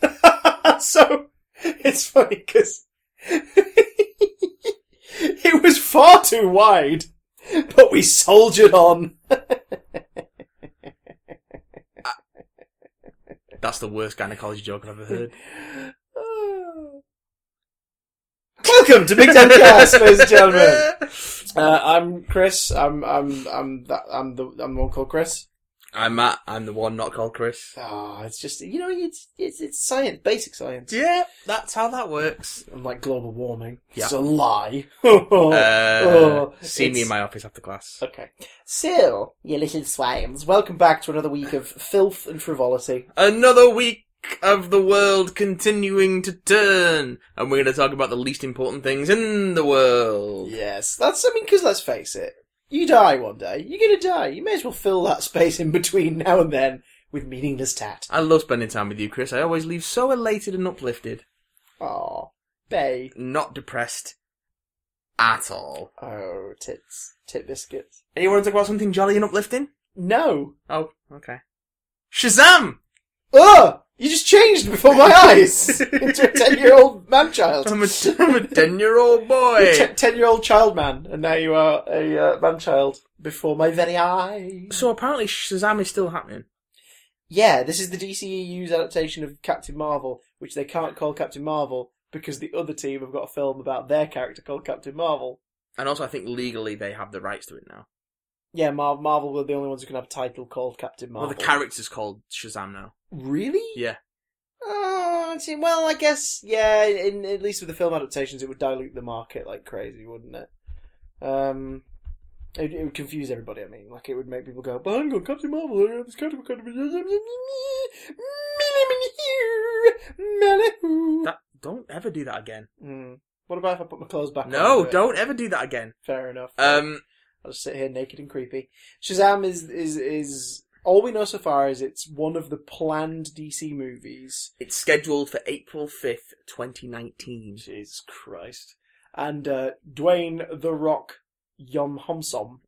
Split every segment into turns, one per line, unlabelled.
so it's funny because it was far too wide, but we soldiered on.
That's the worst gynecology joke I've ever heard.
Welcome to Big Time Cast, ladies and gentlemen. Uh, I'm Chris. I'm I'm I'm that I'm the I'm the one called Chris.
I'm Matt. I'm the one not called Chris.
Ah, it's just you know it's it's it's science, basic science.
Yeah, that's how that works.
And like global warming,
Yeah.
it's a lie.
Uh,
Oh,
see me
it's-
in my office after class.
Okay. So, you little swines, welcome back to another week of filth and frivolity.
Another week of the world continuing to turn, and we're going to talk about the least important things in the world.
Yes, that's, I mean, because let's face it, you die one day, you're gonna die. You may as well fill that space in between now and then with meaningless tat.
I love spending time with you, Chris. I always leave so elated and uplifted,
Aw, bae.
not depressed at all.
Oh, tits. Tit biscuits.
And you want to talk about something jolly and uplifting?
No!
Oh, okay. Shazam!
Ugh! You just changed before my eyes! Into a ten-year-old man-child.
I'm a, I'm a ten-year-old boy.
You're a ten-year-old child man, and now you are a uh, man-child before my very eyes.
So apparently Shazam is still happening.
Yeah, this is the DCEU's adaptation of Captain Marvel, which they can't call Captain Marvel because the other team have got a film about their character called Captain Marvel.
And also I think legally they have the rights to it now.
Yeah, Mar- Marvel were the only ones who can have a title called Captain Marvel.
Well, the character's called Shazam now.
really?
Yeah.
Oh, I see. well, I guess yeah. In, at least with the film adaptations, it would dilute the market like crazy, wouldn't it? Um, it, it would confuse everybody. I mean, like it would make people go, "But hang on, Captain Marvel, uh, this character could be."
That don't ever do that again.
Mm. What about if I put my clothes back on? and
No,
do it?
don't ever do that again.
Fair enough.
Um,
I'll just sit here naked and creepy. Shazam is is is all we know so far is it's one of the planned DC movies.
it's scheduled for April fifth, twenty nineteen.
Jesus Christ! And uh, Dwayne the Rock Yomhomsom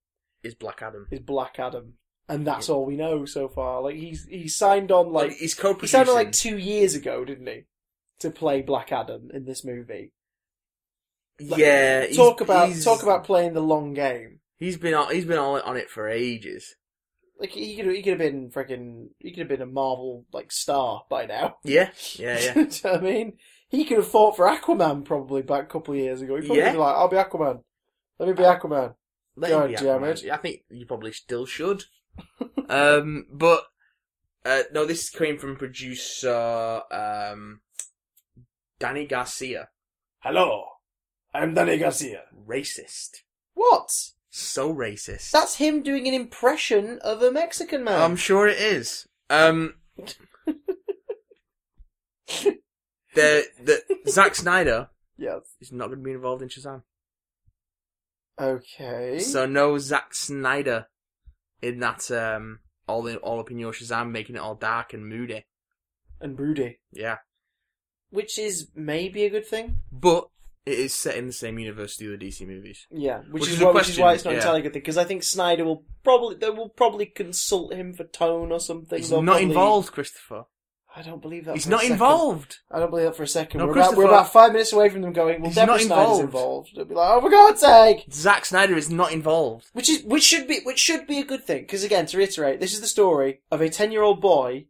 Is Black Adam?
is Black Adam, and that's all we know so far. Like he's he signed on
Like
like
he's
he
co-producing.
signed on like two years ago, didn't he? To play Black Adam in this movie. like,
yeah. he's-
Talk about
he's-
talk about playing the long game.
He's been on, he's been on, on it for ages.
Like he could he could have been freaking he could have been a Marvel like star by now.
Yeah, yeah, yeah.
Do you know what I mean? He could have fought for Aquaman probably back a couple of years ago. He probably
Yeah.
been like, I'll be Aquaman. Let me be Aquaman.
Let
God
him be
damn
Aquaman.
it.
I think you probably still should. um, but uh, no, this came from producer um, Danny Garcia.
Hello. I'm Danny Garcia.
Racist,
What?
so racist.
That's him doing an impression of a Mexican man.
I'm sure it is. Um, the the Zack Snyder
yes.
is not going to be involved in Shazam,
Okay.
so no Zack Snyder in that um all in all up in your Shazam, making it all dark and moody.
and broody.
Yeah,
Which is maybe a good thing.
but it is set in the same universe as the other DC movies.
Yeah. Which,
Which
is,
is a
why, which is why
question,
it's not
yeah.
entirely a good thing. Because I think Snyder will probably they will probably consult him for tone or something.
He's
They'll
not
probably-
involved, Christopher.
I don't believe that.
He's
for a
not
second.
involved.
I don't believe that for a second.
No,
we're, about, we're
Christopher-
about five minutes away from them going. Well,
He's not
Deborah Snyder's
involved.
involved. They'll be like, oh, for God's sake!
Zack Snyder is not involved.
Which is which should be which should be a good thing because again, to reiterate, this is the story of a ten-year-old boy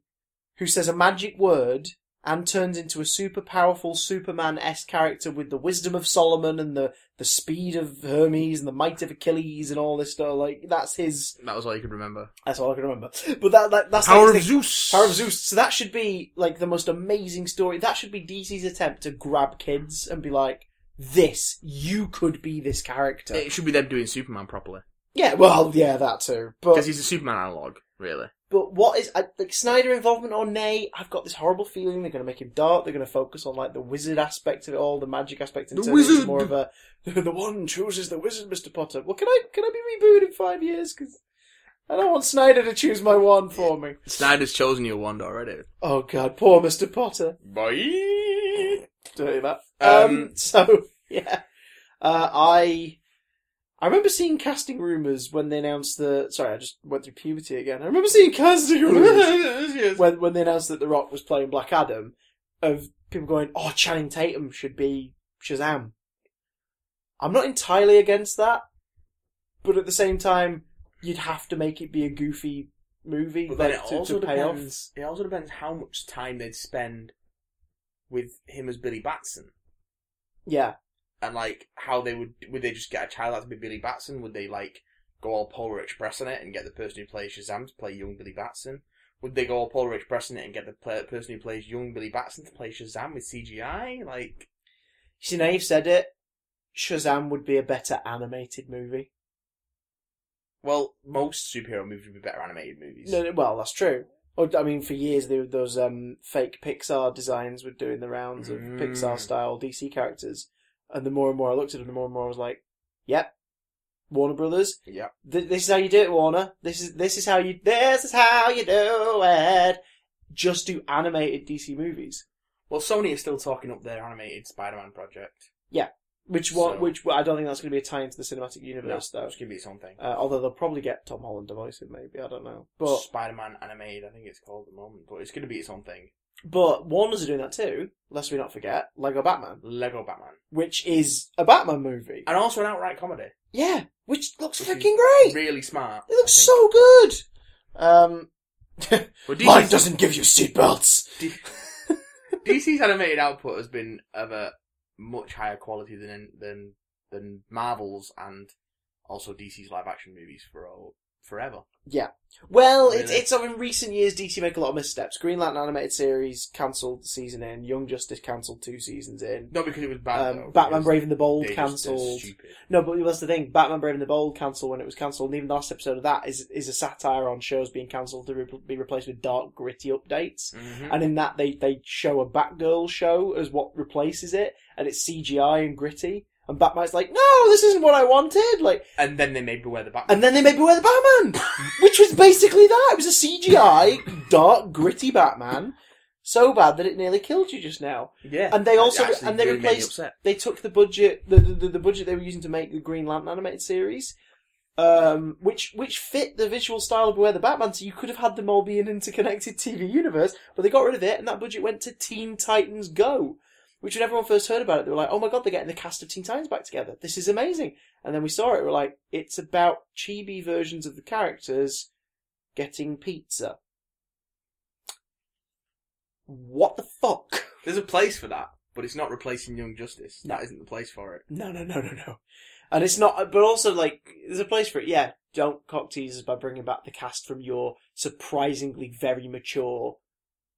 who says a magic word and turns into a super powerful Superman-esque character with the wisdom of Solomon and the the speed of Hermes and the might of Achilles and all this stuff. Like that's his.
That was all you could remember.
That's all I can remember. But that, that that's
Power
like,
of Zeus.
Power of Zeus. So that should be like the most amazing story. That should be DC's attempt to grab kids and be like, "This, you could be this character."
It should be them doing Superman properly
yeah, well, yeah, that too. But
because he's a Superman analog, really.
but what is I, like Snyder involvement or nay? I've got this horrible feeling they're going to make him dark. They're going to focus on like the wizard aspect of it all, the magic aspect, and
The
turn it into
wizard!
more of a the one chooses the wizard, Mister Potter. Well, can I can I be rebooted in five years? Because I don't want Snyder to choose my one for me.
Snyder's chosen your wand already.
Oh God, poor Mister Potter.
Bye.
Dirty that. Um,
Um,
so yeah, uh, I I remember seeing casting rumors when they announced the. Sorry, I just went through puberty again. I remember seeing casting rumors when when they announced that The Rock was playing Black Adam, of people going, "Oh, Channing Tatum should be Shazam." I'm not entirely against that, but at the same time, you'd have to make it be a goofy movie
But then
like,
it
to,
also
to pay off.
depends. It also depends how much time they'd spend with him as Billy Batson,
Yeah,
and like how they would would they just get a child out to be Billy Batson? Would they like go all Polar Express on it and get the person who plays Shazam to play young Billy Batson? Would they go all Polar Express on it and get the pla person who plays young Billy Batson to play Shazam with CGI? Like,
see, now you've said it. Shazam would be a better animated movie.
well, most superhero movies would be better animated movies.
No, no, well, that's true. Or, I mean, for years there were those um, fake Pixar designs were doing the rounds of
Mm.
Pixar style DC characters, and the more and more I looked at them, the more and more I was like, "Yep, Warner Brothers,
Yeah,
th- this is how you do it, Warner. This is this is how you this is how you do it. Just do animated DC movies."
well, Sony is still talking up their animated Spider-Man project.
Which one?
So-
Which I don't think that's going to be a tie into the cinematic universe,
No,
though.
it's gonna be its own thing.
Uh, although they'll probably get Tom Holland to voice it, maybe I don't know. But
Spider-Man animated, I think it's called at the moment, but it's going to be its own thing.
but Warner's are doing that too. Lest we not forget Lego Batman,
Lego Batman,
which is a Batman movie.
and also an outright comedy.
Yeah, which looks
Which is
freaking great.
Really smart.
it looks
I
so
think.
good. Um,
But
life
DC's,
doesn't give you seatbelts.
DC's animated output has been of a much higher quality than than than Marvel's and also DC's live action movies for all, forever.
Well, it's
Really?
it's uh, in recent years DC make a lot of missteps. Green Lantern animated series cancelled season in. Young Justice cancelled two seasons in.
Not because it was bad. though,
Um, Batman
because
Brave and the Bold
they're just- they're
cancelled.
Stupid.
No, but that's the thing. Batman Brave and the Bold cancelled when it was cancelled, and even the last episode of that is is a satire on shows being cancelled to re- be replaced with dark, gritty updates.
Mhm.
And in that, they they show a Batgirl show as what replaces it, and it's CGI and gritty. And Batman's like, no, this isn't what I wanted. Like,
And then they made Beware the Batman.
and then they made Beware the Batman, which was basically that. It was a CGI, dark, gritty Batman, so bad that it nearly killed you just now.
yeah.
and they
That
also-
actually
and they
really made me
replaced-
upset.
They took the budget, the the, the budget they were using to make the Green Lantern animated series, um, which which fit the visual style of Beware the Batman. So you could have had them all be an interconnected TV universe, but they got rid of it, and that budget went to Teen Titans Go. Which when everyone first heard about it, they were like, "Oh my god, they're getting the cast of Teen Titans back together. This is amazing!" And then we saw it, we we're like, "It's about chibi versions of the characters getting pizza." What the fuck?
There's a place for that, but it's not replacing Young Justice.
No.
That isn't the place for it.
No, no, no, no, no. And it's not, but also like, there's a place for it. Yeah, don't cock teasers by bringing back the cast from your surprisingly very mature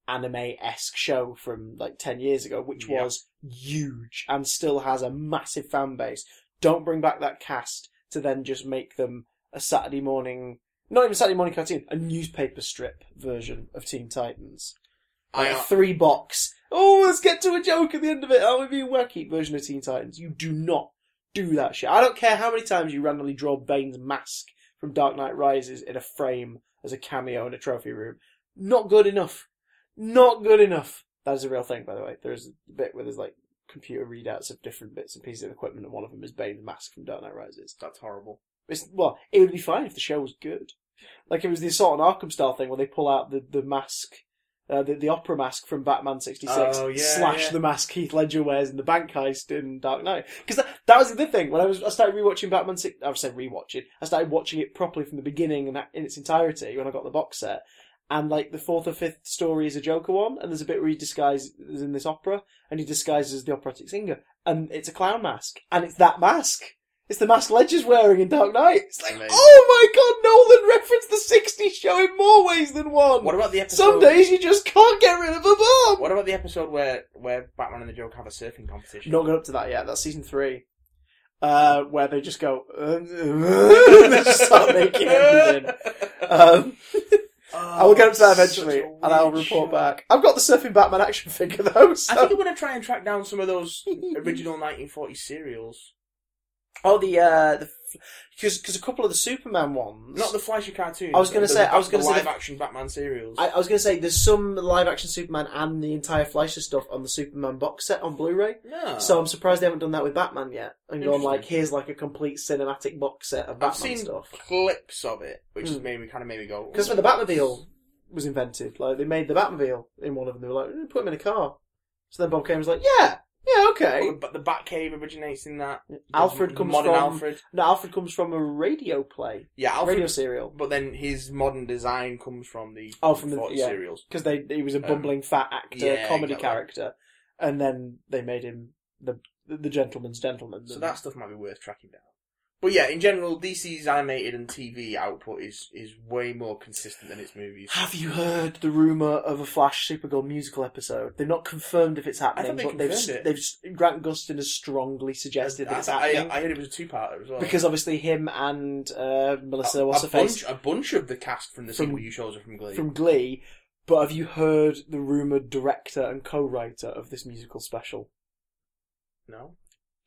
anime esque show from like 10 years ago, which
Yeah.
was huge and still has a massive fan base. Don't bring back that cast to then just make them a Saturday morning, not even Saturday morning cartoon, a newspaper strip version of Teen Titans. Like
I- uh,
a three box. Oh, let's get to a joke at the end of it. Oh, Aren't we being wacky? Version of Teen Titans. You do not do that shit. I don't care how many times you randomly draw Bane's mask from Dark Knight Rises in a frame as a cameo in a trophy room. Not good enough. Not good enough. That is a real thing, by the way. There is a bit where there's like computer readouts of different bits and pieces of equipment, and one of them is Bane's mask from Dark Knight Rises.
That's horrible.
It's, well, it would be fine if the show was good. Like it was the Assault on Arkham style thing where they pull out the, the mask, uh, the, the opera mask from Batman 66,
Oh, yeah,
slash
yeah.
the mask Heath Ledger wears in the bank heist in Dark Knight. Because that, that was the thing. When I was I started rewatching Batman 6, I've said rewatching, I started watching it properly from the beginning and in its entirety when I got the box set. And like the fourth or fifth story is a Joker one, and there's a bit where he disguises in this opera, and he disguises as the operatic singer, and it's a clown mask, and it's that mask. It's the mask Ledger's wearing in Dark Knight. It's like,
Amazing.
oh my god, Nolan referenced the 60s show in more ways than one.
What about the episode?
Some days you just can't get rid of a bomb.
What about the episode where where Batman and the Joker have a surfing competition?
Not got up to that yet. That's season three, uh, where they just go uh, uh, they just start making everything. Um, I will get up to that eventually, and I'll report back. I've got the surfing Batman action figure though. So.
I think I'm gonna try and track down some of those original 1940s serials.
oh, the uh, the because because a couple of the Superman ones.
Not the flashy cartoons.
I was gonna
the-
say-
the-
I was gonna
the
say the-
live action Batman serials.
I, I was going to say there's some live action Superman and the entire Fleischer stuff on the Superman box set on Blu-ray.
no.
So I'm surprised they haven't done that with Batman yet and gone
Uh, Interesting.
like, here's like a complete cinematic box set of
I've
Batman
seen
stuff.
clips of it, which has
Mm.
made me kind of made me go
Because when the Batmobile was invented, like they made the Batmobile in one of them, they were like, "Eh, put him in a car. So then Bob Kane was like, yeah, yeah, okay.
But the Batcave originates in that.
Alfred comes
modern
from-
Alfred.
No, Alfred comes from a radio play,
Yeah, Alfred.
radio serial,
But then his modern design comes from the
Oh, from the-
40
yeah.
serials.
because they he was a
Um,
bumbling fat actor,
yeah,
comedy
exactly.
character, and then they made him the the gentleman's gentleman.
So
and-
that stuff might be worth tracking down. But yeah, in general, DC's animated and TV output is is way more consistent than its movies.
Have you heard the rumor of a Flash Supergirl musical episode? They've not confirmed if it's happening,
they
but they've
confirmed it.
they've s- Grant Gustin has strongly suggested that
I,
it's
I,
happening
I heard it was a two-parter as well.
because obviously him and uh, Melissa
a,
what's
a
her
bunch,
face
a bunch of the cast from the
From-
sequel you chose are from Glee.
from Glee. But have you heard the rumored director and co-writer of this musical special,
no.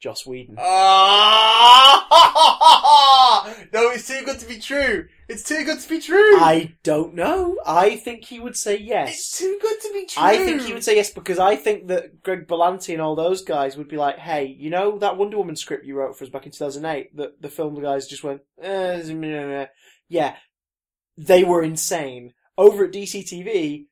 Joss Whedon?
Uh, Ah! no, it's too good to be true. It's too good to be true.
I don't know. I think he would say
It's
Ah, yes.
too good to be true.
I think he would say yes because I think that Greg Berlanti and all those guys would be like, "Hey, you know that Wonder Woman script you wrote for us back in 2008? That the film guys just went, eh, z- meh, meh, meh." yeah, they were insane." Over at DC TV,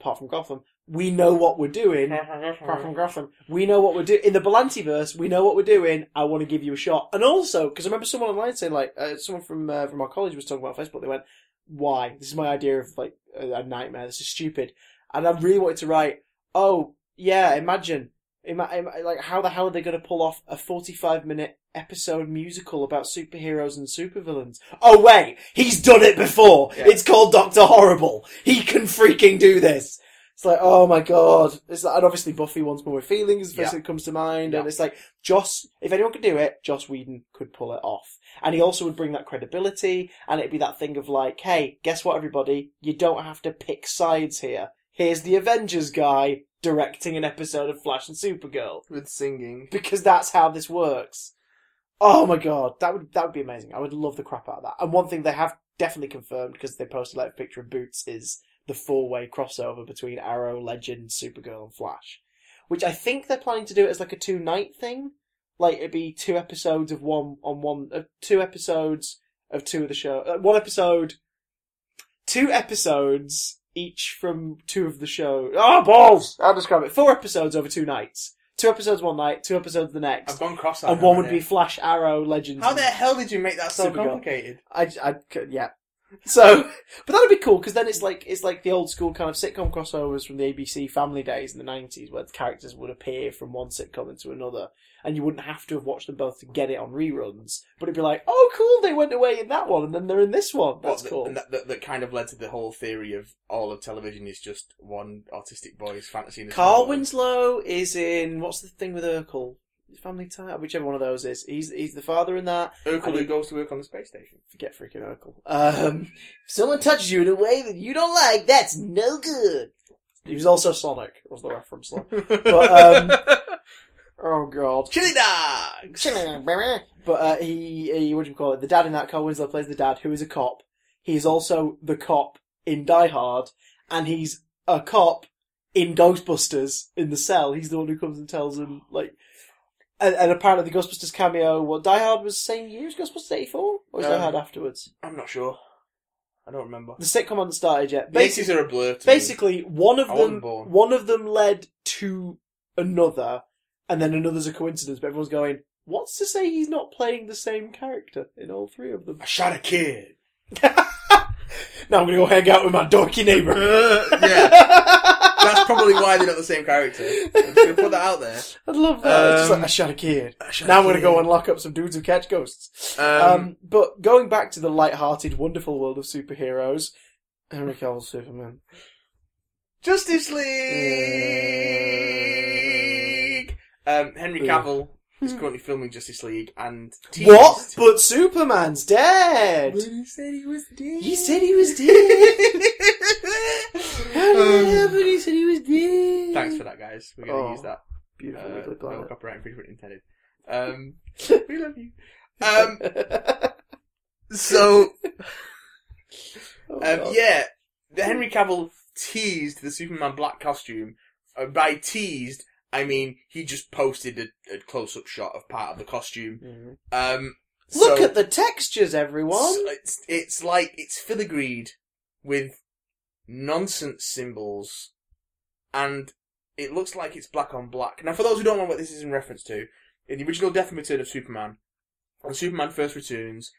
apart from Gotham, we know what we're doing. Apart from Gotham, we know what we're doing. In the Berlanti verse, we know what we're doing. I want to give you a shot. And also, because I remember someone online saying, like, uh, someone from uh, from our college was talking about on Facebook. They went, "Why? This is my idea of like a, a nightmare. This is stupid." And I really wanted to write, "Oh yeah, imagine, ima- ima- like, how the hell are they going to pull off a forty-five minute episode musical about superheroes and supervillains?" Oh wait, he's done it before.
Yeah.
It's called Doctor Horrible. He can freaking do this. It's like, oh my god. It's like, and obviously Buffy wants more with feelings, the first
Yeah.
thing that comes to mind.
Yeah.
And it's like, Joss, if anyone could do it, Joss Whedon could pull it off. And he also would bring that credibility, and it'd be that thing of like, hey, guess what everybody? You don't have to pick sides here. Here's the Avengers guy directing an episode of Flash and Supergirl.
with singing.
Because that's how this works. Oh my god, that would that would be amazing. I would love the crap out of that. And one thing they have definitely confirmed because they posted like a picture of Boots is the four way crossover between Arrow, Legend, Supergirl, and Flash, which I think they're planning to do it as like a two night thing. Like it'd be two episodes of one on one, uh, two episodes of two of the show, uh, one episode, two episodes each from two of the show. Oh balls! I'll describe it. Four episodes over two nights. Two episodes one night, two episodes the
I've
next,
gone cross-eyed.
and one would
haven't
be Flash, Arrow, Legends.
I? How
and-
the hell did you make that so
Supergirl.
complicated?
I, I could- yeah. So, but that'd be cool because then it's like it's like the old school kind of sitcom crossovers from the ABC Family days in the nineties, where the characters would appear from one sitcom into another, and you wouldn't have to have watched them both to get it on reruns. But it'd be like, oh, cool, they went away in that one, and then they're in this one. That's
Well, th-
cool.
and That, that, that kind of led to the whole theory of all of television is just one autistic boy's fantasy. in a
Carl
small world.
Winslow is in what's the thing with Urkel? Family Tie, whichever one of those is. He's he's the father in that.
Urkel
and
who
he-
goes to work on the space station.
Forget freaking Urkel. Um, if someone touches you in a way that you don't like, that's no good. He was also Sonic, was the reference there. But, oh god.
Chili dogs.
But uh, he, he, what do you call it? The dad in that, Carl Winslow plays the dad, who is a cop. He is also the cop in Die Hard, and he's a cop in Ghostbusters in the cell. He's the one who comes and tells him, like, and, and apparently the Ghostbusters cameo, what, Die Hard was the same year as Ghostbusters 84? Or was
Um,
Die Hard afterwards?
I'm not sure. I don't remember.
The sitcom hadn't started yet.
The
Basically,
eighties are a blur. To
basically one of
I
them,
wasn't born.
one of them led to another, and then another's a coincidence. But everyone's going, "What's to say he's not playing the same character in all three of them?"
me. I shot a kid.
now I'm gonna go hang out with my dorky neighbour.
Uh, yeah, that's probably why they're not the same character. I'm just gonna put that out there.
I'd love that. it's just
Um,
like I shot a kid.
I shot a
Now I'm gonna
kid.
go and lock up some dudes who catch ghosts.
Um,
Um, but going back to the light-hearted, wonderful world of superheroes, Henry Cavill's Superman.
Justice League. Um, Henry
Yeah.
Cavill is currently filming Justice League and
What?
teased-
But Superman's dead.
But he said he was dead.
He said he was dead.
Um,
he said he was dead.
thanks for that, guys. We're gonna
Oh,
use that.
Beautiful
Uh,
Weekly
no
Planet.
copyright infringement intended. Um, we love you. Um, so
Oh,
um,
God.
yeah, the Henry Cavill teased the Superman black costume. Uh, by teased, I mean he just posted a, a close-up shot of part of the costume.
Mhm.
Um,
Look
so-
at the textures, everyone.
so It's, it's like it's filigreed with nonsense symbols and It looks like it's black on black. Now, for those who don't know what this is in reference to, in the original Death and Return of Superman, when Superman first returns,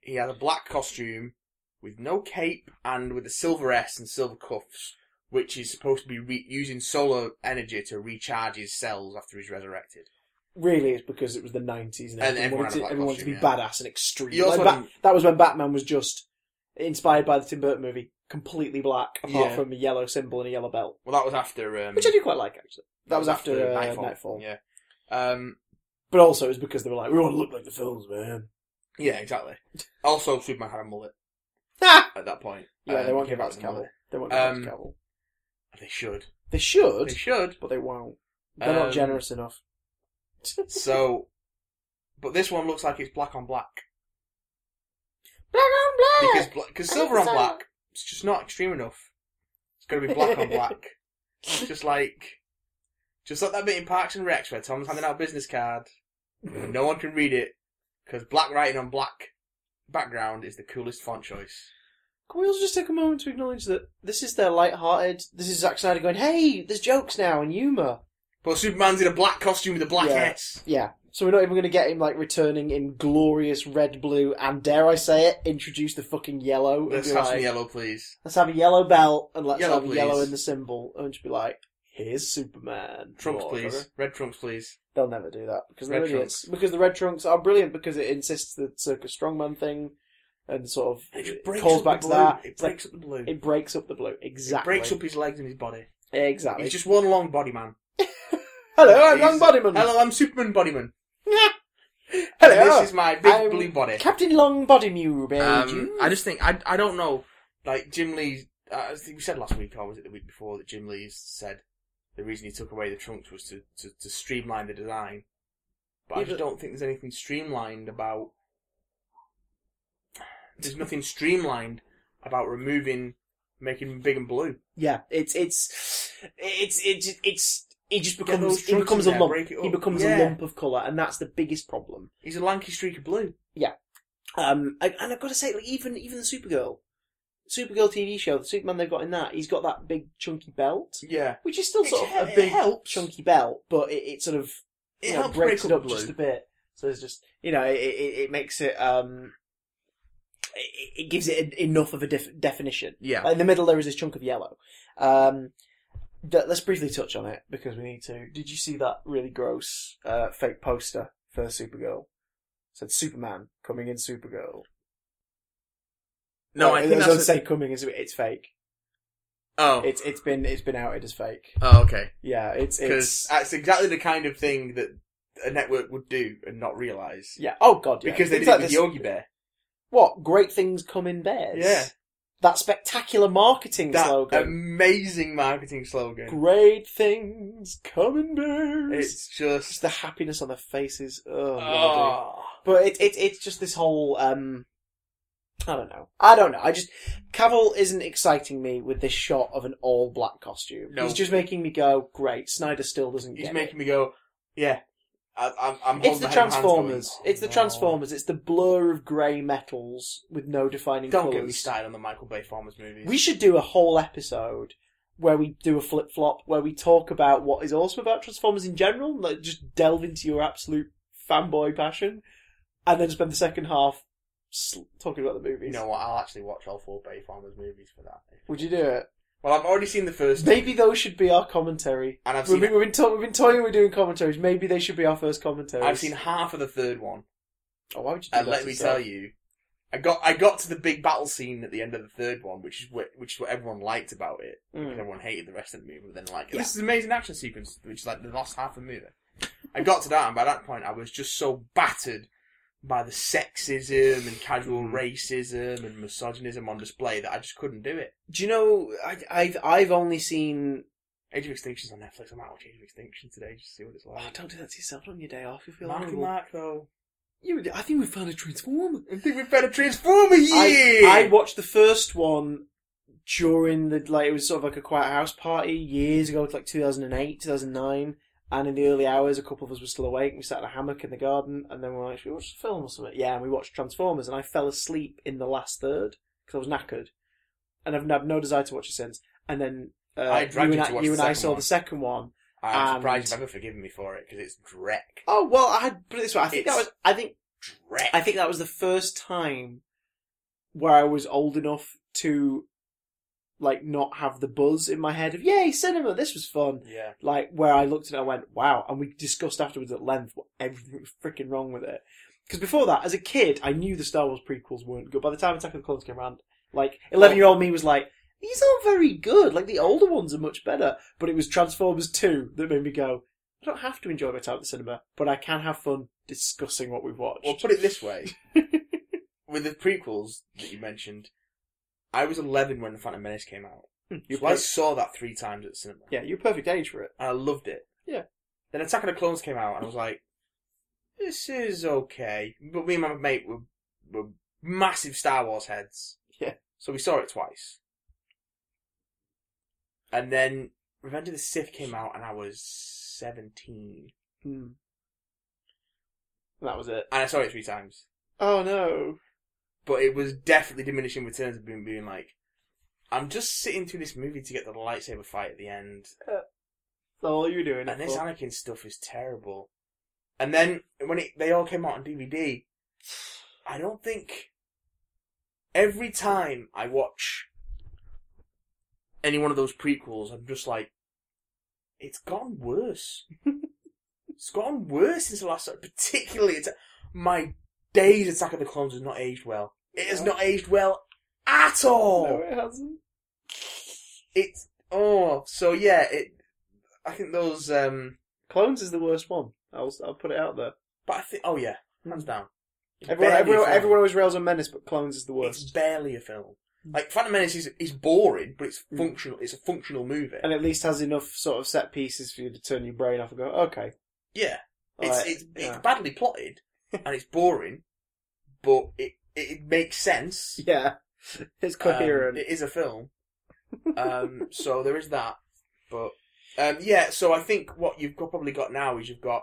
he has a black costume with no cape and with a silver S and silver cuffs, which is supposed to be re- using solar energy to recharge his cells after he's resurrected.
Really, it's because it was the nineties and,
And
everyone wanted to,
everyone had a black
everyone wanted to be
costume,
badass and extreme.
You also
Like, Bat-
had-
that was when Batman was just inspired by the Tim Burton movie, completely black, apart
Yeah.
from a yellow symbol and a yellow belt,
Well, that was after. Um,
which I do quite like actually. That was after, uh, Nightfall.
Yeah. Um,
But also, it was because they were like, we want to look like the films, man.
yeah, exactly. Also, Superman had a mullet
Ah!
at that point.
Yeah, they
Um,
won't
he
give out
had
to
a
Cavill.
mullet.
They won't give out
Um,
to Cavill.
They should.
They should,
They should.
but they won't. They're not
Um,
generous enough.
So, but this one looks like it's black on black
Black on
because bla- cause
I
silver
think so.
on black it's just not extreme enough. It's gonna be black on black, just like just like that bit in Parks and Recs where Tom's handing out a business card and no one can read it because black writing on black background is the coolest font choice.
Can we also just take a moment to acknowledge that this is their light-hearted? This is Zack Snyder going, "Hey, there's jokes now and humour."
But Superman's in a black costume with a black
Yeah.
S.
Yeah. So we're not even going to get him like returning in glorious red, blue, and dare I say it, introduce the fucking yellow. and
Let's
be
have
like,
some yellow, please.
Let's have a yellow belt and let's
Yellow,
have a yellow
please.
in the symbol, and just be like, "Here's Superman."
Trunks,
Lord."
please. Red trunks, please.
They'll never do that because
Red
they're idiots. Because the red trunks are brilliant because it insists the circus strongman thing and sort of
It just
it
breaks
calls
up the
back to
blue.
that.
It
It's like
breaks up the blue.
it breaks up the blue
It
exactly.
breaks up his legs and his body.
exactly.
He's just one long body man.
Hello, I'm Young
He's-
Bodyman.
Hello, I'm Superman Bodyman.
Hello.
And this is my big
I'm
blue body.
Captain Long Body Mew, baby.
Um, I just think I I don't know. Like Jim Lee's, uh, I think we said last week or was it the week before that Jim Lee's said the reason he took away the trunks was to to, to streamline the design. But I
Yeah,
just
but-
don't think there's anything streamlined about. There's nothing streamlined about removing, making them big and blue.
yeah, it's it's it's it's it's it just
Get those
becomes he
trunks
becomes
in
a
there,
lump.
break it
He
up.
becomes
Yeah.
a lump of color, and that's the biggest problem.
He's a lanky streak of blue.
Um, I- and I've got to say, like even even the Supergirl, Supergirl TV show, the Superman they've got in that, he's got that big chunky belt,
Yeah,
which is still
It
sort of
he-
a
it
big
helps.
chunky belt, but it, it sort of
it
you know,
helps
breaks
break
it up
the blue.
just a bit. So it's just you know it it, it makes it um it, it gives it enough of a def- definition.
yeah,
Like, in the middle there is this chunk of yellow. Um, th- let's briefly touch on it because we need to. Did you see that really gross uh, fake poster for Supergirl? said Superman coming in Supergirl.
No,
Well,
I
it
think
doesn't
that's a,
say coming as it's fake.
oh,
It's it's been it's been outed as fake.
oh, okay.
Yeah, it's
Because
it's
that's exactly the kind of thing that a network would do and not realise.
yeah. Oh god, yeah.
Because they
Things
did it
like
with
this-
Yogi Bear.
What great things come in bears?
Yeah.
that spectacular marketing
That
slogan.
amazing marketing slogan.
great things come in bears.
It's just.
just the happiness on their faces. Oh, lordy.
Oh.
But it, it, it's just this whole, um, I don't know. I don't know. I just, Cavill isn't exciting me with this shot of an all black costume.
No.
He's just making me go, great, Snyder still doesn't
He's
get
making me go, yeah. I, I'm, I'm
it.
holding
It's the
my hand going,
Transformers.
"Oh,
It's the
no."
Transformers. It's the blur of grey metals with no defining
Don't
colours.
get me started on the Michael Bay Farmers movies.
We should do a whole episode where we do a flip flop, where we talk about what is awesome about Transformers in general, and like just delve into your absolute fanboy passion, and then spend the second half sl- talking about the
you
movies.
know what? I'll actually watch all four Bay Farmers movies for that.
Would you do it?
Well, I've already seen the first,
Maybe those should be our commentary.
and I've
We've
seen
been, we've been, to- we've been toying with doing commentaries. Maybe they should be our first commentaries.
I've seen half of the third one.
Oh, why would you do
And
that
let
to
me
yourself?
tell you, I got I got to the big battle scene at the end of the third one, which is what which is what everyone liked about it.
Mm.
Because everyone hated the rest of the movie, but then liked it.
Yeah.
This is an amazing action sequence, which is like the last half of the movie. I got to that, and by that point, I was just so battered by the sexism and casual
Hmm.
racism and misogynism on display that I just couldn't do it.
Do you know? I, I've I've only seen.
Age of Extinction's on Netflix. I might watch Age of Extinction today just to see what it's
Oh,
like.
don't do that to yourself on your day off. You feel
Marky
horrible.
Mark, though.
You, I think we found a transformer.
I think we'd better transform a year!
I, I watched the first one during the like it was sort of like a quiet house party years ago, it's like 2008, 2009, and in the early hours, a couple of us were still awake. and We sat in a hammock in the garden, and then we were like, "Should we watch a film or something?" Yeah, and we watched Transformers, and I fell asleep in the last third because I was knackered, and I've had no desire to watch it since. And then uh,
I
you
dragged you
and
to watch
you and
the
I
second
saw
one.
the second one,
I'm
And-
surprised you've ever forgiven me for it because it's Drek.
Oh well, I had put it this way. I think that
It's-
was. I think
Drek.
I think that was the first time where I was old enough to like not have the buzz in my head of yay cinema. This was fun.
Yeah.
Like where I looked at it, I went wow, and we discussed afterwards at length what everything was freaking wrong with it. Because before that, as a kid, I knew the Star Wars prequels weren't good. By the time Attack of the Clones came around, like eleven year old me was like. These aren't very good. Like the older ones are much better, but it was Transformers Two that made me go. I don't have to enjoy my time at the cinema, but I can have fun discussing what we've watched.
Well, put it this way: with the prequels that you mentioned, I was 11 when the Phantom Menace came out,
You
so I saw that three times at the cinema.
Yeah, you're perfect age for it.
and I loved it.
Yeah.
Then Attack of the Clones came out, and I was like, "This is okay." But me and my mate were, were massive Star Wars heads.
Yeah.
So we saw it twice. And then Revenge of the Sith came out, and I was seventeen,
Hmm. That was it.
and I saw it three times.
Oh no.
But it was definitely diminishing returns of being, being like, "I'm just sitting through this movie to get the lightsaber fight at the end,
That's all you're doing. it
and this
for.
Anakin stuff is terrible. And then when it, they all came out on DVD, I don't think every time I watch any one of those prequels, I'm just like, it's gotten worse. it's gotten worse since the last. Particularly, it's, my days Attack of the Clones has not aged well. It has
No.
not aged well at all
No, it hasn't.
it's oh so yeah it i think those um
Clones is the worst one. I'll I'll put it out there.
but i think oh yeah hands down It's
Everyone,
barely a
everyone,
film.
everyone always rails on Menace, but Clones is the
it's
worst.
barely a film like phantom menace is, is boring but it's
Mm.
functional it's a functional movie
And at least has enough sort of set pieces for you to turn your brain off and go, okay.
yeah it's
alright,
it's, it's
yeah.
badly plotted and it's boring but it it makes sense
yeah. It's
Um,
coherent.
it is a film. Um, so there is that. But um, yeah, so I think what you've got, probably got now is you've got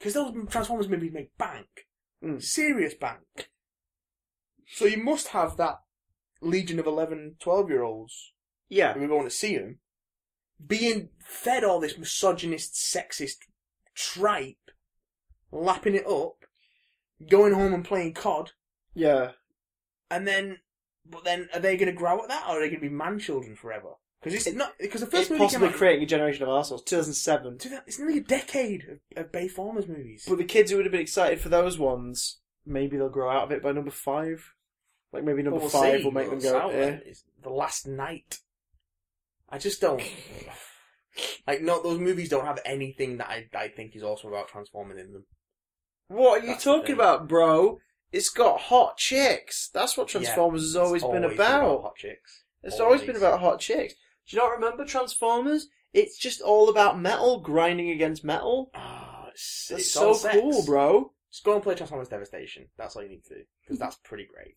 because those Transformers movies make bank,
Mm.
serious bank. So you must have that legion of 11, 12 year olds
yeah.
who are going to see them being fed all this misogynist, sexist tripe, lapping it up, going home and playing COD,
Yeah.
and then, but then, are they going to grow at that, or are they going to be man children forever? Because it's not because the first
It's
movie
possibly
came out.
creating a generation of arseholes. 2007.
Dude, that- it's nearly a decade of, of Bayformers movies.
But the kids who would have been excited for those ones, maybe they'll grow out of it by number five. Like maybe number
But we'll
five
see
will make them
what's
go.
out
eh.
there. It's the last night. I just don't like. No, those movies don't have anything that I I think is awesome about Transformers in them.
What are you
That's the
talking
thing.
about, bro? It's got hot chicks. That's what
Yeah,
Transformers has always,
It's
been about.
hot chicks.
It's always. been about hot chicks. Do you not remember Transformers? It's just all about metal grinding against metal.
Ah, it's,
That's
it's
so
all sex.
cool, bro.
Just go and play Transformers Devastation. That's all you need to do because that's pretty great.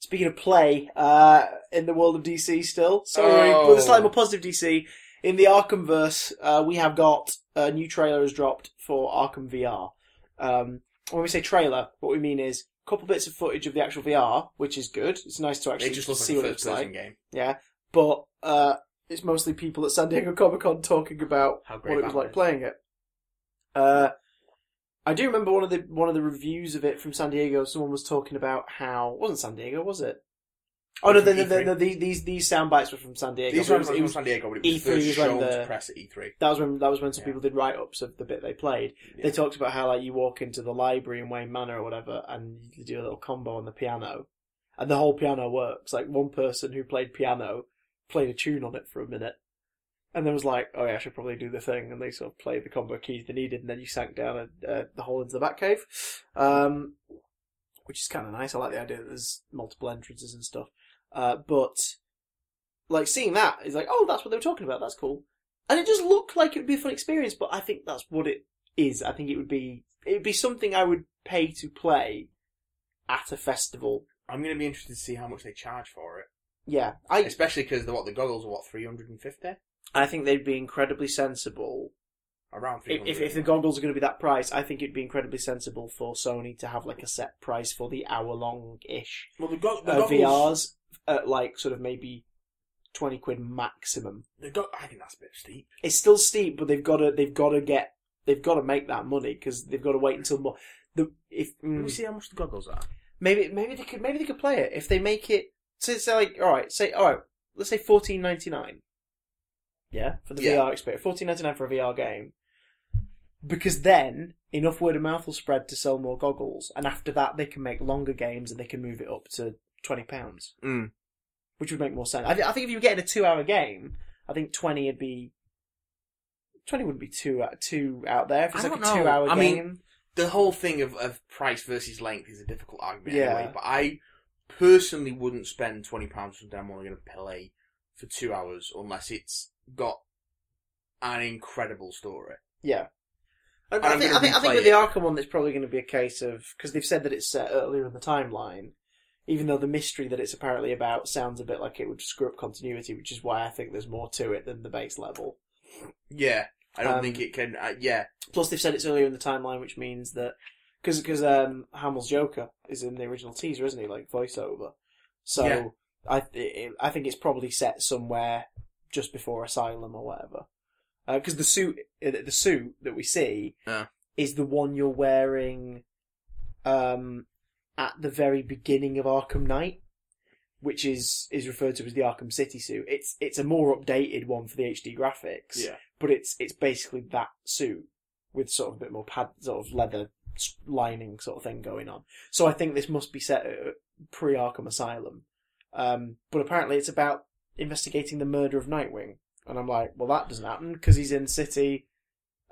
Speaking of play, uh, in the world of DC still. Sorry,
Oh.
but a slightly more positive DC. In the Arkhamverse, uh, we have got a new trailer has dropped for Arkham VR. Um, when we say trailer, what we mean is a couple bits of footage of the actual VR, which is good. It's nice to actually
It just looks
see
like a
what it's
first
like.
person game.
Yeah, but uh, it's mostly people at San Diego Comic Con talking about
How great
what it was
that
like
is.
playing it. Uh, I do remember one of the one of the reviews of it from San Diego. Someone was talking about how it wasn't San Diego, was it? Oh no,
Was
no,
it
no, no,
E3?
no, these these these sound bites were from San Diego.
These
but it
ones
was-
were E
it
from
was-
San Diego, but it was
E3
first
was when
shown
the-
to press at E E3.
that was when that was when some
Yeah.
people did write ups of the bit they played.
Yeah.
They talked about how like you walk into the library in Wayne Manor or whatever, and you do a little combo on the piano, and the whole piano works. Like one person who played piano played a tune on it for a minute, and then was like, "Oh yeah, I should probably do the thing," and they sort of played the combo keys they needed, and then you sank down a, uh, the hole into the Batcave, um, which is kind of nice. I like the idea that there's multiple entrances and stuff, uh, but like seeing that is like, "Oh, that's what they were talking about. That's cool." And it just looked like it would be a fun experience, but I think that's what it is. I think it would be it would be something I would pay to play at a festival.
I'm going to be interested to see how much they charge for it,
Yeah, I
especially because the what the goggles are what 350
I think they'd be incredibly sensible
around
if,
300.
if, if the goggles are going to be that price. I think it'd be incredibly sensible for Sony to have like a set price for the hour long ish
well the, go- the
uh,
goggles
VRs at like sort of maybe twenty quid maximum.
They got. I think that's a bit steep.
It's still steep, but they've got to they've got to get they've got to make that money because they've got to wait until more. The if
Let me
mm,
see how much the goggles are.
maybe maybe they could maybe they could play it if they make it. So it's like all right, say all right, let's say fourteen ninety nine. Yeah, for the
Yeah.
VR experience, fourteen ninety nine for a VR game. Because then enough word of mouth will spread to sell more goggles, and after that they can make longer games and they can move it up to twenty pounds
Mm.
which would make more sense. I, thi- I think if you were getting a two-hour game, I think twenty would be twenty wouldn't be too out, too out there. If it's
I
like a
don't know.
two-hour
I mean-
game,
The whole thing of, of price versus length is a difficult argument
Yeah.
anyway. But I personally wouldn't spend twenty pounds for something I'm only going to play for two hours unless it's got an incredible story.
yeah. I,
And
I
I'm
think, I
gonna
think, I think
replay
with the
it.
Arkham one, there's probably going to be a case of because they've said that it's set earlier in the timeline, even though the mystery that it's apparently about sounds a bit like it would screw up continuity, which is why I think there's more to it than the base level.
Yeah, I don't
Um,
think it can. Uh, yeah,
Plus, they've said it's earlier in the timeline, which means that because because um, Hamill's Joker is in the original teaser, isn't he? Like voiceover. So
Yeah.
I it, it- I think it's probably set somewhere just before Asylum or whatever. Because the suit uh, the suit that we see
Yeah.
is the one you're wearing um, at the very beginning of Arkham Knight. Which is, is referred to as the Arkham City suit. It's it's a more updated one for the HD graphics
yeah.
but it's it's basically that suit with sort of a bit more pad, sort of leather s- lining sort of thing going on. So I think this must be set at pre Arkham Asylum. Um, but apparently it's about investigating the murder of Nightwing, and I'm like, well, that doesn't happen because he's in City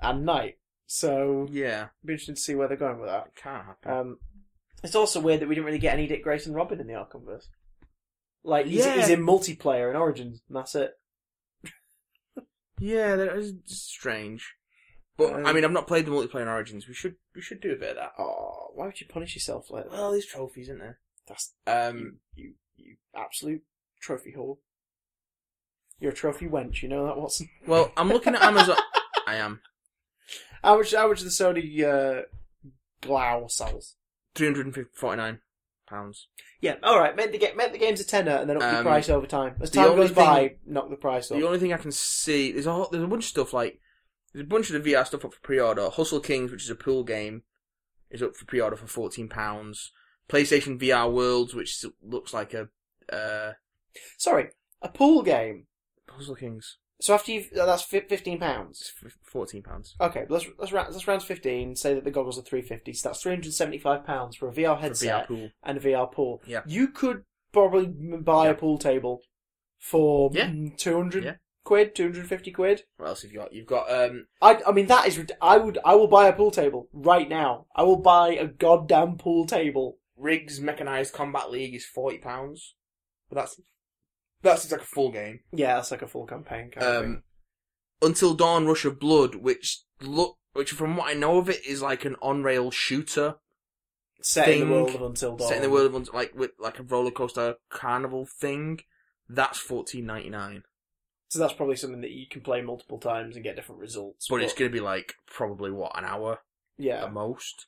and Night. So
Yeah,
be interesting to see where they're going with that.
it can happen.
Um, it's also weird that we didn't really get any Dick Grayson Robin in the Arkhamverse. Like he's,
Yeah.
he's in multiplayer in Origins, and that's it.
yeah, that is strange. But
Um,
I mean, I've not played the multiplayer in Origins. We should we should do a bit of that.
Oh, why would you punish yourself like that?
Well, these trophies, isn't there?
That's
Um,
you, you, you absolute trophy whore. You're a trophy wench, you know that, Watson.
well, I'm looking at Amazon. I am
How much? How much the Sony uh, Glau sells?
three hundred and forty nine pounds.
Yeah, all right. Meant the get meant the game's a tenner, and then up the
Um,
price over time. As
the
time
only
goes by, knock the price up.
The only thing I can see there's a whole, there's a bunch of stuff like there's a bunch of the VR stuff up for pre-order. Hustle Kings, which is a pool game, is up for pre-order for fourteen pounds. PlayStation VR Worlds, which s- looks like a uh,
Sorry, a pool game.
Hustle Kings,
So after you, have that's fi- fifteen pounds.
it's f- fourteen pounds.
Okay, let's let's round let's round to fifteen. Say that the goggles are three fifty. So that's three hundred seventy five pounds for a VR
for
headset
VR pool.
and a VR pool.
Yeah.
you could probably m- buy a
Yeah.
pool table for mm,
Yeah.
two hundred
Yeah.
quid, two hundred fifty quid.
What else have you got? You've got um
I, I mean that is rid- I would I will buy a pool table right now. I will buy a goddamn pool table.
Riggs Mechanized Combat League is forty pounds, but that's that seems like a full game.
Yeah, that's like a full campaign kind of thing.
Um, Until Dawn Rush of Blood, which look which from what I know of it is like an on rail shooter
Set in
thing-
the world of Until Dawn.
set in the world of uns- like with like a roller coaster carnival thing. That's fourteen ninety nine,
So that's probably something that you can play multiple times and get different results.
but it's gonna be like probably what an hour
yeah.
at most.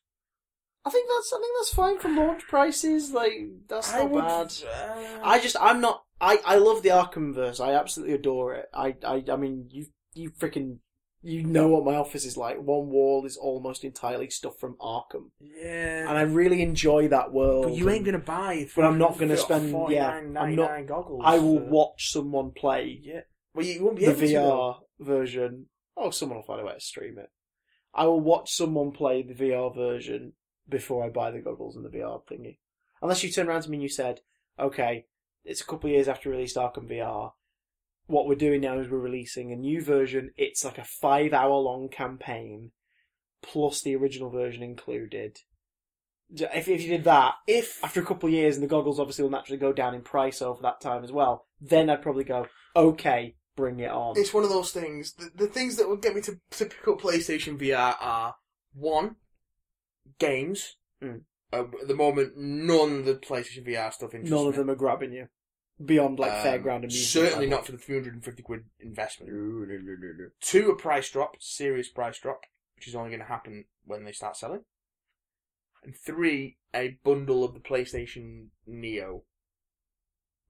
I think that's I think that's fine for launch prices. Like that's not bad.
uh,
I just I'm not I I love the Arkhamverse. I absolutely adore it. I I I mean you you freaking you know what my office is like. One wall is almost entirely stuff from Arkham,
yeah.
and I really enjoy that world.
but you
and-
ain't gonna buy.
But I'm not gonna spend- yeah, I'm not-
$49.99 Goggles
I will
for-
watch someone play
Yeah. Well, you won't be
the
able to. though.
VR version. Oh, someone will find a way to stream it. I will watch someone play the VR version before I buy the goggles and the VR thingy. Unless you turn around to me and you said, okay, it's a couple of years after we released Arkham VR. What we're doing now is we're releasing a new version. It's like a five hour long campaign, plus the original version included. J- If, if you did that,
If
after a couple of years, and the goggles obviously will naturally go down in price over that time as well, then I'd probably go, okay, bring it on.
it's one of those things, the, the things that would get me to, to pick up PlayStation VR are one, games.
Mm.
Uh, at the moment, none of the PlayStation VR stuff interests
None of
me.
them are grabbing you beyond like
Um,
fairground amusement.
Certainly
level.
not for the 350 quid investment. Two, a price drop, serious price drop, which is only going to happen when they start selling. And three, a bundle of the PlayStation Neo,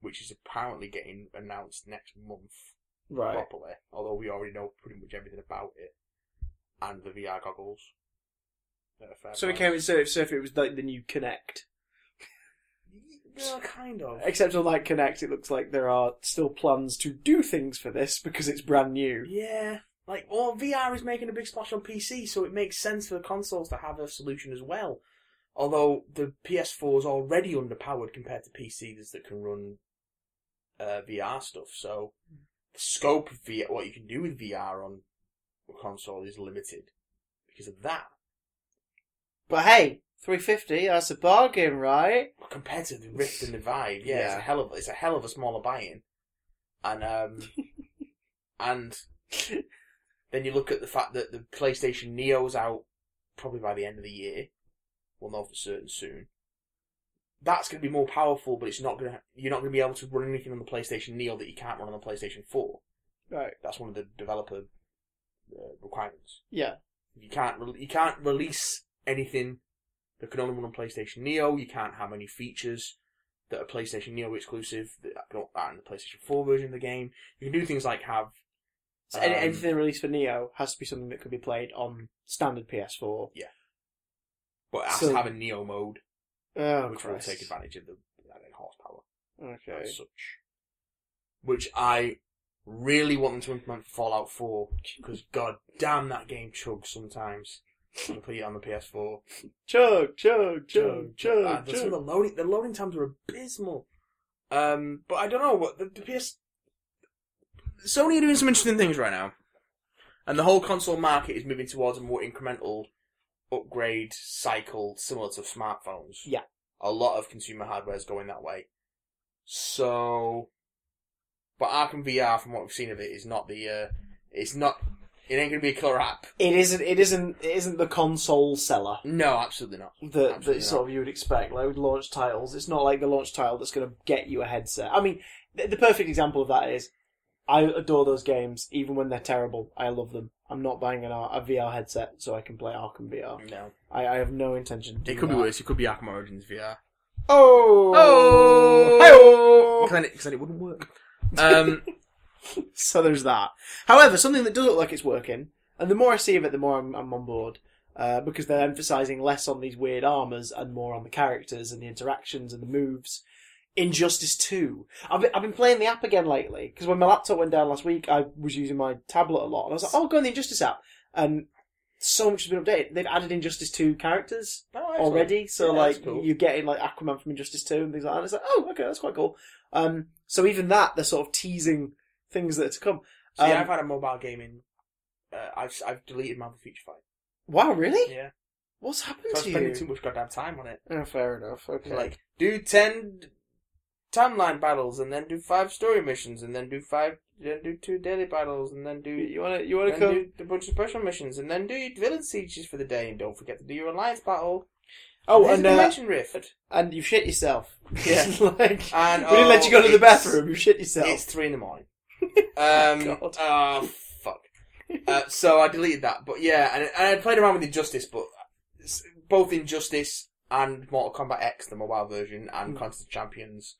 which is apparently getting announced next month
Right.
properly. Although we already know pretty much everything about it, and the VR goggles. at a fair
So it
price.
came in Surf, Surf it was like the new Connect.
Yeah, kind of.
Except unlike Connect, it looks like there are still plans to do things for this because it's brand new.
Yeah. Like, well, VR is making a big splash on PC, so it makes sense for the consoles to have a solution as well. Although the PS4 is already underpowered compared to PCs that can run uh, VR stuff, so the scope of VR, what you can do with VR on a console is limited because of that.
But hey, 350, that's a bargain, right?
But compared to the Rift and the Vive, yeah, it's a
Yeah.
hell of it's a hell of a smaller buy-in, and um, and then you look at the fact that the PlayStation Neo's out probably by the end of the year. We'll know for certain soon. That's going to be more powerful, but it's not going to. You're not going to be able to run anything on the PlayStation Neo that you can't run on the PlayStation Four.
Right.
That's one of the developer uh, requirements.
Yeah.
You can't re- you can't release anything that can only run on PlayStation Neo. You can't have any features that are PlayStation Neo exclusive that don't aren't in the PlayStation Four version of the game. You can do things like have
So any,
Um,
anything released for Neo has to be something that could be played on standard PS4.
but it has
So-
to have a Neo mode,
Oh,
which
Christ.
will take advantage of the I don't know, horsepower
Okay.
and such. Which I really want them to implement for Fallout Four because god damn that game chugs sometimes. on the- on the PS4.
Chug, chug,
Joe,
chug, Ah,
Joe, uh,
chug,
the, some of
chug.
the loading the loading times were abysmal. Um, but I don't know what the, the PS Sony are doing some interesting things right now, and the whole console market is moving towards a more incremental upgrade cycle similar to smartphones.
Yeah.
a lot of consumer hardware is going that way. So, but Arkham VR, from what we've seen of it, is not the uh, it's not it ain't gonna be a killer app.
It isn't. It isn't. It isn't the console seller
No, absolutely not.
that,
Absolutely
that sort of you would expect. Like with launch titles, it's not like the launch title that's going to get you a headset. I mean, the, the perfect example of that is I adore those games, even when they're terrible. I love them. I'm not buying an, R- a VR headset so I can play Arkham VR.
No,
I, I have no intention. Of
it
doing
could
that.
be worse. It could be Arkham Origins VR.
Oh,
Oh! Because then, it- 'cause then it wouldn't work. Um,
So there's that. However, something that does look like it's working, and the more I see of it, the more I'm, I'm on board. Uh, because they're emphasizing less on these weird armors and more on the characters and the interactions and the moves. Injustice 2. I've been, I've been playing the app again lately, because when my laptop went down last week, I was using my tablet a lot, and I was like, oh, go on the Injustice app. And so much has been updated. They've added Injustice 2 characters already. So
Yeah, that's
like
cool.
you're getting like Aquaman from Injustice Two and things like that. And it's like, oh, okay, that's quite cool. Um, so even that, they're sort of teasing things that are to come.
See,
Um,
I've had a mobile gaming. Uh, I've I've deleted Marvel Future Fight.
Wow, really?
Yeah,
What's happened
so I'm
to
spending
you?
too much goddamn time on it.
Oh, fair enough. Okay.
Like, do ten timeline battles, and then do five story missions, and then do five, then do two daily battles, and then do
you want to you want
then
to come?
do a bunch of special missions, and then do your villain sieges for the day, and don't forget to do your alliance battle.
Oh,
There's
and
a
uh,
dimension rift.
and you shit yourself.
Yeah.
like
And oh,
we didn't let you go to the
it's-
bathroom. You shit yourself.
It's three in the morning. Um,
God.
oh, fuck. Uh, so I deleted that, but yeah, and, and I played around with Injustice, but s- both Injustice and Mortal Kombat X, the mobile version, and
Mm.
Contest of Champions,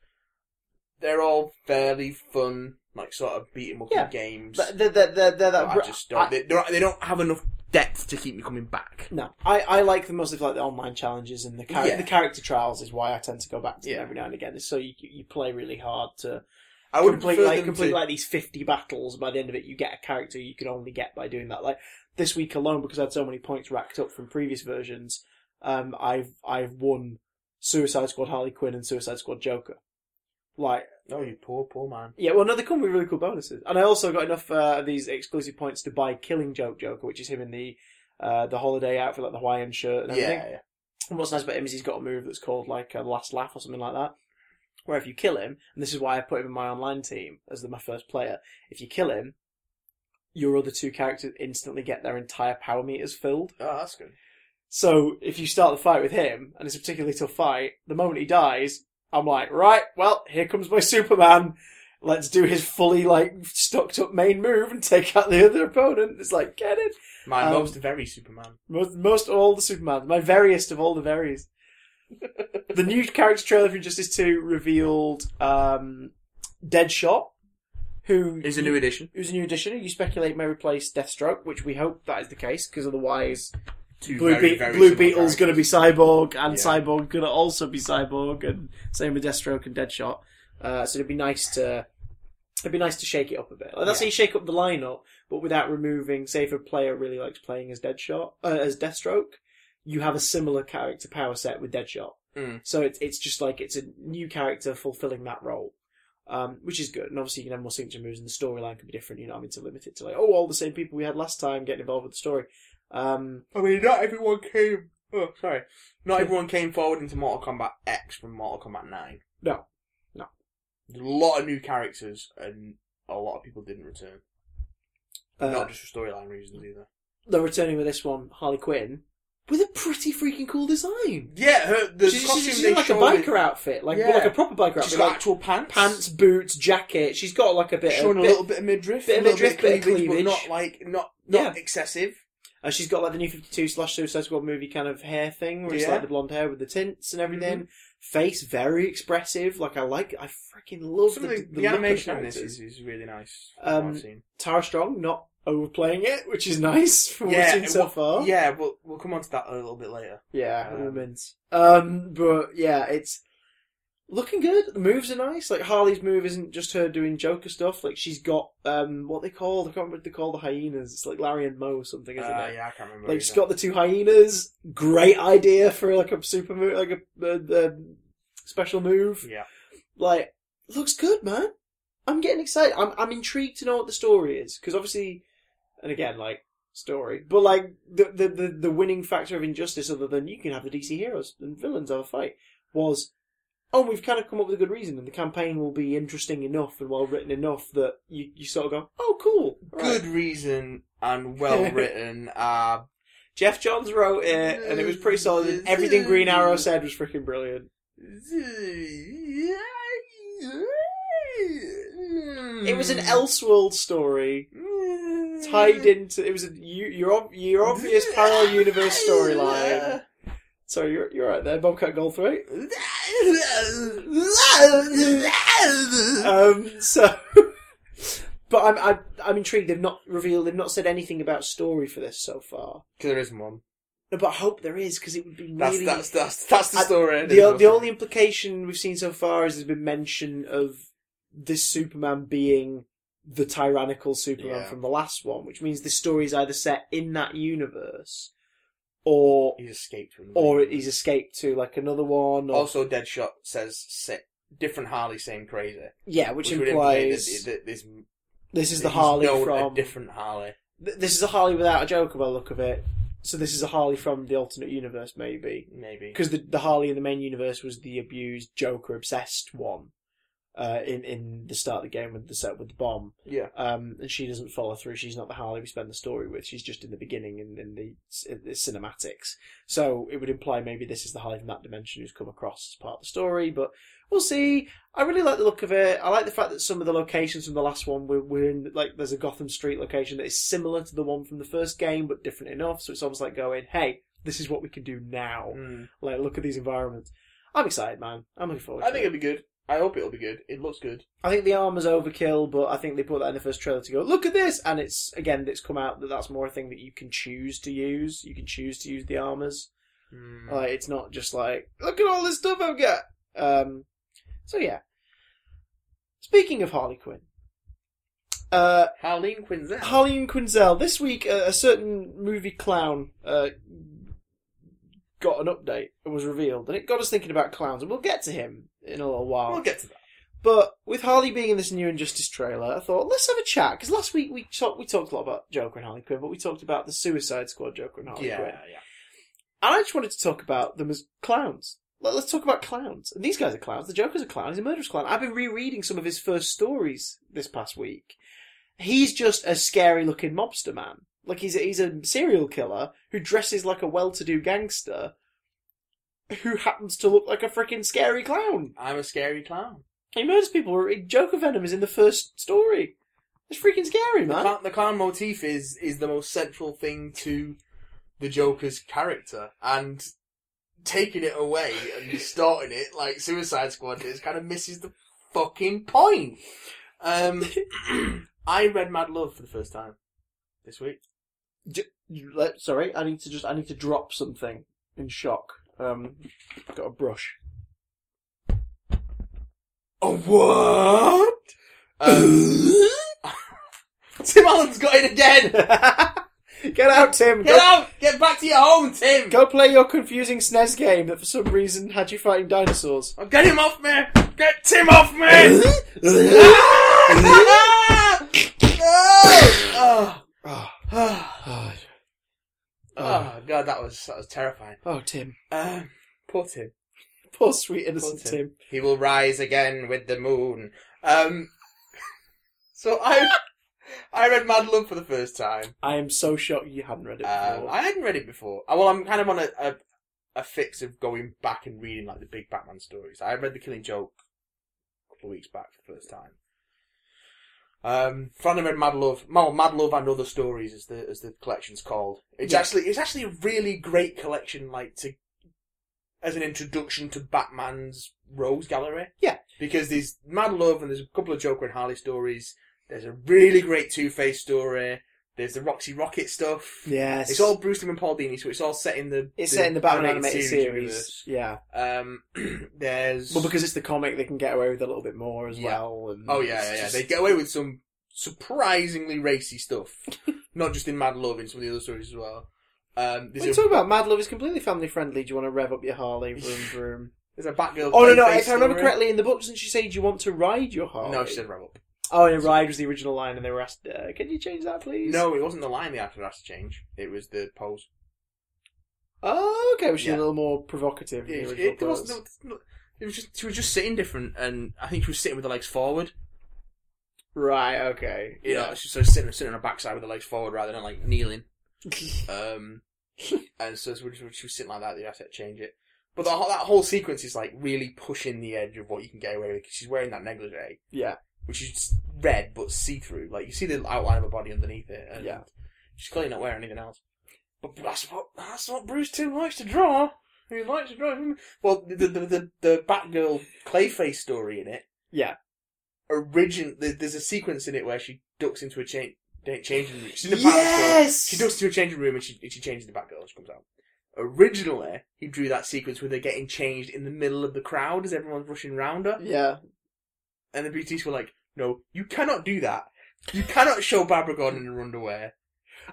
they're all fairly fun, like sort of beat 'em up
Yeah.
games.
But they're, they're, they're, they're that
but
br-
I just don't.
I-
they, they're not- they don't have enough depth to keep me coming back.
No, I, I like them mostly for like the online challenges and the char-
Yeah.
the character trials is why I tend to go back to
Yeah.
them every now and again. It's so you you play really hard to
I would
complete
prefer
like
them
complete
to-
like these fifty battles. By the end of it, you get a character you can only get by doing that. Like this week alone, because I had so many points racked up from previous versions, um, I've I've won Suicide Squad Harley Quinn and Suicide Squad Joker. Like
No, "Oh, you poor, poor man.
yeah, well no, they come with really cool bonuses, and I also got enough uh, of these exclusive points to buy Killing Joke Joker, which is him in the uh, the holiday outfit, like the Hawaiian shirt and
Yeah,
everything.
yeah.
And what's nice about him is he's got a move that's called like a last laugh or something like that. Where if you kill him, and this is why I put him in my online team as the, my first player, if you kill him, your other two characters instantly get their entire power meters filled.
Oh, that's good.
So if you start the fight with him, and it's a particularly tough fight, the moment he dies, I'm like, right, well, here comes my Superman. Let's do his fully like stocked up main move and take out the other opponent. It's like, get it?
My
Um,
most very Superman.
Most, most of all the Supermans. My veriest of all the varies. the new character trailer for Injustice 2 revealed um, Deadshot, who
Is a new edition.
who's a new addition. You speculate may replace Deathstroke, which we hope that is the case, because otherwise
Two
Blue,
very,
Be-
very
Blue
similar
Beetle's going to be
characters.
Cyborg, and
Yeah.
Cyborg going to also be Cyborg, and same with Deathstroke and Deadshot. Uh, so it'd be nice to it'd be nice to shake it up a bit. Like, that's how you shake up the lineup, but without removing. Say if a player really likes playing as Deadshot uh, as Deathstroke, you have a similar character power set with Deadshot.
Mm.
So it's it's just like it's a new character fulfilling that role. Um, which is good, and obviously you can have more signature moves, and the storyline can be different. You know, I mean, to limit it to like, oh, all the same people we had last time getting involved with the story. Um,
I mean, not everyone came. Oh, sorry. Not everyone came forward into Mortal Kombat X from Mortal Kombat 9.
No. No.
There's a lot of new characters, and a lot of people didn't return.
Uh,
not just for storyline reasons either.
they're returning with this one, Harley Quinn, with a pretty freaking cool design.
Yeah, her, the
she's,
costume
she's, she's
they
in like a
showed
biker
is-
outfit, like but
Yeah.
like a proper biker
She's
outfit,
got
like
actual pants.
pants, boots, jacket. She's got like a bit, of,
showing a
bit-
little bit of midriff,
bit
a
of
little bit
midriff, bit of
cleavage, but
cleavage.
not like not not excessive.
uh, she's got like the new Fifty Two slash Suicide Squad movie kind of hair thing, where it's
Yeah. Mm-hmm.
like the blonde hair with the tints and everything. Face very expressive. Like I like, I freaking love
Some
the,
of the,
the,
the,
look of
animation in this
characters.
is, is really nice.
Um,
I've seen.
Tara Strong not overplaying it, which is nice from what we've
Yeah,
seen so
well,
far.
Yeah, we'll we'll come on to that a little bit later.
Yeah,
Um,
women's. Um, but yeah, it's looking good. The moves are nice. Like Harley's move isn't just her doing Joker stuff. Like she's got um, what they call I can't remember what they call the hyenas. It's like Larry and Moe or something, isn't
Uh,
it?
yeah, I can't remember.
Like
either.
she's got the two hyenas. Great idea for like a super move, like a uh, the special move.
yeah.
Like looks good, man. I'm getting excited. I'm I'm intrigued to know what the story is because obviously, and again, like story. But like the, the the the winning factor of injustice, other than you can have the DC heroes and villains have a fight, was oh we've kind of come up with a good reason, and the campaign will be interesting enough and well written enough that you you sort of go oh cool right.
good reason and well written. Uh,
Jeff Johns wrote it, and it was pretty solid. and everything Green Arrow said was freaking brilliant. It
it
was an Elseworld story Mm. tied into. It was a you, your ob- your obvious parallel universe storyline. Sorry, you're you're right there, Bobcat Goldthwait. um, so, but I'm I, I'm intrigued. They've not revealed. They've not said anything about story for this so far.
there is one.
No, But I hope there is because it would be
That's
really
that's that's that's the
I-
story.
the o- the only implication we've seen so far is there's been mention of this Superman being the tyrannical Superman
Yeah.
from the last one, which means the story is either set in that universe or
he's escaped from.
or he's escaped to like another one. Or,
also Deadshot says si different Harley, same crazy,
yeah, which,
would imply
implies
that, that this
this is the
he's
Harley
known
from
a different Harley.
Th- this is a Harley without a Joker by the look of it. So this is a Harley from the alternate universe, maybe.
Maybe
Because the, the Harley in the main universe was the abused Joker obsessed one. Uh, in in the start of the game with the set with the bomb,
yeah,
um, and she doesn't follow through. She's not the Harley we spend the story with. She's just in the beginning in, in, the, c- in the cinematics. So it would imply maybe this is the Harley from that dimension who's come across as part of the story. But we'll see. I really like the look of it. I like the fact that some of the locations from the last one we're, we're in, like there's a Gotham Street location that is similar to the one from the first game, but different enough. So it's almost like going, hey, this is what we can do now.
Mm.
Like look at these environments. I'm excited, man. I'm looking forward.
I
to
think
it.
it'll be good. I hope it'll be good. It looks good.
I think the armor's overkill, but I think they put that in the first trailer to go, look at this! And it's, again, it's come out that that's more a thing that you can choose to use. You can choose to use the armors.
Mm.
Like, it's not just like, look at all this stuff I've got! Um, so yeah. Speaking of Harley Quinn, uh,
Harleen Quinzel.
Harley and Quinzel, this week, uh, a certain movie clown, uh, got an update and was revealed, and it got us thinking about clowns, and we'll get to him in a little while.
we'll get to that.
But with Harley being in this new Injustice trailer, I thought let's have a chat because last week we talked we talked a lot about Joker and Harley Quinn, but we talked about the Suicide Squad Joker and Harley
yeah,
Quinn,
yeah.
and I just wanted to talk about them as clowns. Let- Let's talk about clowns. And these guys are clowns. The Joker's a clown. He's a murderous clown. I've been rereading some of his first stories this past week. He's just a scary looking mobster man. Like he's a, he's a serial killer who dresses like a well-to-do gangster, who happens to look like a freaking scary clown.
I'm a scary clown.
He murders people. Joker Venom is in the first story. It's freaking scary,
The
man.
clown, the clown motif is is the most central thing to the Joker's character, and taking it away and distorting it like Suicide Squad is kind of misses the fucking point. Um, I read Mad Love for the first time this week.
You let- Sorry, I need to just I need to drop something in shock. Um, got a brush.
Oh what? Um, Tim Allen's got it again.
Get out, Tim.
Get
go,
out! Get back to your home, Tim.
go play your confusing SNES game that for some reason had you fighting dinosaurs.
Oh, Get him off me! Get Tim off me!
Ah!
Ah! Ah!
oh,
Ah.
God.
Oh god, that was that was terrifying.
oh, Tim.
Um, poor Tim.
Poor sweet innocent
Poor Tim.
Tim.
He will rise again with the moon. Um, so I I read Mad Love for the first time.
I am so shocked you hadn't read it
Um,
before.
I hadn't read it before. Uh, Well, I'm kind of on a, a a fix of going back and reading like the big Batman stories. I read The Killing Joke a couple of weeks back for the first time. Um, finally read Mad Love. Well, Mad Love and Other Stories is the as the collection's called. It's
Yeah.
actually it's actually a really great collection, like to as an introduction to Batman's Rose Gallery.
Yeah.
because there's Mad Love and there's a couple of Joker and Harley stories. There's a really great Two Face story. There's the Roxy Rocket stuff.
yes.
It's all Bruce Lee and Paul Dini, so it's all set in the
It's set in the Batman animated, series.
universe.
Yeah.
Um, there's
Well, because it's the comic, they can get away with a little bit more as
Yeah.
well. And
oh yeah,
it's
yeah, yeah.
just-
they get away with some surprisingly racy stuff, not just in Mad Love, in some of the other stories as well.
What
Um,
are you
there's, a,
talking about? Mad Love is completely family friendly. Do you want to rev up your Harley? Vroom, vroom.
there's a Batgirl.
Oh no, no!
Clayface
If I remember
story.
correctly, in the book, doesn't she say, "Do you want to ride your Harley?"
no, she said rev up.
Oh, and ride was the original line, and they were asked, uh, "Can you change that, please?"
No, it wasn't the line they had to ask to change. It was the pose.
Oh, okay. Was she
Yeah.
a little more provocative? than
It,
the
was-
original
it, there wasn't-
pose?
there was- it was just she was just sitting different, and I think she was sitting with her legs forward.
Right. Okay.
You know, she was sitting sitting on her backside with her legs forward rather than like kneeling. Um, and so she was, she was sitting like that. They had to change it. But the, whole- that whole sequence is like really pushing the edge of what you can get away with. 'cause she's wearing that negligee,
Yeah.
which is red but see through. Like you see the outline of her body underneath it. And
Yeah.
She's clearly not wearing anything else. But that's what that's what Bruce Tim likes to draw. He likes to draw. Well, the the the, the, the Batgirl Clayface story in it
Yeah.
origin. there- There's a sequence in it where she ducks into a cha- da- changing room. She's in a Batman
Yes!
store. She ducks into a changing room and she and she changes the Batgirl and she comes out. Originally, he drew that sequence where they're getting changed in the middle of the crowd as everyone's rushing round her,
Yeah.
and the BTS were like, "No, you cannot do that. You cannot show Barbara Gordon in her underwear."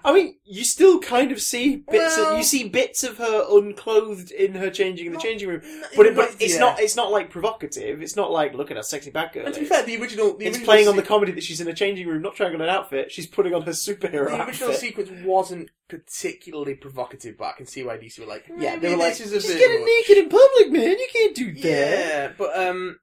I mean, you still kind of see bits.
Well-
of, you see bits of her unclothed in her changing in the
Not-
changing room, but it, but it's
Yeah.
not. It's not like provocative. It's not like look at her sexy Batgirl.
And to be fair, the original, the
it's
original
playing on the
sequ-
comedy that she's in a changing room, not trying on an outfit. She's putting on her superhero
the original
outfit.
sequence wasn't particularly provocative, but I can see why DC were like,
yeah, they were
"Maybe
like,
this is a
she's
bit
getting
much."
naked in public, man. You can't do that.
Yeah, but um,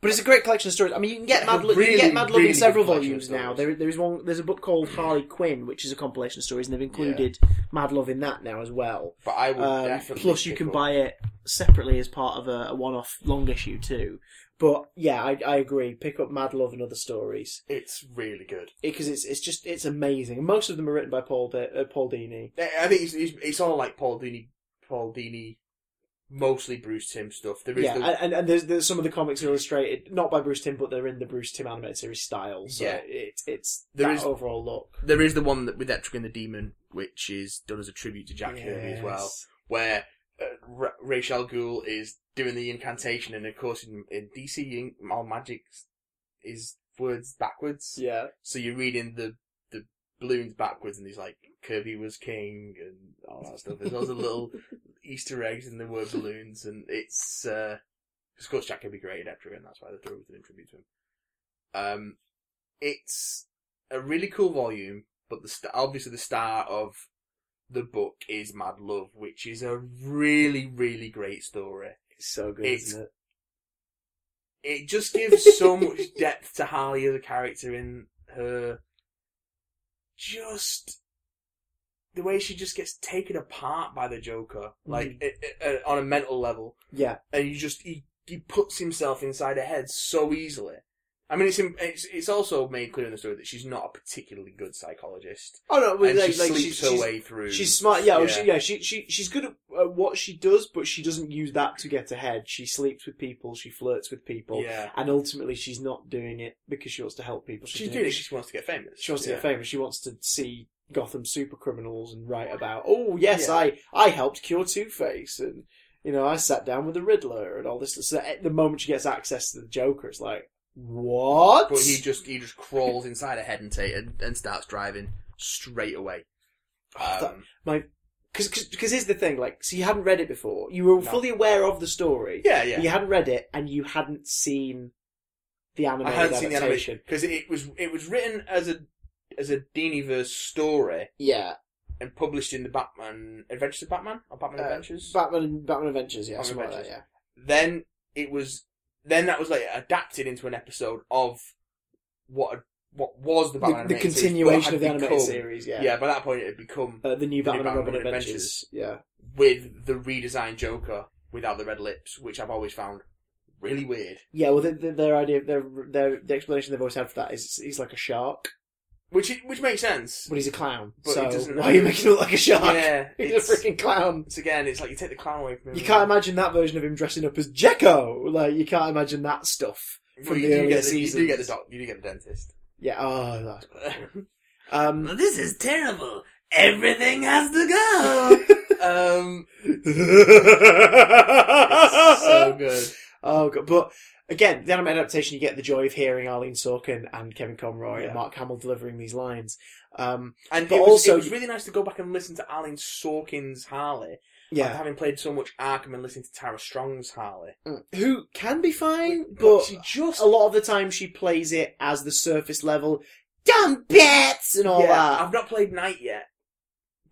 But it's a great collection of stories. I mean, you can get
Yeah,
Mad,
a
Lo- you
really,
can get Mad Love
really
in several
good collection of
volumes now.
stories.
There, there is one. There's a book called Harley Quinn, which is a compilation of stories, and they've included Mad Love in that now as well.
But I would
Um,
definitely.
plus, you
pick
can
up-
buy it separately as part of a, a one-off long issue too. But yeah, I, I agree. Pick up Mad Love and other stories
It's really good.
because it's it's just it's amazing. Most of them are written by Paul D- uh, Paul Dini.
I I think it's, it's, it's all like Paul Dini, Paul Dini, mostly Bruce Tim stuff. There is
Yeah,
the,
and, and, and there's, there's some of the comics are illustrated not by Bruce Tim, but they're in the Bruce Tim animated series style. So
Yeah.
it, it's
There
that
is-
overall look.
there is the one that with Etrigan the Demon, which is done as a tribute to Jack Kirby as well,
Yes.
where uh, Ra- Ra's al Ghul is doing the incantation, and of course in, in DC, in- all magic is words backwards.
Yeah.
So you're reading the the balloons backwards, and he's like, "Kirby was king" and all that stuff. There's loads of little Easter eggs in the word balloons, and it's uh, 'cause of course Jack can be created after it, and that's why the drawing was in tribute to him. Um, it's a really cool volume, but the st- obviously the star of the book is Mad Love, which is a really really great story.
It's so good,
It's-
isn't it?
It just gives so much depth to Harley as a character in her just the way she just gets taken apart by the Joker, like
Mhm.
it, it, uh, on a mental level,
Yeah.
and you just he, he puts himself inside her head so easily, I mean, it's, in, it's it's also made clear in the story that she's not a particularly good psychologist,
Oh no, well,
and
like,
she
like,
sleeps
she's,
her
she's,
way through.
she's smart. Yeah, well,
Yeah.
She, yeah. She, she she's good at uh, what she does, but she doesn't use that to get ahead. She sleeps with people. She flirts with people,
yeah,
and ultimately she's not doing it because she wants to help people.
she's doing it. 'cause
She,
She wants to get famous.
she wants to
yeah.
get famous. She wants to see Gotham super criminals and write about. Oh yes,
Yeah.
I I helped cure Two Face, and you know I sat down with the Riddler and all this. So at the moment she gets access to the Joker, it's like what?
But he just he just crawls inside her head and, ta- and and starts driving straight away.
Oh, that-
Um,
Because here's the thing, like, so you hadn't read it before. You were
No.
fully aware of the story.
yeah, yeah.
You hadn't read it, and you hadn't seen the anime
I hadn't seen the animation
adaptation.
because it was it was written as a as a Diniverse story
Yeah,
and published in the Batman Adventures of Batman or Batman
Uh,
Adventures.
Batman, Batman Adventures. Yeah,
Batman
something like that,
Adventures. then it was then that was like adapted into an episode of what what was the
yeah.
Batman
The, the
animated series,
continuation
but
of the
had
animated
become-
series. Yeah,
Yeah. by that point it had become
Uh, the new Batman,
Batman
and Robin
Adventures.
Adventures. Yeah,
with the redesigned Joker without the red lips, which I've always found really weird.
yeah. Well, the, the, their idea, their their the explanation they've always had for that is he's like a shark,
Which it, which makes sense.
but he's a clown.
But
so
he doesn't-
why are you making him look like a shark?
Yeah,
he's
it's,
a freaking clown.
it's again, it's like you take the clown away from him.
You can't imagine that version of him dressing up as Jekko. Like you can't imagine that stuff.
Well,
from the
you, do
earlier
get the, you do get the
seasons.
doc, you do get the dentist.
Yeah. Oh, that's um.
this is terrible. Everything has to go. um, it's so good.
Oh god! But again, the anime adaptation, you get the joy of hearing Arlene Sorkin and Kevin Conroy
Yeah.
and Mark Hamill delivering these lines. Um,
And
But
it was,
also-
it was really nice to go back and listen to Alan Sorkin's Harley. after
yeah,
having played so much Arkham and listening to Tara Strong's Harley.
Mm. who can be fine, but,
she just
a lot of the time she plays it as the surface level dumb bits and all
yeah,
that.
I've not played Night yet,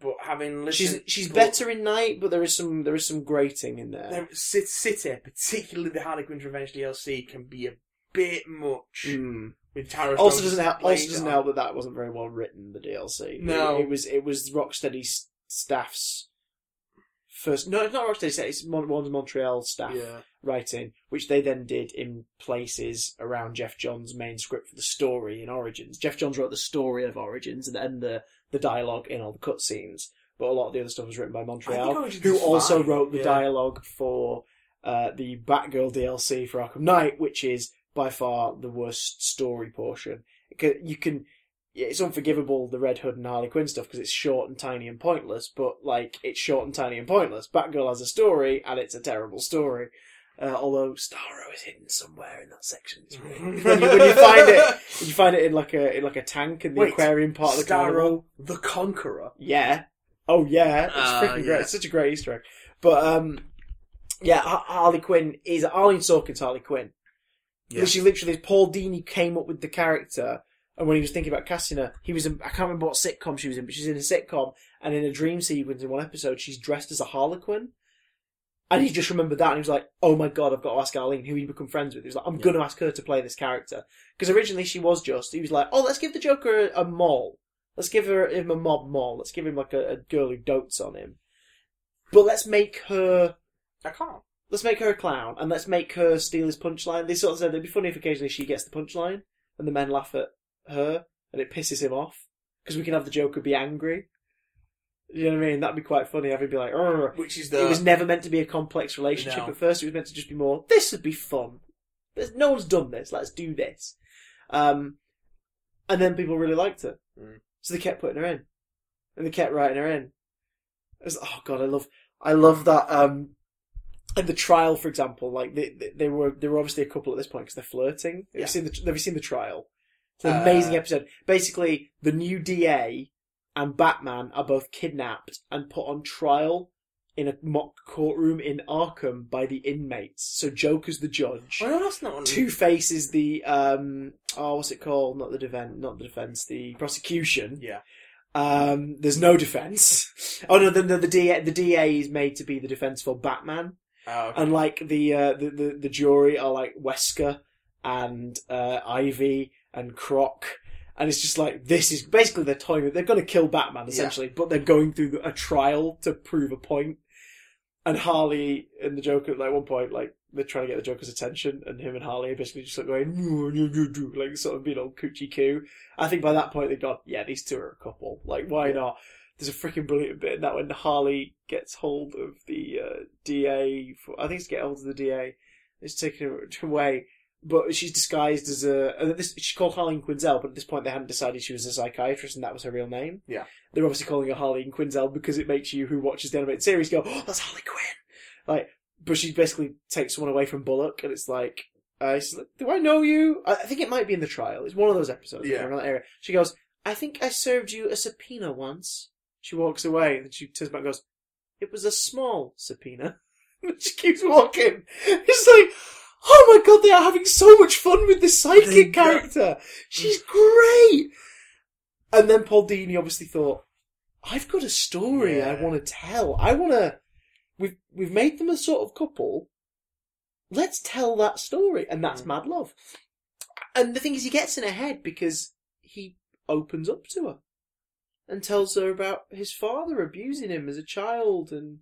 but having
She's
listened,
she's
but
better in Night, but there is some there is some grating in there.
there- Cit- City, particularly the Harley Quinn's Revenge DLC, can be a bit much
Mm.
with Tara.
Also
Strong's
doesn't help. Also
playing
doesn't
on.
help that that wasn't very well written. The DLC.
No.
it, it was it was Rocksteady s- staff's first. No, it's not Rocksteady staff. It's Mon- one's Montreal staff
Yeah,
writing, which they then did in places around Jeff Johns' main script for the story in Origins. Jeff Johns wrote the story of Origins and, and the the dialogue in all the cutscenes, but a lot of the other stuff was written by Montreal
Origins
who
is
also
fine,
wrote the
yeah.
dialogue for uh, the Batgirl DLC for Arkham Knight, which is by far the worst story portion. It ca- You can, yeah, it's unforgivable the Red Hood and Harley Quinn stuff because it's short and tiny and pointless. But like, it's short and tiny and pointless. Batgirl has a story, and it's a terrible story. Uh, although Starro is hidden somewhere in that section, It's really- when, you, when you find it, you find it in like a in like a tank in the
Wait,
aquarium part of the carnival.
Starro the Conqueror.
Yeah. Oh yeah, it's
Oh,
freaking
yeah.
great. It's such a great Easter egg. But um, yeah, Har- Harley Quinn is Arlene Sorkin's Harley Quinn.
Yeah.
She literally, Paul Dini came up with the character, and when he was thinking about casting her, he was in, I can't remember what sitcom she was in, but she's in a sitcom, and in a dream sequence in one episode, she's dressed as a Harlequin. And he just remembered that, and he was like, "Oh my god, I've got to ask Arlene, who he become friends with." He was like, "I'm
Yeah.
going to ask her to play this character," because originally she was just. He was like, "Oh, let's give the Joker a, a mole." Let's give her him a mob mole. Let's give him like a, a girl who dotes on him. But let's make her
I can't.
let's make her a clown and let's make her steal his punchline. They sort of said it'd be funny if occasionally she gets the punchline and the men laugh at her and it pisses him off because we can have the Joker be angry. You know what I mean? That'd be quite funny. Having be like, "Urgh."
Which is the
it was never meant to be a complex relationship
No.
at first. It was meant to just be more. This would be fun. There's, no one's done this. Let's do this. Um, and then people really liked her.
Mm.
So they kept putting her in, and they kept writing her in. It was, oh god, I love, I love that. Um, and the trial, for example, like they, they, they were, they were obviously a couple at this point because they're flirting. Have
Yeah.
you seen the, have you seen the trial? It's an
Uh,
amazing episode. Basically, the new DA and Batman are both kidnapped and put on trial in a mock courtroom in Arkham by the inmates. So Joker's the judge.
Oh no, that's not one.
Two Face is the um oh what's it called? Not the defense, not the defense, the prosecution.
Yeah.
Um, there's no defense. Oh no, the the, the DA the DA is made to be the defense for Batman,
Oh, okay.
and like the uh, the, the the jury are like Wesker and uh, Ivy and Croc. And it's just like this is basically they're toying with they're going to kill Batman essentially, but they're going through a trial to prove a point. and Harley and the Joker like, at one point like they're trying to get the Joker's attention, and him and Harley are basically just like going "Roo, roo, roo, roo," like sort of being all coochie coo. I think by that point they got yeah these two are a couple. Like why not? There's a freaking brilliant bit in that when Harley gets hold of the uh, DA. For, I think it's get hold of the DA. It's taking her away. But she's disguised as a. and This, she's called Harleen Quinzel, but at this point they hadn't decided she was a psychiatrist and that was her real name they're obviously calling her Harleen Quinzel because it makes you who watches the animated series go, oh, that's Harley Quinn. Like, but she basically takes someone away from Bullock, and it's like, uh, she's like, do I know you? I I think it might be in the trial. It's one of those episodes.
Yeah.
Around that area. She goes, I think I served you a subpoena once. She walks away, and she turns back and goes, it was a small subpoena. And she keeps walking. It's like, oh my god, they are having so much fun with this
They-
sidekick character. She's great. And then Paul Dini obviously thought, I've got a story I
Yeah.
want to tell. I want to. We've we've made them a sort of couple. Let's tell that story, and that's
Mm.
Mad Love. And the thing is, he gets in her head because he opens up to her and tells her about his father abusing him as a child and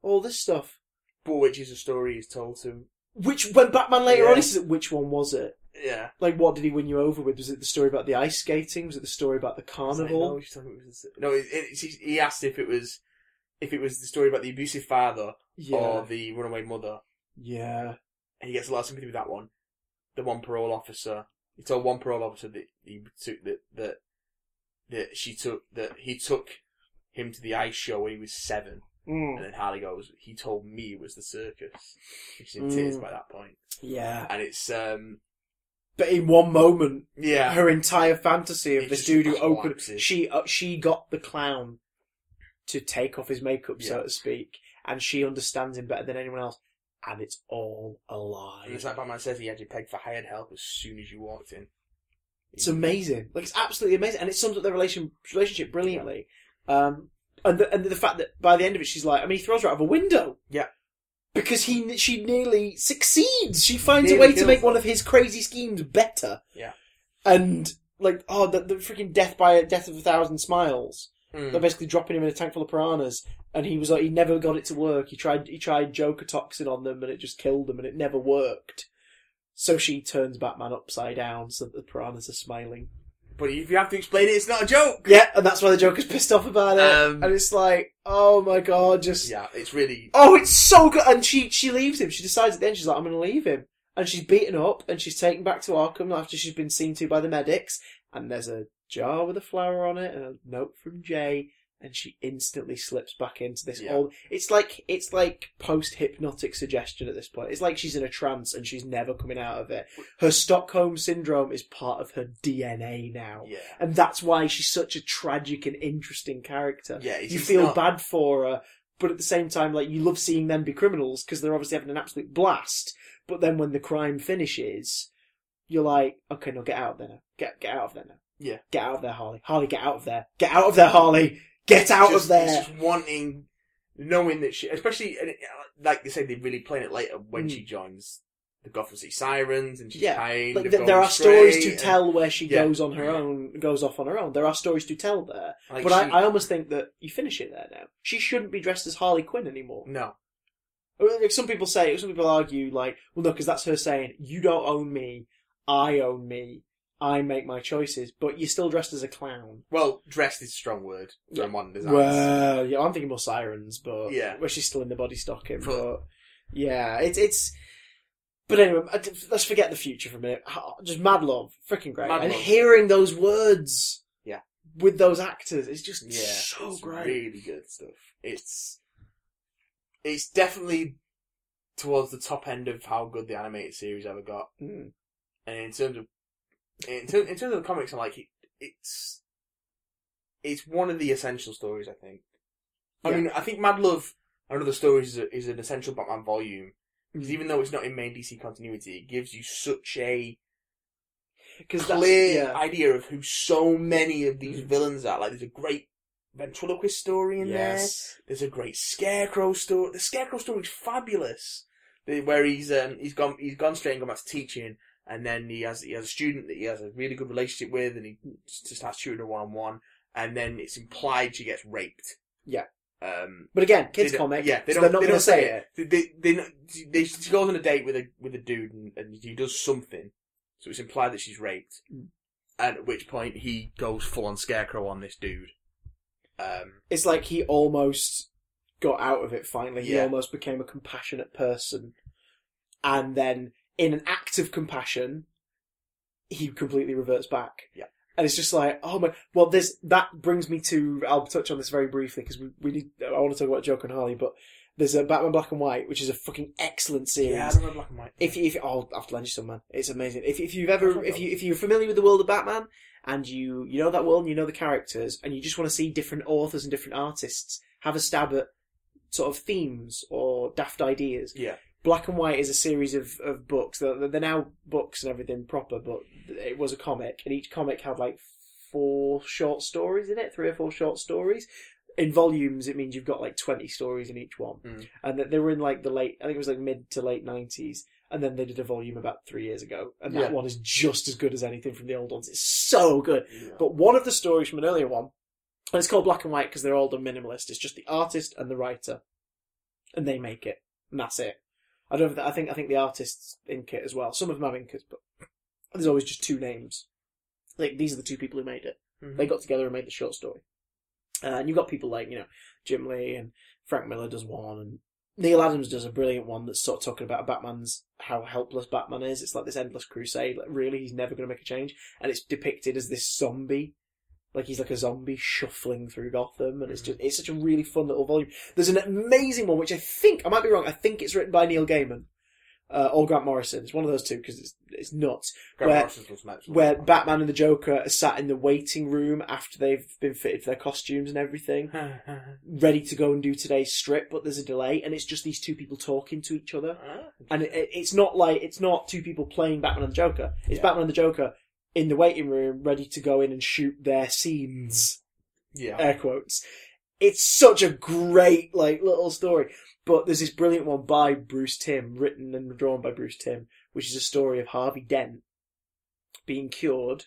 all this stuff.
But which is a story he's told to.
Which, when Batman later
Yeah.
on, he says, "Which one was it?
Yeah.
Like, what did he win you over with? Was it the story about the ice skating? Was it the story about the
It's like,
carnival?"
no, she's talking about this- no it, it, she, he asked if it was if it was the story about the abusive father
Yeah,
or the runaway mother,
yeah.
and he gets a lot of sympathy with that one. The one parole officer. He told one parole officer that he took that that that she took that he took him to the ice show when he was seven, and then Harley goes, "He told me it was the circus." She's in tears
Mm.
by that point,
Yeah.
and it's um
But in one moment,
yeah
her entire fantasy of
It
this
just
dude who opened
collapses.
she uh, she got the clown to take off his makeup, so
Yeah.
to speak, and she understands him better than anyone else, and it's all a lie.
And it's like Batman says he had you pegged for hired help as soon as you walked in.
It's amazing. Like it's absolutely amazing, and it sums up their relation relationship brilliantly. Um, and the, and the fact that by the end of it, she's like, I mean, he throws her out of a window.
Yeah.
Because he, she nearly succeeds. She finds
Nearly
a way to
kills
make
her.
one of his crazy schemes better.
Yeah.
And like, oh, the, the freaking death by death of a thousand smiles.
Mm.
They're basically dropping him in a tank full of piranhas, and he was like, he never got it to work. He tried, he tried Joker toxin on them, and it just killed them, and it never worked. So she turns Batman upside down so that the piranhas are smiling.
But if you have to explain it, it's not a joke.
Yeah, and that's why the Joker's pissed off about it.
Um,
and it's like, oh my god, just
Yeah, it's really
oh, it's so good. And she she leaves him. She decides at the end she's like, I'm gonna leave him. And she's beaten up and she's taken back to Arkham after she's been seen to by the medics. And there's a jar with a flower on it and a note from Jay. And she instantly slips back into this.
Yeah.
All it's like it's like post hypnotic suggestion at this point. It's like she's in a trance and she's never coming out of it. Her Stockholm syndrome is part of her DNA now
yeah.
and that's why she's such a tragic and interesting character.
Yeah, it's-
you
it's
feel
not-
bad for her, but at the same time, like you love seeing them be criminals because they're obviously having an absolute blast. But then when the crime finishes, you're like, okay, no, get out of there now. Get get out of there now.
Yeah.
get out of there, Harley. Harley, get out of there. Get out of there, Harley. Get out
Just-
of there.
It's just wanting, knowing that she, especially and it- like they say, they really playing it later when
Mm.
she joins the Gotham City Sirens and she's
Yeah,
kind
Like
of
there,
going
there are
straight
stories to
and-
tell where she
Yeah.
goes on her own, goes off on her own. There are stories to tell there,
like,
but
she-
I, I almost think that you finish it there now. She shouldn't be dressed as Harley Quinn anymore.
no,
Like some people say, some people argue, like, well, no, because that's her saying, you don't own me, I own me, I make my choices, but you're still dressed as a clown.
well, dressed is a strong word for
Yeah.
a modern design.
Well, yeah, I'm thinking more sirens, but
Yeah.
where she's still in the body stocking,
But-
but yeah, it's it's. But anyway, I- let's forget the future for a minute. Oh, Just mad love, freaking great,
Mad
and
Love.
hearing those words,
Yeah.
with those actors, it's just
yeah,
so
it's
great.
really good stuff. It's it's definitely towards the top end of how good the animated series ever got.
Mm.
And in terms of in, ter- in terms of the comics, I'm like it, it's it's one of the essential stories. I think. I
Yeah.
mean, I think Mad Love and other stories is, a, is an essential Batman volume because
Mm.
even though it's not in main DC continuity, it gives you such a
'Cause that's-
clear
yeah.
idea of who so many of these
Mhm.
villains are. Like, there's a great ventriloquist story in there. There's a great scarecrow story. The scarecrow story is fabulous. The- Where he's um he's gone he's gone straight and gone back to teaching, and then he has he has a student that he has a really good relationship with, and he just starts shooting her one on one, and then it's implied she gets raped.
Yeah.
Um,
But again, kids
they don't-
comic.
Yeah, they
so
don't.
they're not
they
going
don't
to say it.
They, they, they, not- they- she goes on a date with a with a dude and, and he does something, so it's implied that she's raped.
Mm.
And at which point he goes full on scarecrow on this dude. Um,
It's like he almost got out of it finally. He
Yeah.
almost became a compassionate person. And then, in an act of compassion, he completely reverts back.
Yeah.
And it's just like, oh my, well, there's, that brings me to, I'll touch on this very briefly because we, we need, I want to talk about Joker and Harley, but there's a Batman Black and White, which is a fucking excellent series.
yeah, I don't know black and white.
If you, if you- oh, I'll have to lend you some, man. It's amazing. If if you've
That's
ever
what
if
I
you if you're familiar with the world of Batman and you you know that world and you know the characters and you just want to see different authors and different artists have a stab at sort of themes or daft ideas.
yeah,
Black and White is a series of of books. They're, they're now books and everything proper, but it was a comic, and each comic had like four short stories in it, three or four short stories. In volumes, it means you've got like twenty stories in each one,
Mm.
and that they were in like the late, I think it was like mid to late nineties, and then they did a volume about three years ago, and that
Yeah.
one is just as good as anything from the old ones. It's so good. But one of the stories from an earlier one, and it's called Black and White because they're all done minimalist. It's just the artist and the writer, and they make it, and that's it. I don't. I think I think the artists ink it as well. Some of them have inkers, but there's always just two names. Like these are the two people who made it.
Mm-hmm.
They got together and made the short story. Uh, and you've got people like you know Jim Lee and Frank Miller does one, and Neil Adams does a brilliant one that's sort of talking about Batman's how helpless Batman is. It's like this endless crusade. Like really, he's never going to make a change, and it's depicted as this zombie. Like he's like a zombie shuffling through Gotham, and it's
Mhm.
just it's such a really fun little volume. There's an amazing one which I think I might be wrong. I think it's written by Neil Gaiman uh, or Grant Morrison. It's one of those two because it's it's nuts
Grant
where-
Morrison's was next.
where Batman and the Joker are sat in the waiting room after they've been fitted for their costumes and everything, ready to go and do today's strip, but there's a delay, and it's just these two people talking to each other. And it, it- it's not like it's not two people playing Batman and the Joker. It's
Yeah.
Batman and the Joker in the waiting room, ready to go in and shoot their scenes,
yeah,
air quotes. It's such a great like little story. But there's this brilliant one by Bruce Tim, written and drawn by Bruce Tim, which is a story of Harvey Dent being cured,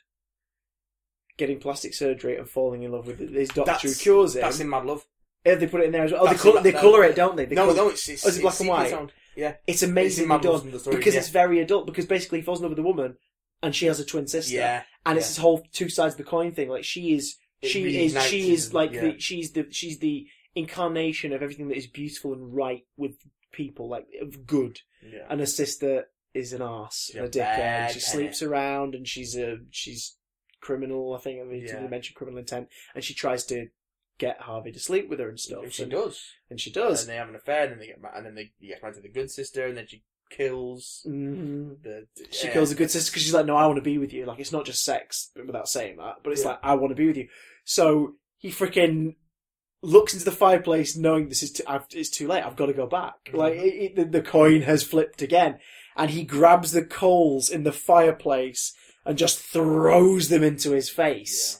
getting plastic surgery, and falling in love with his doctor who
That's-
cures him.
that's in Mad Love.
Yeah, they put it in there as well. um, Oh, they,
that's
col-
in-
they
that-
colour it, don't they? they
no,
colour-
no, it's it's,
Oh, is it black and
secret
white?
sound. Yeah,
It's
it's in
amazingly
Mad
done
Love.
because
yeah.
it's very adult. Because basically, he falls in love with a woman, and she has a twin sister,
yeah,
and it's
yeah.
this whole two sides of the coin thing. Like she is,
It
she is,
reignites
she is
him,
like
yeah.
the, she's the, she's the incarnation of everything that is beautiful and right with people, like of good
yeah.
and her sister is an arse,
She's
and a
a
dickhead.
bad
She
penny.
sleeps around, and she's a she's criminal. I think I mean,
Yeah.
didn't mention criminal intent, and she tries to get Harvey to sleep with her and stuff,
She
and,
does.
and she does.
And they have an affair, and then they get ma- and then they get married to the good sister, and then she kills
Mhm.
the.
She
yeah.
kills a good sister because she's like, no, I want to be with you. Like it's not just sex without saying that, but it's
Yeah.
like I want to be with you. So he freaking looks into the fireplace, knowing this is too, I've, it's too late. I've got to go back.
Mhm.
Like it, it, the, the coin has flipped again, and he grabs the coals in the fireplace and just throws them into his face.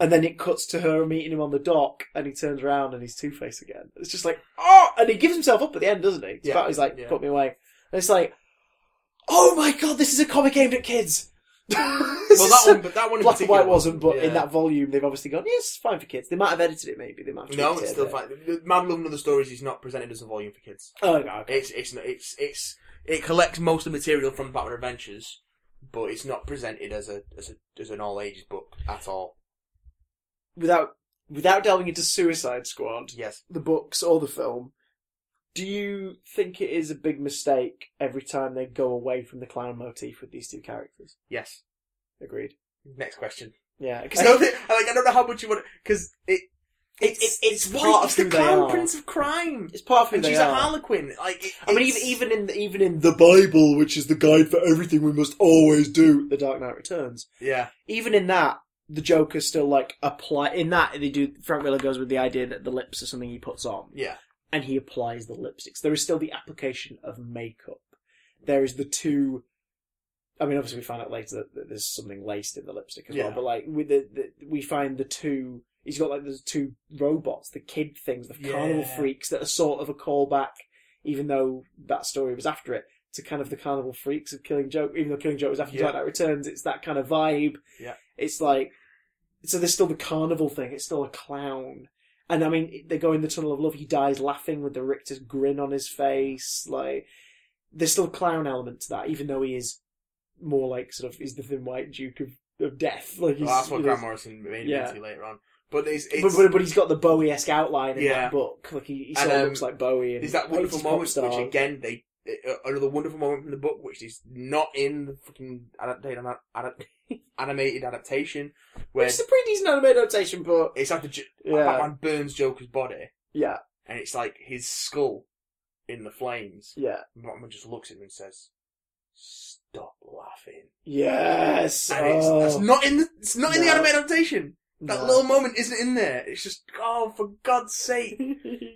And then it cuts to her meeting him on the dock, and he turns around and he's Two Face again. It's just like, oh! And he gives himself up at the end, doesn't he? It's
Yeah.
about- he's like,
Yeah.
put me away. And it's like, oh my god, this is a comic aimed at kids.
Well, that one, but that one in
black and
particular
white wasn't, but in
yeah.
that volume, they've obviously gone, yes, it's fine for kids. They might have edited it, maybe. They might have
No,
tweaked
it's
it a
still
bit.
fine. The- the Mad Love and Other Stories is not presented as a volume for kids.
Oh no, okay.
It's it's not- it's it's it collects most of the material from Batman Adventures, but it's not presented as a as a as an all ages book at all.
without without delving into Suicide Squad,
Yes,
the books or the film, do you think it is a big mistake every time they go away from the clown motif with these two characters?
yes.
Agreed.
Next question.
Yeah, because
I don't think, like I don't know how much you want because it
It's-
it's
it's
what-
part of
it's the
who they
Crown
are.
Prince of Crime.
it's part of who
And
they
she's
are.
a harlequin. Like it,
I mean,
it's-
even even in the, even in the Bible, which is the guide for everything we must always do, The Dark Knight Returns.
yeah,
Even in that, the Joker's still like apply. In that, they do Frank Miller goes with the idea that the lips are something he puts on.
yeah,
and he applies the lipsticks. There is still the application of makeup. There is the two. I mean, obviously, we find out later that, that there's something laced in the lipstick as well.
Yeah.
But like, with the, the, we find the two. He's got like the two robots, the kid things, the carnival
Yeah.
freaks that are sort of a callback, even though that story was after it, to kind of the carnival freaks of Killing Joke. Even though Killing Joke was after
Yeah.
Dark Knight Returns, it's that kind of vibe.
Yeah.
It's like so. There's still the carnival thing. It's still a clown And I mean, they go in the tunnel of love. He dies laughing with the Richter's grin on his face. Like, there's still a clown element to that, even though he is more like sort of he's the thin white Duke of, of death. Like, he's,
Well, that's what
you know,
Grant Morrison made
Yeah.
into later on. But it's, it's
but, but, but he's got the Bowie esque outline in
Yeah.
that book. Like he, he
And,
sort of
um,
looks like Bowie. And
There's that wonderful
he's a pop
moment,
star.
which again they uh, another wonderful moment from the book, which is not in the fucking adapted, animated adaptation, where
It's a pretty decent animated adaptation, but
it's like the J-
yeah,
Batman burns Joker's body,
yeah,
and it's like his skull in the flames.
yeah,
And Batman just looks at him and says, "Stop laughing."
yes.
And it's,
oh,
that's not in the it's not in the
No.
animated adaptation. That
no.
little moment isn't in there. It's just oh, for God's sake.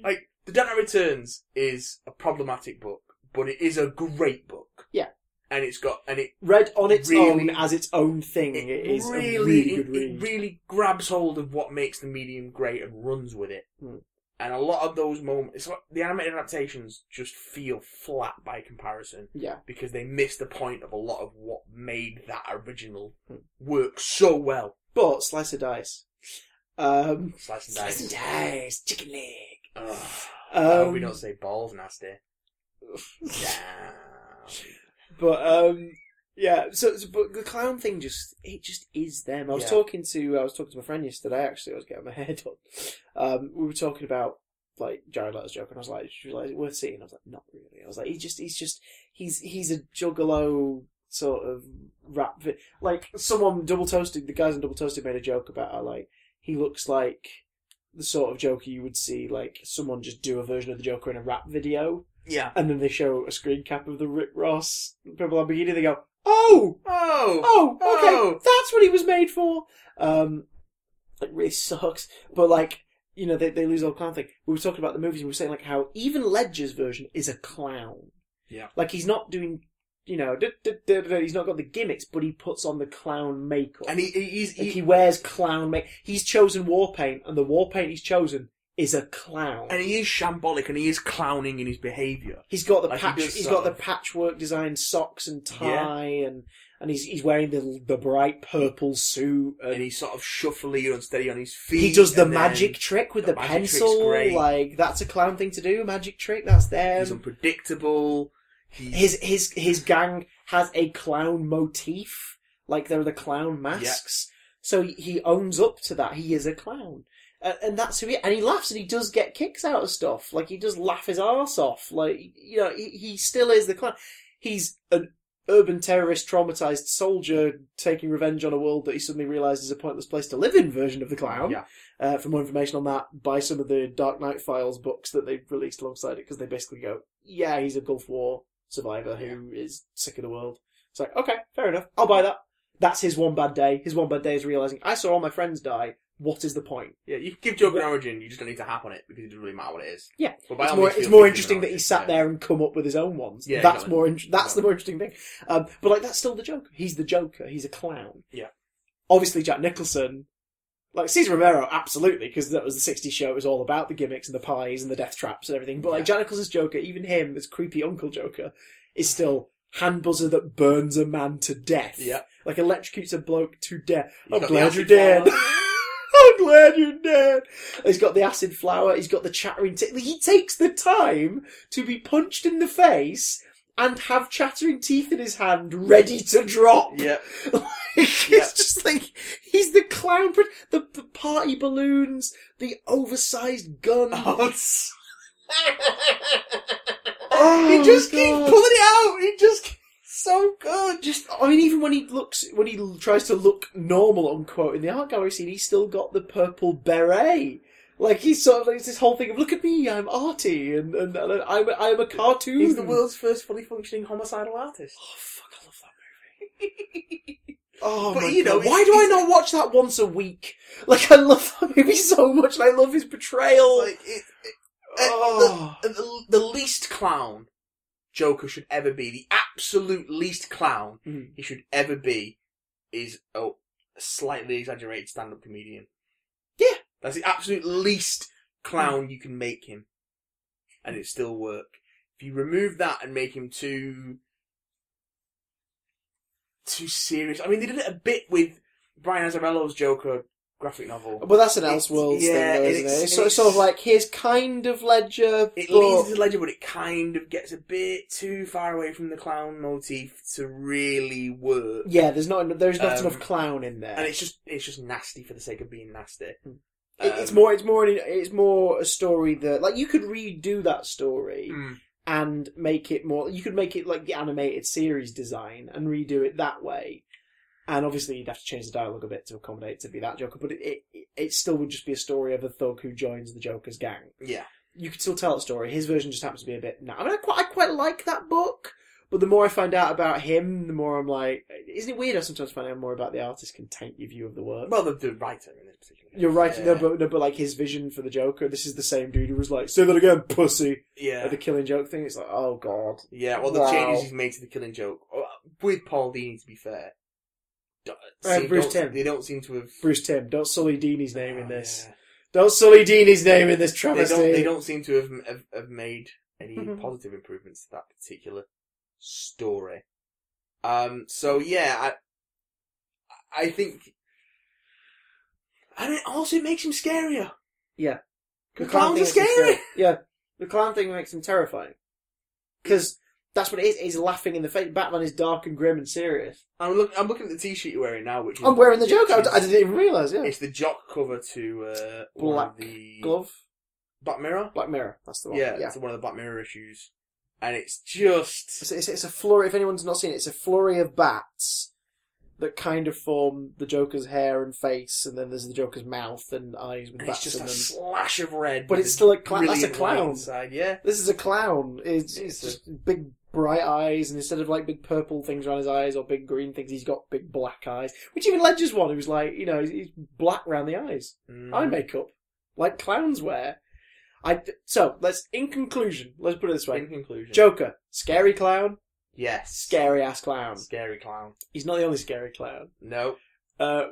Like, The Dark Knight Returns is a problematic book, but it is a great book.
Yeah.
And it's got, and it,
read on its own
really-
as its own thing.
it,
it is
really,
a really
it,
good read.
it really grabs hold of what makes the medium great and runs with it.
Hmm.
And a lot of those moments, it's what- the animated adaptations just feel flat by comparison
yeah,
because they miss the point of a lot of what made that original
Hmm.
work so well.
but slice of dice. Um,
Slice and
slice and
dice.
dice, chicken leg.
Ugh. I hope
Um,
we don't say balls nasty. Damn.
But um, yeah. So, so- but the clown thing just it just is them. I was
Yeah.
talking to I was talking to my friend yesterday. Actually, I was getting my hair done. Um, we were talking about like Jared Leto's joke, and I was like, she was like, "Is it worth seeing. I was like, not really. I was like, he just he's just he's he's a juggalo sort of rap. Vi- like someone double toasted the guys in double toasted made a joke about how like he looks like. The sort of Joker you would see, like someone just do a version of the Joker in a rap video,
Yeah.
and then they show a screen cap of the Rick Ross Purple Lamborghini. They go, "Oh,
Oh.
oh, okay,
Oh.
that's what he was made for." Um, it really sucks, but like you know, they they lose all clown thing. We were talking about the movies, and we were saying like how even Ledger's version is a clown.
Yeah.
like he's not doing, you know, duh, duh, duh, duh, duh, he's not got the gimmicks, but he puts on the clown makeup.
And he, he- he's,
Like,
he,
he wears clown make. He's chosen war paint, and the war paint he's chosen is a clown.
and he is shambolic and he is clowning in his behaviour.
He's got the
Like, he
patch.
does
He has got the
sort of-
patchwork designed socks and tie, and and he's he's wearing the the bright purple suit.
And
And
he's sort of shuffly and unsteady on his feet.
he does the
and then
magic trick with
the
the,
magic trick's
pencil.
great.
Like that's a clown thing to do. Magic trick. That's
He's
theirs.
unpredictable. He's,
um, His his his gang has a clown motif. Like they're the clown masks. So he- he owns up to that. He is a clown. And, and that's who he and he laughs and he does get kicks out of stuff. Like he does laugh his arse off. Like you know, he, he still is the clown. He's an urban terrorist, traumatized soldier taking revenge on a world that he suddenly realized is a pointless place to live in. Version of the clown.
Yeah.
Uh, for more information on that, buy some of the Dark Knight Files books that they've released alongside it because they basically go, yeah, he's a Gulf War survivor who is sick of the world. It's like, okay, fair enough. I'll buy that. That's his one bad day. His one bad day is realizing, I saw all my friends die. What is the point?
Yeah, you can give Joker an origin, you just don't need to hap on it because it doesn't really matter what it is.
Yeah.
But by
It's
all
more,
means,
it's
feel
more
free to
interesting
give
that
an
he sat
origin, yeah.
there and come up with his own ones.
Yeah,
that's
exactly.
more. In- that's the
Exactly.
more interesting thing. Um, but like, that's still the Joker. He's the Joker. He's a clown.
Yeah.
Obviously, Jack Nicholson, like Cesar Romero, absolutely, because that was the '60s show. It was all about the gimmicks and the pies and the death traps and everything. But like
Yeah.
Jack Nicholson's Joker, even him, this creepy Uncle Joker, is still hand buzzer that burns a man to death.
Yeah.
Like electrocutes a bloke to death.
He's
I'm
got
Oh,
the
glad you're
acid
dead.
flower.
I'm glad you're dead. He's got the acid flower. He's got the chattering. Te- he takes the time to be punched in the face and have chattering teeth in his hand, ready to drop.
Yeah.
it's
Yeah.
just like he's the clown. prin- The, the party balloons, the oversized gun.
Oh, it's-
Oh,
he just
God.
keeps pulling it out. He just keeps- so good.
just I mean, even when he looks when he l- tries to look normal, unquote, in the art gallery scene, he's still got the purple beret. Like he's sort of like it's this whole thing of look at me, I'm arty, and, and, and I'm I'm a cartoon.
He's the world's first fully functioning homicidal artist.
Oh fuck, I love that movie. oh,
But,
my
you know,
God.
it's-
why do I
it's-
not watch that once a week? Like I love that movie so much, and I love his portrayal.
Like, it, uh,
oh.
the, the least clown Joker should ever be, the absolute least clown
Mm.
he should ever be, is a slightly exaggerated stand-up comedian.
Yeah.
that's the absolute least clown you can make him, and it still work. If you remove that and make him too too serious, I mean, they did it a bit with Brian Azzarello's Joker graphic novel.
But that's an
It's-
Elseworlds
yeah,
thing, though, isn't
it's-
it? It's, sort, sort of
it's-
like here's kind of Ledger,
It
but
leads to the ledger, but it kind of gets a bit too far away from the clown motif to really work.
yeah, there's not en- there's not
Um,
enough clown in there.
And it's just it's just nasty for the sake of being nasty.
Mm. It- it's
Um,
more it's more it's more a story that like you could redo that story
mm,
and make it more. You could make it like the animated series design and redo it that way. And obviously, you'd have to change the dialogue a bit to accommodate to be that Joker, but it, it it still would just be a story of a thug who joins the Joker's gang.
yeah.
you could still tell that story. His version just happens to be a bit. Nah, I mean, I quite, I quite like that book, but the more I find out about him, the more I'm like, isn't it weird? I sometimes find out more about the artist can taint your view of the work.
Well, the, the writer in this particular. case.
You're right,
Yeah.
no, but, no, but like his vision for the Joker, this is the same dude who was like, "Say that again, pussy."
yeah.
At the killing joke thing, it's like, oh god,
Yeah, well, the
Wow.
changes he's made to the Killing Joke uh, with Paul Dini, to be fair, d-
Uh,
seem-
Bruce
don't-
Timm.
They don't seem to have Oh,
Bruce Tim, don't sully Deanie's name in this.
Yeah.
Don't sully Deanie's name in this
They
travesty.
don't. They don't seem to have have, have made any
Mhm.
positive improvements to that particular story. Um. So yeah, I I think, and it also makes him scarier.
The
The clowns
thing
are
makes him
scary.
Yeah, the clown thing makes him terrifying because that's what it is. He's laughing in the face. Batman is dark and grim and serious.
I'm look. I'm looking at the T-shirt you're wearing now, which is,
I'm wearing the Joker.
which is-
I, I didn't even realize. Yeah,
It's the jock cover to uh, one
Black
of the
glove,
Black Mirror.
Black Mirror. That's the one.
Yeah, it's one of the Black Mirror issues, and it's just
It's, it's, it's a flurry. If anyone's not seen it, it's a flurry of bats that kind of form the Joker's hair and face, and then there's the Joker's mouth and eyes with
and it's
bats
just
in
a
them.
slash of red.
But
with
it's still a clown. That's a
brilliant white
clown.
inside, yeah.
This is a clown. It's, it's
It's a-
just big bright eyes, and instead of like big purple things around his eyes or big green things, he's got big black eyes. Which even Ledger's one, who's like, you know, he's, he's black around the eyes.
Mm.
eye makeup like clowns wear. I so let's in conclusion, let's put it this
in
way:
conclusion,
Joker, scary clown,
yes,
scary ass clown.
scary clown.
He's not the only scary clown.
No,
Uh,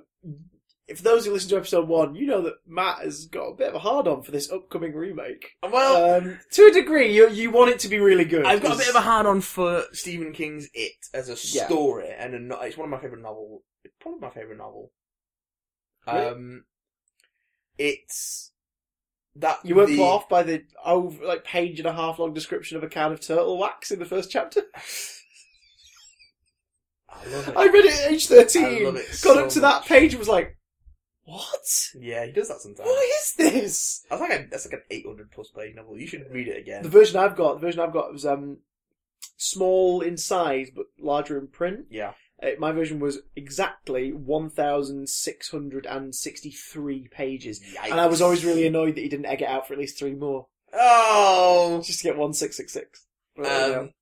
if those who listen to episode one, you know that Matt has got a bit of a hard on for this upcoming remake.
well,
Um, to a degree, you you want it to be really good.
I've got a bit of a
It's-
hard on for Stephen King's It as a
Yeah.
story, and a no- it's one of my favorite novel. It's probably my favorite novel.
Really?
Um, it's that
You weren't
the-
put off by the oh like page and a half long description of a can of turtle wax in the first chapter.
I love it.
I read it at age thirteen.
I love it
got
so
up to that
much.
page and was like, "What?
Yeah, he does that sometimes.
What is this?"
That's like a, that's like an 800 plus page novel. You should read it again.
The version I've got, the version I've got was um, small in size but larger in print.
yeah.
Uh, my version was exactly one thousand six hundred and sixty-three pages, and I was always really annoyed that he didn't egg it out for at least three more,
Oh.
just to get one six six six.
Um,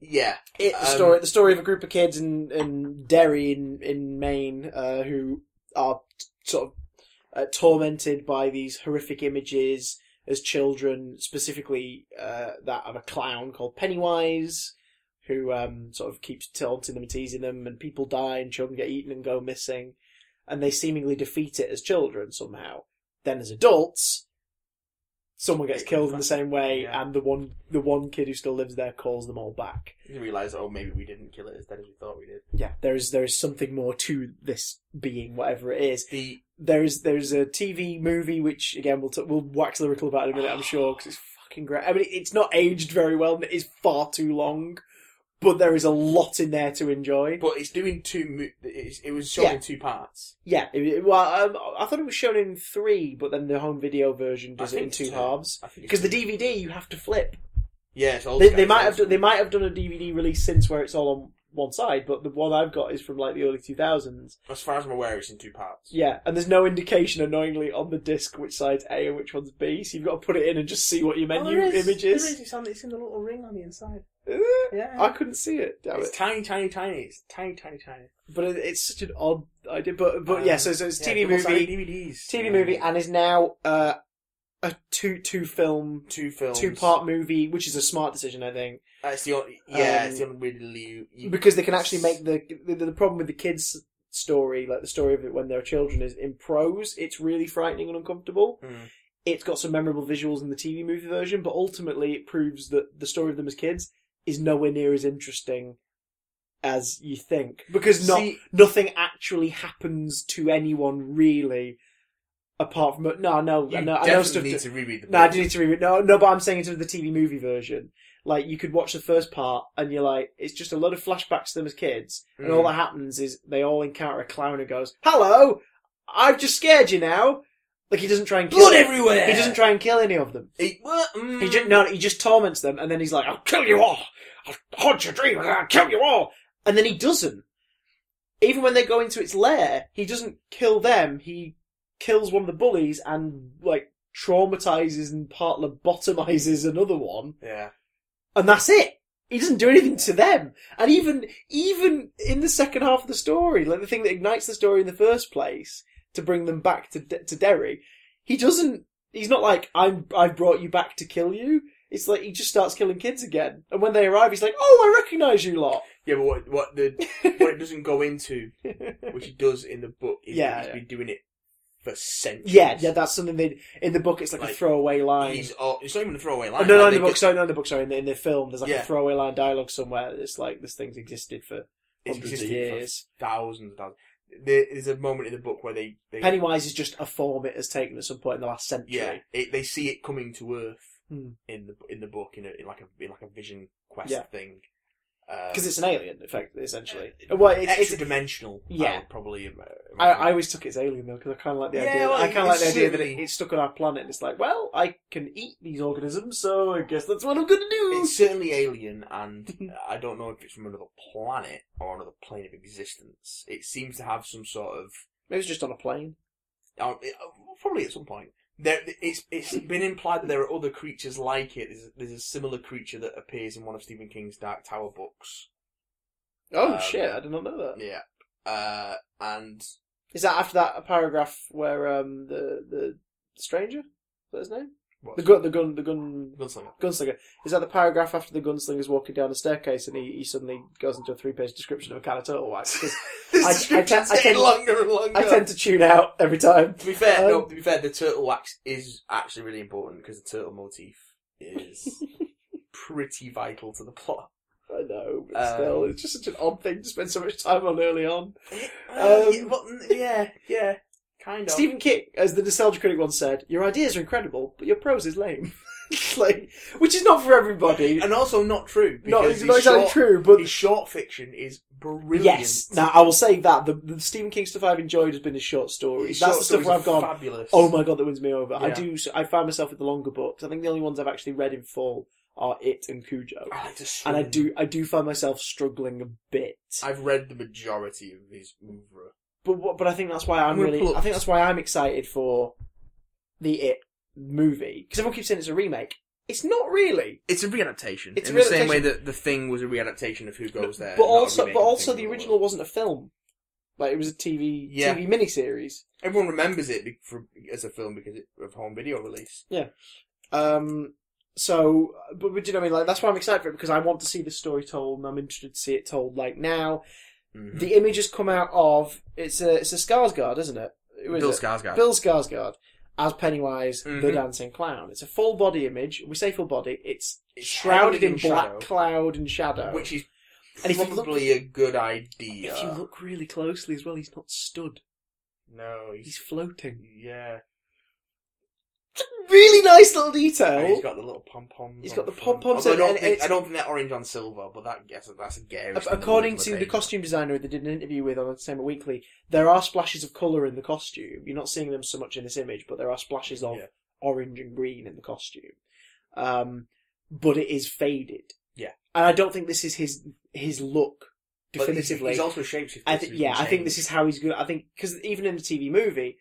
yeah.
It, the
um,
story, the story of a group of kids in, in Derry in in Maine uh, who are t- sort of uh, tormented by these horrific images as children, specifically uh, that of a clown called Pennywise, who um, sort of keeps taunting them and teasing them, and people die and children get eaten and go missing, and they seemingly defeat it as children somehow. Then as adults, someone gets killed in the same way,
Yeah.
and the one the one kid who still lives there calls them all back
You realise, oh, maybe we didn't kill it as dead as we thought we did.
yeah, there is there is something more to this being, whatever it is.
The
There is there is a TV movie which again we'll t- we'll wax lyrical about in a minute, I'm sure, because it's fucking great. I mean, it- it's not aged very well, and it is far too long, but there is a lot in there to enjoy.
but it's doing two. Mo- it's, it was shot
Yeah.
in two parts.
yeah, it- it- well, um, I thought it was shown in three, but then the home video version does
I
it in
think
two
so.
halves.
I think
Because
it's
the
two.
DVD you have to flip.
yeah, it's old
They,
Sky,
they might have
it's
done, they might have done a DVD release since where it's all on one side, but the one I've got is from like the early two thousands.
old. As far as I'm aware, it's in two parts.
Yeah, and there's no indication, annoyingly, on the disc which side's A and which one's B, so you've got to put it in and just see what your menu image Oh, is.
It's, on, it's in the little ring on the inside.
Eh,
Yeah.
I couldn't see it, damn
it's
it.
tiny, tiny, tiny. It's tiny, tiny, tiny.
But it, it's such an odd idea. But but
Um,
yeah, so, so it's TV
double-sided
movie,
DVDs.
TV
Yeah.
movie, and is now uh, a two two film,
two films,
two part movie, which is a smart decision, I think,
That's the only, yeah,
Um,
it's the only really you, you-
because they can actually make the the, the problem with the kids story, like the story of it when they're children, is in prose. It's really frightening and uncomfortable.
Mm.
it's got some memorable visuals in the TV movie version, but ultimately it proves that the story of them as kids is nowhere near as interesting as you think because not
See-
nothing actually happens to anyone really, apart from no, no,
You
no, I know
definitely
stuff.
need
to-
to reread the book.
no, I do need to read it. No, no, but I'm saying in terms of the TV movie version, like you could watch the first part and you're like, it's just a lot of flashbacks to them as kids, and all
Mm.
that happens is they all encounter a clown who goes, "Hello, I've just scared you now." Like he doesn't try and kill
Blood everywhere!
He doesn't try and kill any of them.
It- well, mm,
He just, no, he just torments them, and then he's like, "I'll kill you all. I'll haunt your dream. and I'll kill you all." And then he doesn't. Even when they go into its lair, he doesn't kill them. He kills one of the bullies and like traumatizes and part lobotomizes another one,
Yeah.
and that's it. He doesn't do anything to them. And even even in the second half of the story, like the thing that ignites the story in the first place to bring them back to De- to Derry, he doesn't. He's not like I'm. I've brought you back to kill you. It's like he just starts killing kids again. And when they arrive, he's like, "Oh, I recognise you lot."
Yeah, but what, what the what it doesn't go into, which it does in the book, is
Yeah,
that he's
yeah.
been doing it for centuries.
yeah, yeah, that's something they in the book. It's like, a
Like,
throwaway line.
He's, oh, it's not even a throwaway
Oh,
line.
no, no,
Like,
in the
they
book.
get-
Sorry, no, in the book. Sorry, in the, in the film, there's like
Yeah.
a throwaway line dialogue somewhere. It's like this thing's existed for hundreds
it's
of
existed for
years.
thousands of thousands. There is a moment in the book where they, they
Pennywise is just a form it has taken at some point in the last century.
yeah, it, they see it coming to Earth
Hmm.
in the in the book in, a, in like a in like a vision quest
Yeah.
thing.
because
Because
it's an alien, effectively, essentially. well, it's,
extra
it's,
dimensional. I
yeah.
would probably. uh,
I, I always took it as alien though because I kind of like the
Yeah,
idea.
well,
I kind of like
it's
the idea that it,
certainly-
it's stuck on our planet. and It's like, well, I can eat these organisms, so I guess that's what I'm gonna do.
It's certainly alien, and I don't know if it's from another planet or another plane of existence. It seems to have some sort of
Maybe it's just on a plane.
uh, it- uh, probably at some point. There, it's it's been implied that there are other creatures like it. There's, a- there's a similar creature that appears in one of Stephen King's Dark Tower books.
Oh
Um,
shit! I did not know that.
Yeah, uh, and
Is that after that paragraph where um the the stranger? Is that his name?
what,
The gun, the gun, the gun,
gunslinger.
gunslinger. Is that the paragraph after the gunslinger's walking down the staircase and he, he suddenly goes into a three page description of a can of turtle wax? Because
This
I- I
description's
tend- I
getting
tend-
longer and longer.
I tend to tune out every time.
to be fair, no,
um,
to be fair, the turtle wax is actually really important because the turtle motif is pretty vital to the plot.
I know, but
Um,
still, it's just such an odd thing to spend so much time on early on.
Uh,
Um,
yeah, but, mm, yeah, yeah, kind of.
Stephen King, as the nostalgia critic once said, "Your ideas are incredible, but your prose is lame." like, which is not for everybody.
and also not true.
Not,
because
it's not
his
exactly
short-
true, but
His short fiction is brilliant.
yes. Now I will say that the, the Stephen King stuff I've enjoyed has been his short stories.
His
That's
short
the stuff
stories
where
are
I've gone.
Fabulous.
Oh my god, that wins me over. I
Yeah.
do. I find myself with the longer books. I think the only ones I've actually read in full are It and Cujo,
I like to swim.
and I do. I do find myself struggling a bit.
I've read the majority of his oeuvre.
But what- but I think that's why I'm
I'm gonna
really.
pull up-
I think that's why I'm excited for the It movie because everyone keeps saying it's a remake. It's not really,
It's a readaptation.
It's
in
a
the same
readaptation.
way that the thing was a readaptation of Who Goes There.
but
not a
also
remake
but
of
also
Thing
the
in
original
World.
wasn't a film. Like it was a TV
Yeah.
TV miniseries.
Everyone remembers it be- for, as a film because it, of home video release.
Um. So, but, but do you know what I mean? Like that's why I'm excited for it because I want to see the story told, and I'm interested to see it told like now.
Mhm.
The image has come out of it's a it's a Skarsgård, isn't it? Who is
Bill
it?
Skarsgård.
Bill Skarsgård as Pennywise, the
Mhm.
dancing clown. It's a full body image. We say full body. It's,
It's
shrouded
shrouded
in,
in
black
shadow.
cloud and shadow.
which is
And if you look-
probably a good idea.
if you look really closely as well, he's not stood.
no,
He's
he's
floating.
yeah.
Really nice little
And
detail.
he's got the little pom poms.
He's got the pom-poms
I
and-
don't,
and
think,
it's-
I don't think they're orange on silver, but that yes, that's a garish.
A- According to the costume designer they did an interview with on Entertainment Weekly, there are splashes of colour in the costume. You're not seeing them so much in this image, but there are splashes of
Yeah.
orange and green in the costume. Um, but it is faded.
Yeah.
and I don't think this is his his look
But he's-
definitively.
he's, also a shapeshifter.
I
so
th-
he
yeah,
can
I think this
change.
is how he's good. I think because even in the TV movie,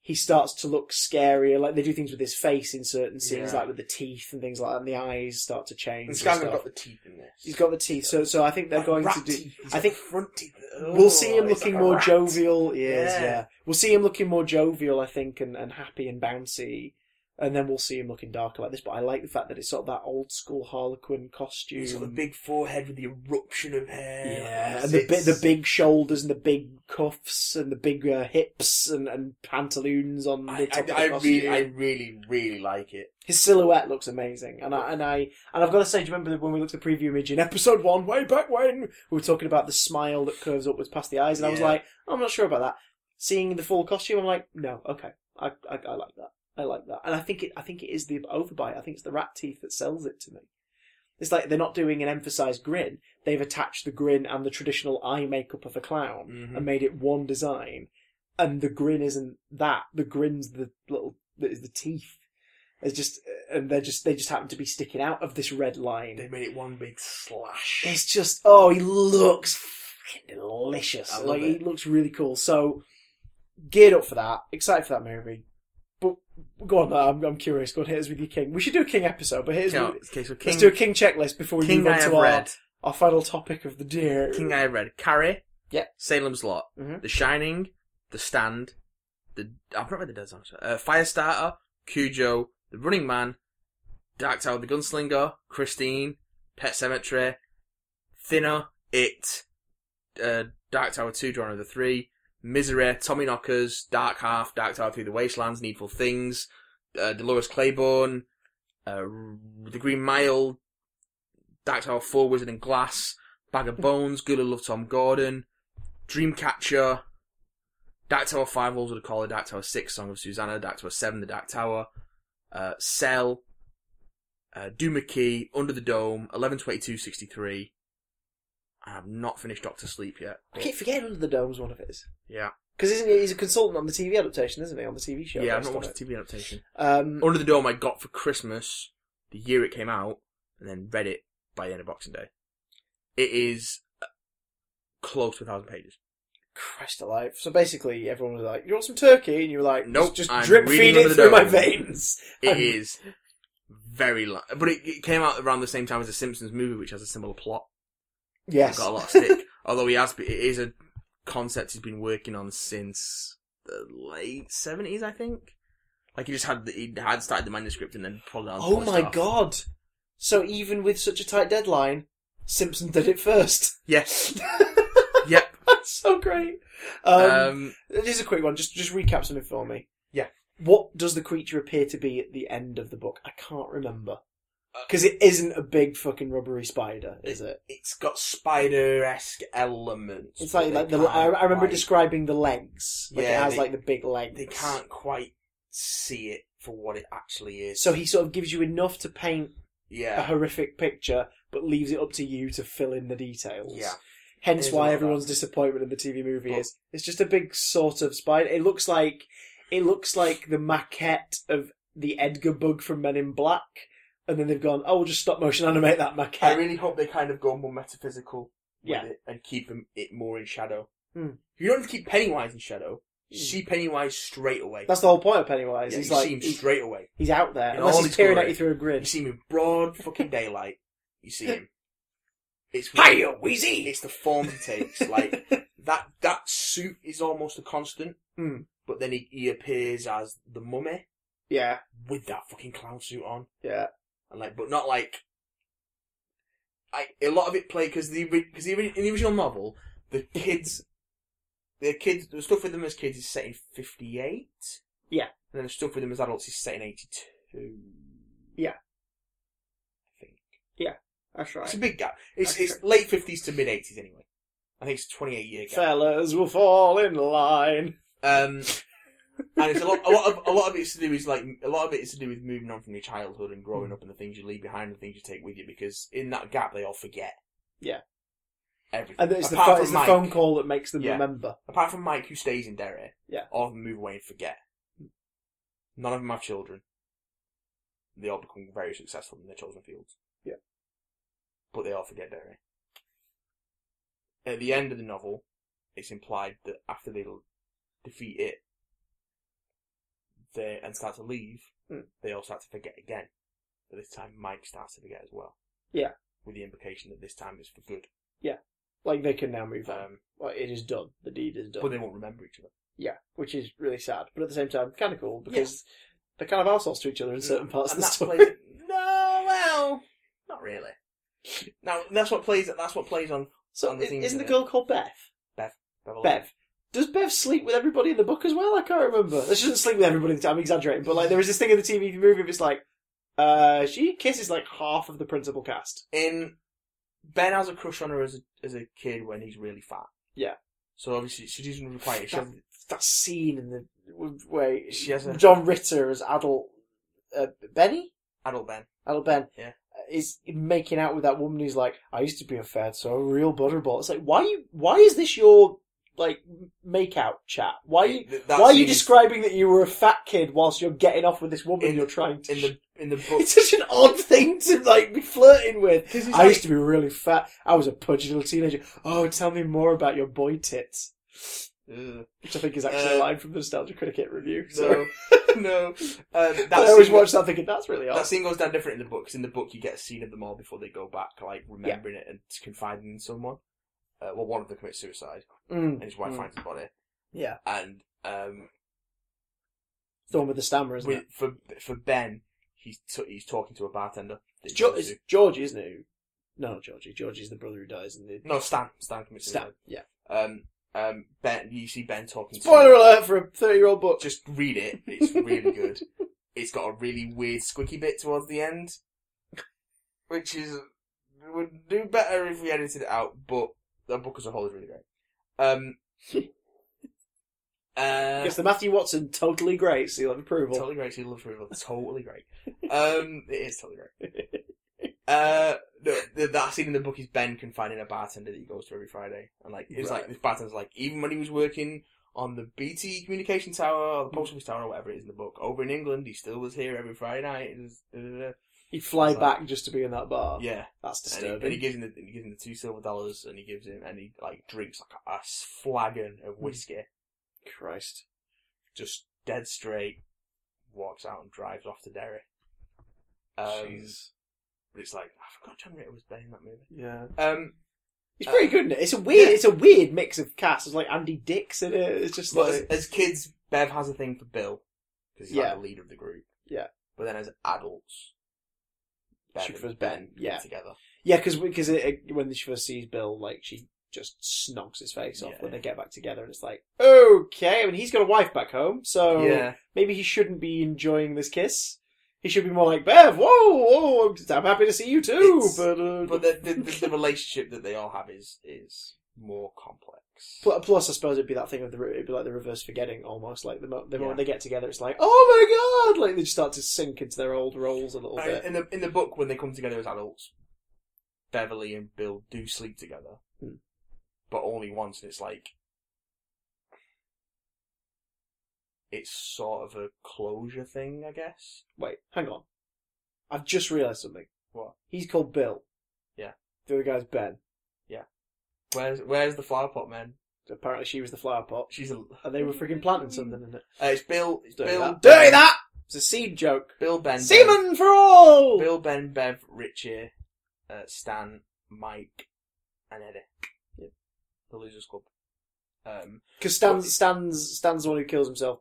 he starts to look scarier. Like they do things with his face in certain scenes,
Yeah.
like with the teeth and things like that, and the eyes start to change.
And
and
Skarsgård
stuff.
got the teeth in this.
He's got the teeth, so so I think they're
Like
going
rat
to do.
teeth. He's
I
got
think-
the front teeth.
We'll see him
Oh, he's
looking
like a
more
rat.
jovial. Yes, yeah.
Yeah.
We'll see him looking more jovial, I think, and, and happy and bouncy. and then we'll see him looking darker like this. But I like the fact that it's sort of that old school Harlequin costume.
He's got the big forehead with the eruption of hair.
yeah,
Like,
and the
it's-
big, the big shoulders and the big cuffs and the big uh, hips and, and pantaloons on the
I,
top of the
I, I
costume.
really, I really, really like it.
His silhouette looks amazing, and I and I and I've got to say, do you remember when we looked at the preview image in episode one, way back when we were talking about the smile that curves upwards past the eyes, and I was
Yeah.
like, I'm not sure about that. Seeing the full costume, I'm like, no, okay, I, I I like that, I like that, and I think it I think it is the overbite. I think it's the rat teeth that sells it to me. It's like they're not doing an emphasized grin; they've attached the grin and the traditional eye makeup of a clown
Mhm.
and made it one design. And the grin isn't that; the grin's the little that is the teeth. It's just, and they're just, they just happen to be sticking out of this red
They
line.
made it one big slash.
It's just, oh, he looks fucking delicious.
I love
Like,
it.
he looks really cool. So, geared up for that, excited for that movie. But go on, I'm, I'm curious. Go on, hit us with your king. We should do a king episode, but here's
No, okay, so King,
let's do a king checklist before we
King
move
I
on
have
to our,
read.
our final topic of the day.
King I have read. Carrie.
Yep.
Salem's Lot.
Mhm.
The Shining. The Stand. The I've not read the Dead Zone. Uh, Firestarter. Cujo. The Running Man. Dark Tower. of The Gunslinger. Christine. Pet Cemetery. Thinner. It. Uh, Dark Tower Two. Drawn of the Three. Misery. Tommy Knockers. Dark Half. Dark Tower Through the Wastelands. Needful Things. Uh, Dolores Claiborne. Uh, the Green Mile. Dark Tower Four. Wizard and Glass. Bag of Bones, Good Love Tom Gordon, Dreamcatcher, Dark Tower 5, Wolves of the Collar, Dark Tower 6, Song of Susanna, Dark Tower 7, The Dark Tower, uh, Cell, uh, Do McKee, Under the Dome, 112263. I have not finished Doctor Sleep yet.
I keep forgetting Under the Dome's one of his.
Yeah.
Because isn't he, he's a consultant on the TV adaptation, isn't he? On the TV show.
Yeah, I've
based
not
on
watched the TV adaptation.
it. Um,
Under the Dome I got for Christmas the year it came out, and then read it by the end of Boxing Day. It is uh, close to a thousand pages.
Christ alive. So basically, everyone was like, You want some turkey? And you were like,
Nope,
just
I'm
drip feed
reading
it
under the
through my
dome."
veins.
It
And-
is very long, but it, it came out around the same time as the Simpsons movie, which has a similar plot.
Yes.
It's got a lot of stick. Although he has, it is a concept he's been working on since the late seventies, I think. Like he just had the, he had started the manuscript and then pulled it out. and
oh
polished
my
it off.
god. So even with such a tight deadline, Simpson did it first.
Yes. yep.
That's so great. Um,
Um,
it is a quick one. Just just recap something for me.
Yeah.
What does the creature appear to be at the end of the book? I can't remember.
Uh,
Because it isn't a big fucking rubbery spider, is it?
it's got spider esque elements.
It's like,
but
like
they
the, I,
can't
I remember
quite-
describing the legs. Like
Yeah,
it has
they-
like the big legs.
They can't quite see it for what it actually is.
So he sort of gives you enough to paint a
yeah,
horrific picture, but leaves it up to you to fill in the details.
yeah.
Hence
There's a lot
why
of
everyone's
that.
disappointment in the TV movie
But-
is it's just a big sort of spider. It looks like it looks like the maquette of the Edgar bug from Men in Black, and then they've gone, oh, we'll just stop motion animate that maquette.
I really hope they kind of go more metaphysical with
uh, Yeah.
it and keep them, it more in shadow.
Hmm.
You don't have to keep Pennywise in shadow.
Hmm.
See Pennywise straight away.
That's the whole point of Pennywise.
yeah,
he's
you
like
see him
he-
straight away.
he's out there,
in
unless
all
he's
his
peering at
glory.
you through a
You
grid.
see him in broad fucking daylight. You see him. It's
Hiya, Wheezy!
It's the form he takes. like that. That suit is almost a constant.
Hmm.
But then he, he appears as the mummy
yeah,
with that fucking clown suit on.
yeah.
and like, but not like. I a lot of it played because the because the, ori- in the original novel, the kids, the kids, the stuff with them as kids is set in fifty eight.
Yeah.
And then the stuff with them as adults is set in eighty two.
Yeah.
I think
That's
it's a big gap. It's
That's
it's late fifties to mid eighties anyway. I think it's twenty eight year gap.
Fellas will fall in line.
Um, and it's a lot, a lot of a lot of it's to do is like a lot of it is to do with moving on from your childhood and
Hmm.
growing up and the things you leave behind and the things you take with you because in that gap they all forget.
Yeah.
Everything.
And it's, the,
apart
pho-
from
it's the
Mike,
phone call that makes them
Yeah.
remember.
Apart from Mike, who stays in Derry.
Yeah.
All of them move away and forget. None of them have children. They all become very successful in their chosen fields.
Yeah.
But they all forget Derry. At the end of the novel, it's implied that after they l- defeat it, they and start to leave,
Hmm.
they all start to forget again. But this time, Mike starts to forget as well.
Yeah.
With the implication that this time is for good.
Like they can now move on.
Um,
Like, it is done. The deed is uh, done.
but they won't remember each other.
Yeah, which is really sad, but at the same time, kind of cool because They're kind of assholes to each other in certain parts
Mm.
of
and
the
that
story.
plays no, well, not really. Now that's what plays. That's what plays on
so
on the
i-
theme
isn't the
of it.
girl called Beth?
Beverly.
Bev. Does Bev sleep with everybody in the book as well? I can't remember. She doesn't sleep with everybody. in the- I'm exaggerating, but like there was this thing in the TV movie. It's like uh, she kisses like half of the principal cast.
In Ben has a crush on her as a, as a kid when he's really fat.
Yeah.
So obviously she doesn't require it. She
That,
has-
that scene in the where
She has a-
John Ritter as adult uh, Benny,
adult Ben.
adult Ben,
Yeah.
uh, is making out with that woman who's like, "I used to be a fed, so a real butterball." It's like, why you? Why is this your like make out chat? Why you?
Th- that
Why are you
scene is-
describing that you were a fat kid whilst you're getting off with this woman
In-
you're trying to?
in the in the book?
it's such an odd thing to like be flirting with.
'Cause it's
I
like-
used to be really fat. I was a pudgy little teenager. Oh, tell me more about your boy tits,
Ugh.
which I think is actually a
Uh,
line from the Nostalgia Critic review. So
no, no. Uh, that
I always
scene-
watch that thinking that's really odd.
That scene goes down different in the book. 'cause in the book, you get a scene of them all before they go back, like remembering it and confiding in someone. Uh, well, one of them commits suicide,
Mm.
and his wife
Mm.
finds his body.
Yeah,
And um,
the one with the stammer, isn't
with,
it?
for for Ben, he's t- he's talking to a bartender. that
It's,
he
jo-
goes
it's
to.
Georgie, isn't it? No, not Georgie. Georgie's the brother who dies in the
no, Stan. Stan commits
stamp.
suicide.
Yeah.
Um, um, Ben, you see Ben talking.
Spoiler
To
alert for a thirty-year-old book.
Just read it. It's really good. It's got a really weird squicky bit towards the end, which is would do better if we edited it out. But the book as a whole is really great. Um, uh,
It's the Matthew Watson totally great seal of approval.
totally great. She loves Riverdale. Totally great. Um, it is totally great. Uh, no, the, that scene in the book is Ben confiding a bartender that he goes to every Friday, and like it's
Right.
like this bartender's like even when he was working on the BT communication tower or the post office tower or whatever it is in the book over in England, he still was here every Friday night. It was- da, da, da.
He'd fly
It's like-
back just to be in that bar.
Yeah,
That's
and he,
Oh, disturbing.
and he gives him the he gives him the two silver dollars, and he gives him and he like drinks like a flagon
Hmm.
of whiskey,
Christ.
just dead straight, walks out and drives off to Derry. Um,
Jeez.
But it's like I forgot John Ritter was Ben in that movie.
Yeah.
Um,
It's
Uh,
pretty good, isn't it? It's a weird
yeah.
it's a weird mix of cast. There's like Andy Dix in it. It's just
but as,
like
as kids, Bev has a thing for Bill because he's
Yeah.
like the leader of the group.
Yeah.
But then as adults, Bev
She
and
prefers
Ben,
Ben,
get
yeah.
together.
Yeah, because because it, it- when she first sees Bill, like she just snogs his face off
Yeah.
when they get back together and it's like, Okay, I mean he's got a wife back home, so
yeah,
maybe he shouldn't be enjoying this kiss. He should be more like Bev. Whoa, whoa! I'm, I'm happy to see you too,
It's-
but, uh,
but the, the, the, the relationship that they all have is is more complex.
Pl- Plus, I suppose it'd be that thing of the re- it'd be like the reverse forgetting almost. Like the, mo- the moment
Yeah.
they get together, it's like, oh my god! Like they just start to sink into their old roles a little
Uh,
bit.
in the in the book, when they come together as adults, Beverly and Bill do sleep together,
Hmm.
but only once, and it's like it's sort of a closure thing, I guess.
Wait, hang on. I've just realised something.
What?
He's called Bill.
Yeah.
The other guy's Ben.
Where's Where's the flower pot man?
Apparently, she was the flower pot,
She's a.
and they were freaking planting something in it.
Uh, it's Bill. It's
Dirty
Bill.
that.
Ben-
Dirty that! It's a seed joke.
Bill Ben.
Semen for all.
Ben- Bill Ben Bev Richie, uh, Stan Mike, and Eddie.
Yeah.
The Losers Club. Um,
Because Stan, Stan's Stan's the one who kills himself,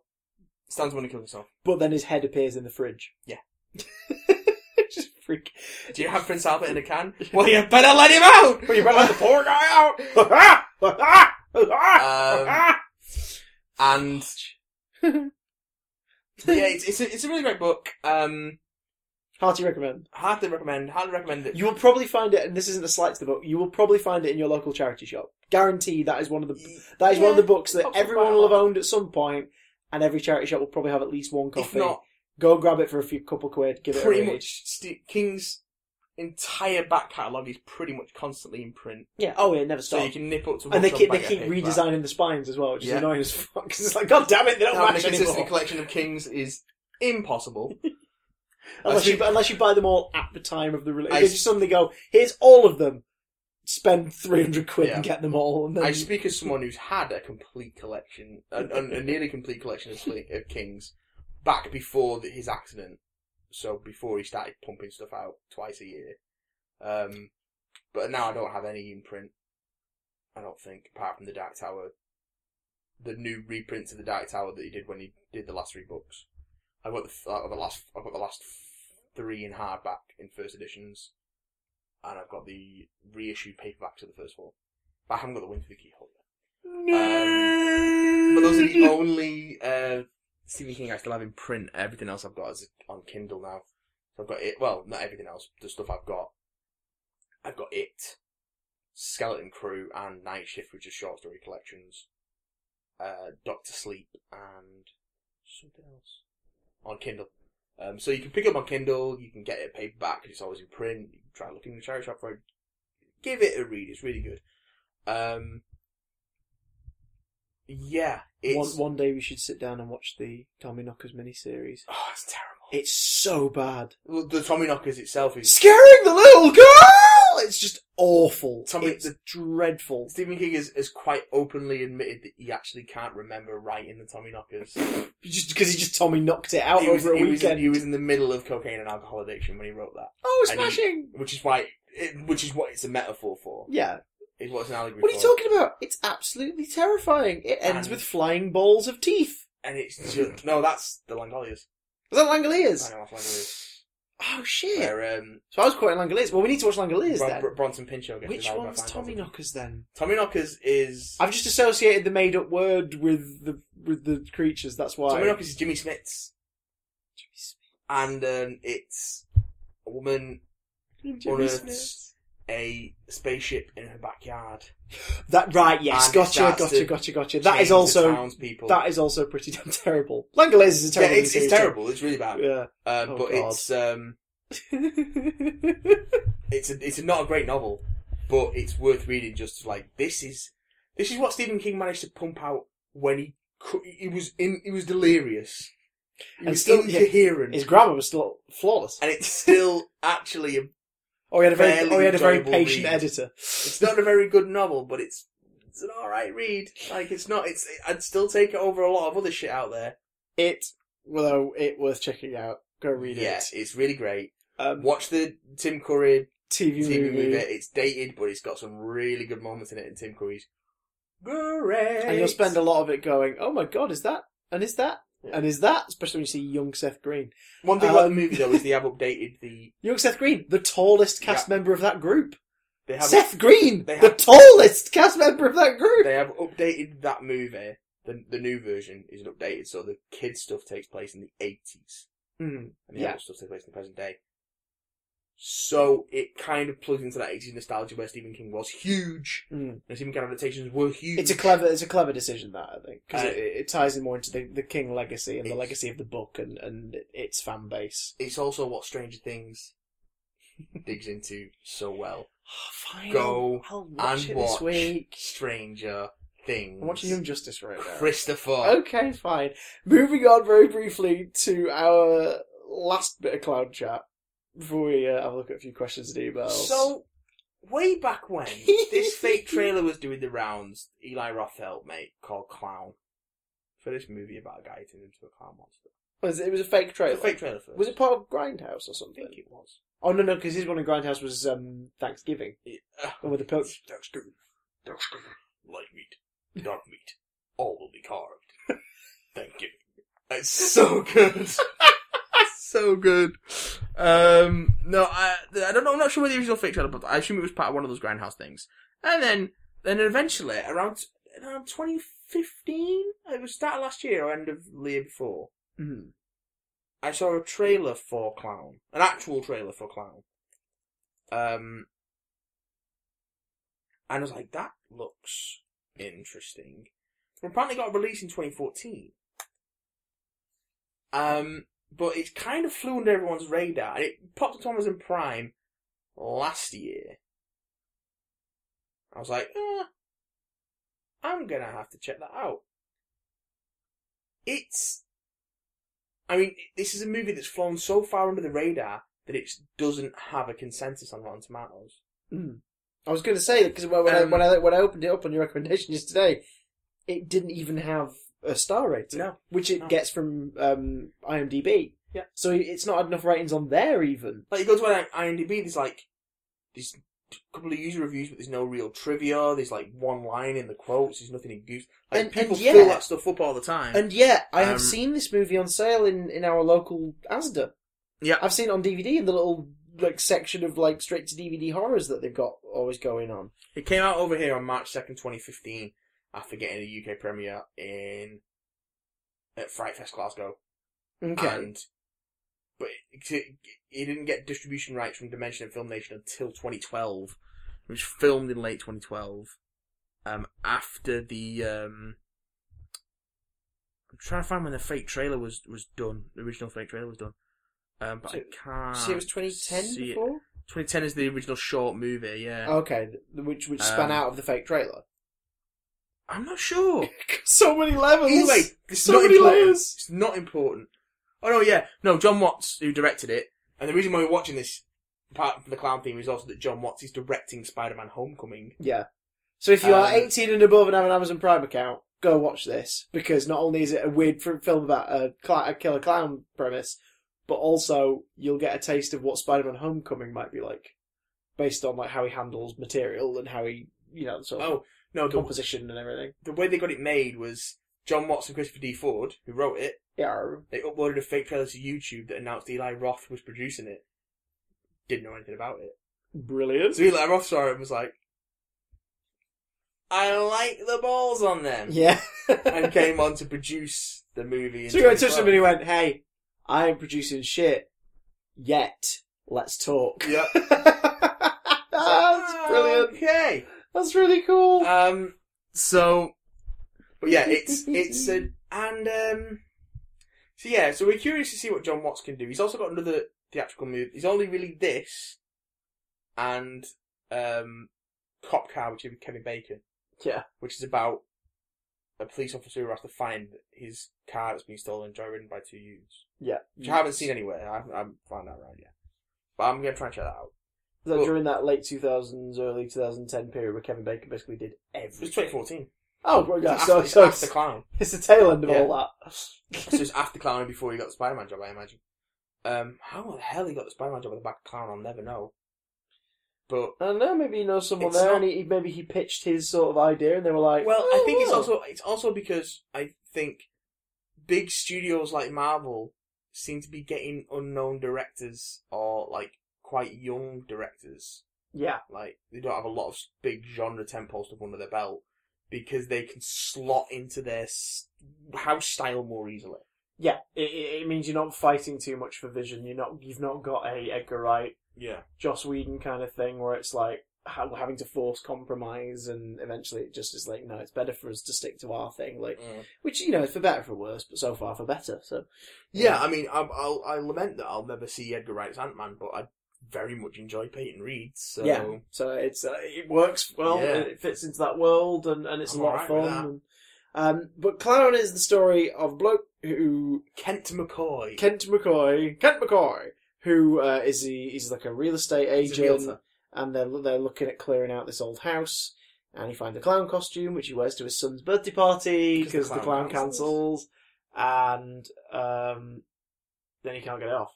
Stan's the one who killed himself.
but then his head appears in the fridge.
Yeah.
just freak.
Do you have Prince Albert in a can? Well, you better let him out.
Well, you better let the poor guy out. Ah! Ah!
Um,
Ah!
And yeah, it's it's a, it's a really great book. Um,
Hearty recommend.
hardly recommend. Hardly recommend it.
You will probably find it, and this isn't a slight to the book. You will probably find it in your local charity shop. Guaranteed, that is one of the that is one of the books that
Probably
everyone
quite a
will have
lot.
owned at some point, and every charity shop will probably have at least one
If
copy.
not,
Go grab it for a few couple quid. Give it
pretty
a read.
much Ste King's entire back catalogue is pretty much constantly in print.
Yeah. Oh yeah, never
So you
stop.
can nip up to.
and they
books
keep
on
they
back
keep
of paper.
redesigning the spines as well, which is
Yeah.
annoying as fuck. Because it's like, god damn it, they don't
Now, the
match
consistent
anymore.
collection of Kings is impossible.
Unless you,
I think-
unless you buy them all at the time of the release.
I
they
s-
just suddenly go, here's all of them, spend 300 quid and
Yeah.
get them all. And then,
I speak as someone who's had a complete collection, a, a, a nearly complete collection of, Sli- of Kings, back before the, his accident. So before he started pumping stuff out twice a year. Um, but now I don't have any in print. I don't think, apart from the Dark Tower, the new reprints of the Dark Tower that he did when he did the last three books. I got the f- I got the last I got the last three in hardback in first editions, and I've got the reissued paperback to the first one. But I haven't got the Win Through the Keyhole. Um, but those are the only uh, Stephen King I still have in print. Everything else I've got is on Kindle now. So I've got it. Well, not everything else. The stuff I've got. I've got it, Skeleton Crew, and Night Shift, which is short story collections. Uh, Doctor Sleep and something else on Kindle. Um, so you can pick it up on Kindle. You can get it paperback. 'cause It's always in print. You can try looking in the charity shop for it. Give it a read. It's really good. Um, yeah, it's
One, one day we should sit down and watch the Tommy Knockers miniseries.
Oh, it's terrible.
It's so bad.
Well, the Tommy Knockers itself is
Scaring the little girl! It's just awful.
Tommy-
it's dreadful.
Stephen King has, has quite openly admitted that he actually can't remember writing the Tommy Knockers. he,
Just because he just Tommy knocked it out
was,
over a
he, was,
weekend.
he was in the middle of cocaine and alcohol addiction when he wrote that,
oh,
and he-
smashing!
which is why, it, which is what it's a metaphor for.
Yeah.
It's what it's an allegory
What are you
for.
talking about? It's absolutely terrifying. It ends
And-
with flying balls of teeth.
And it's just no, that's the Langoliers.
Is that
I
Langoliers?
know that's Langoliers.
Oh shit!
Where um,
So I was quoting Langoliers. Well, we need to watch Langoliers
Bron-
then.
Br- Bronson Pinchot gets
Which
devoured by
one's
vampires.
Tommy Knockers then?
Tommy Knockers is
I've just associated the made-up word with the with the creatures. That's why.
Tommy Knockers is Jimmy Smith's, and um, it's a woman unearths a spaceship in her backyard.
That right? Yes,
And it
gotcha,
starts
gotcha,
to
gotcha, gotcha. That
Chains
is
the
also
townspeople.
that is also pretty damn terrible. Langoliers is a
yeah,
terrible.
it's,
miniseries
it's
too.
terrible. It's really bad.
Yeah.
Um,
Oh, God.
but it's um, it's a, it's not a great novel, but it's worth reading. Just to, like this is this is what Stephen King managed to pump out when he cou- he was in he was delirious. He
And
was
still-
incoherent,
His grammar was still flawless.
and it's still actually a,
Oh, he had a very,
fairly
oh, he had a very
enjoyable
patient
read.
editor.
it's not a very good novel, but it's it's an all right read. Like it's not it's I'd still take it over a lot of other shit out there.
It, well, it worth checking out. Go read
yeah,
it.
it's really great.
Um,
Watch the Tim Curry
TV,
TV
movie.
movie. It's dated, but it's got some really good moments in it. And Tim Curry's great.
And you'll spend a lot of it going, oh my god, is that? And is that?
Yeah.
And is that? Especially when you see young Seth Green.
one thing about
um,
the movie though is they have updated the
Young Seth Green, the tallest cast member of that group.
they have
Seth Green,
they
the
have-
tallest cast member of that group.
they have updated that movie. The the new version is updated, so the kid stuff takes place in the eighties,
Mm.
and the
Yeah.
adult stuff takes place in the present day. So it kind of plugs into that eighties nostalgia where Stephen King was huge,
Mm.
and Stephen King adaptations were huge.
It's a clever, it's a clever decision that I think because
Uh,
it, it ties in more into the, the King legacy and the
it's-
legacy of the book and and its fan base.
It's also what Stranger Things digs into so well.
Fine,
Go
I'll, I'll watch
and
it
watch
this week.
Stranger Things.
I'm watching Young Justice right now.
Christopher.
Okay, fine. Moving on very briefly to our last bit of cloud chat before we uh, have a look at a few questions and emails.
So, way back when, this fake trailer was doing the rounds, Eli Roth helped make, called Clown. For this movie about a guy turning into a clown monster.
was it, it was a fake trailer.
A fake trailer first.
Was it part of Grindhouse or
I
something?
think it was.
Oh no, no, because his one in Grindhouse was um, Thanksgiving.
It, uh,
Oh, with the poke.
That's good. That's good. Light meat. Dark meat. All will be carved. Thank you. It's so good. so good. Um, no, I, I don't know. I'm not sure where the original fake trailer, but I assume it was part of one of those grindhouse things. And then, then eventually, around around 2015, it was start of last year or end of the year before.
Mm.
I saw a trailer for Clown, an actual trailer for Clown. Um, and I was like, that looks interesting. And apparently, it got released in 2014. Um, but it kind of flew under everyone's radar, and it popped up on Amazon Prime last year. I was like, eh, I'm gonna have to check that out. It's I mean, this is a movie that's flown so far under the radar that it doesn't have a consensus on Rotten Tomatoes.
Mm. I was going to say because when, when, I,
Um,
when I when I opened it up on your recommendation yesterday, it didn't even have a star rating,
No.
which it
No.
gets from um, IMDb.
Yeah.
So it's not had enough ratings on there even.
Like, you go to IMDb, there's like, there's couple of user reviews, but there's no real trivia. There's like one line in the quotes. There's nothing in goose. Like
And-
people
and yeah.
fill that stuff up all the time.
And yet, I
Um,
have seen this movie on sale in, in our local ASDA.
Yeah.
I've seen it on DVD in the little like section of like straight to DVD horrors that they've got always going on.
it came out over here on March second, twenty fifteen, after getting a UK premiere in at Fright Fest Glasgow.
Okay.
And but it, it, it didn't get distribution rights from Dimension and Film Nation until 2012. It was filmed in late 2012. Um, after the um, I'm trying to find when the fake trailer was was done. The original fake trailer was done. Um, but
So-
I can't.
See, it was 2010
see it.
before. Oh.
2010 is the original short movie. Yeah.
Okay, th- which which span
Um,
out of the fake trailer.
I'm not sure.
so many levels.
Anyway, it's
Oh, so
not
many
important.
layers.
It's not important. Oh no, yeah, no. John Watts, who directed it, and the reason why we're watching this, apart from the clown theme, is also that John Watts is directing Spider-Man: Homecoming.
Yeah. So if you are
Um,
18 and above and have an Amazon Prime account, go watch this because not only is it a weird fr- film about a, cl- a killer clown premise, but also you'll get a taste of what Spider-Man: Homecoming might be like, based on like how he handles material and how he, you know, sort of
Oh no, the,
composition and everything.
the way they got it made was John Watts and Christopher D. Ford, who wrote it,
Yeah.
they uploaded a fake trailer to YouTube that announced Eli Roth was producing it. Didn't know anything about it.
Brilliant.
So Eli Roth saw it and was like, "I like the balls on them,"
Yeah.
and came on to produce the movie. in
So he went to touch
2012.
him and he went, "Hey, I ain't producing shit yet. Let's talk."
Yeah. Ah.
That's brilliant.
Okay.
That's really cool.
Um. So, but yeah, it's it's an and um. So yeah, so we're curious to see what John Watts can do. He's also got another theatrical move. He's only really this, and um, Cop Car, which is with Kevin Bacon.
Yeah.
Which is about a police officer who has to find his car that's been stolen and driven by two youths.
yeah.
Which I haven't seen anywhere. I haven't, I haven't found that around yet. But I'm gonna try and check that out.
Was that
Well-
during that late 2000s, early 2010 period where Kevin Bacon basically did
It
everything?
was 2014.
Oh, well, yeah,
It's
so,
after,
so
it's after
it's,
Clown.
it's the tail end of
Yeah.
all that.
so it's after Clown and before he got the Spider Man job, I imagine. Um, how the hell he got the Spider Man job at the back of Clown, I'll never know. But
I don't know, maybe he knows someone
It's
there
not-
and he, maybe he pitched his sort of idea and they were like,
well, I
"Oh,
think it's
well."
also it's also because I think big studios like Marvel seem to be getting unknown directors or like quite young directors.
Yeah,
Like they don't have a lot of big genre tentpole stuff under their belt because they can slot into their s- house style more easily.
yeah. It, it, it means you're not fighting too much for vision. You're not, you've not got a Edgar Wright,
Yeah.
Joss Whedon kind of thing where it's like ha- having to force compromise and eventually it just is like, no, it's better for us to stick to our thing. Like,
Mm.
which you know, for better for worse, but so far for better. So
Yeah, I mean, I, I'll I lament that I'll never see Edgar Wright's Ant Man, but I very much enjoy Peyton Reed. So
yeah, so it's uh, it works well.
Yeah.
It fits into that world, and, and it's
I'm
a lot of
alright with
fun. And, um, but Clown is the story of a bloke who
Kent McCoy,
Kent McCoy, Kent McCoy, who uh, is he? He's like a real estate
He's a
agent,
realtor.
and they're they're looking at clearing out this old house. And he finds a clown costume, which he wears to his son's birthday party
'Cause the
because the
clown
clown cancels, and um, then he can't get it off.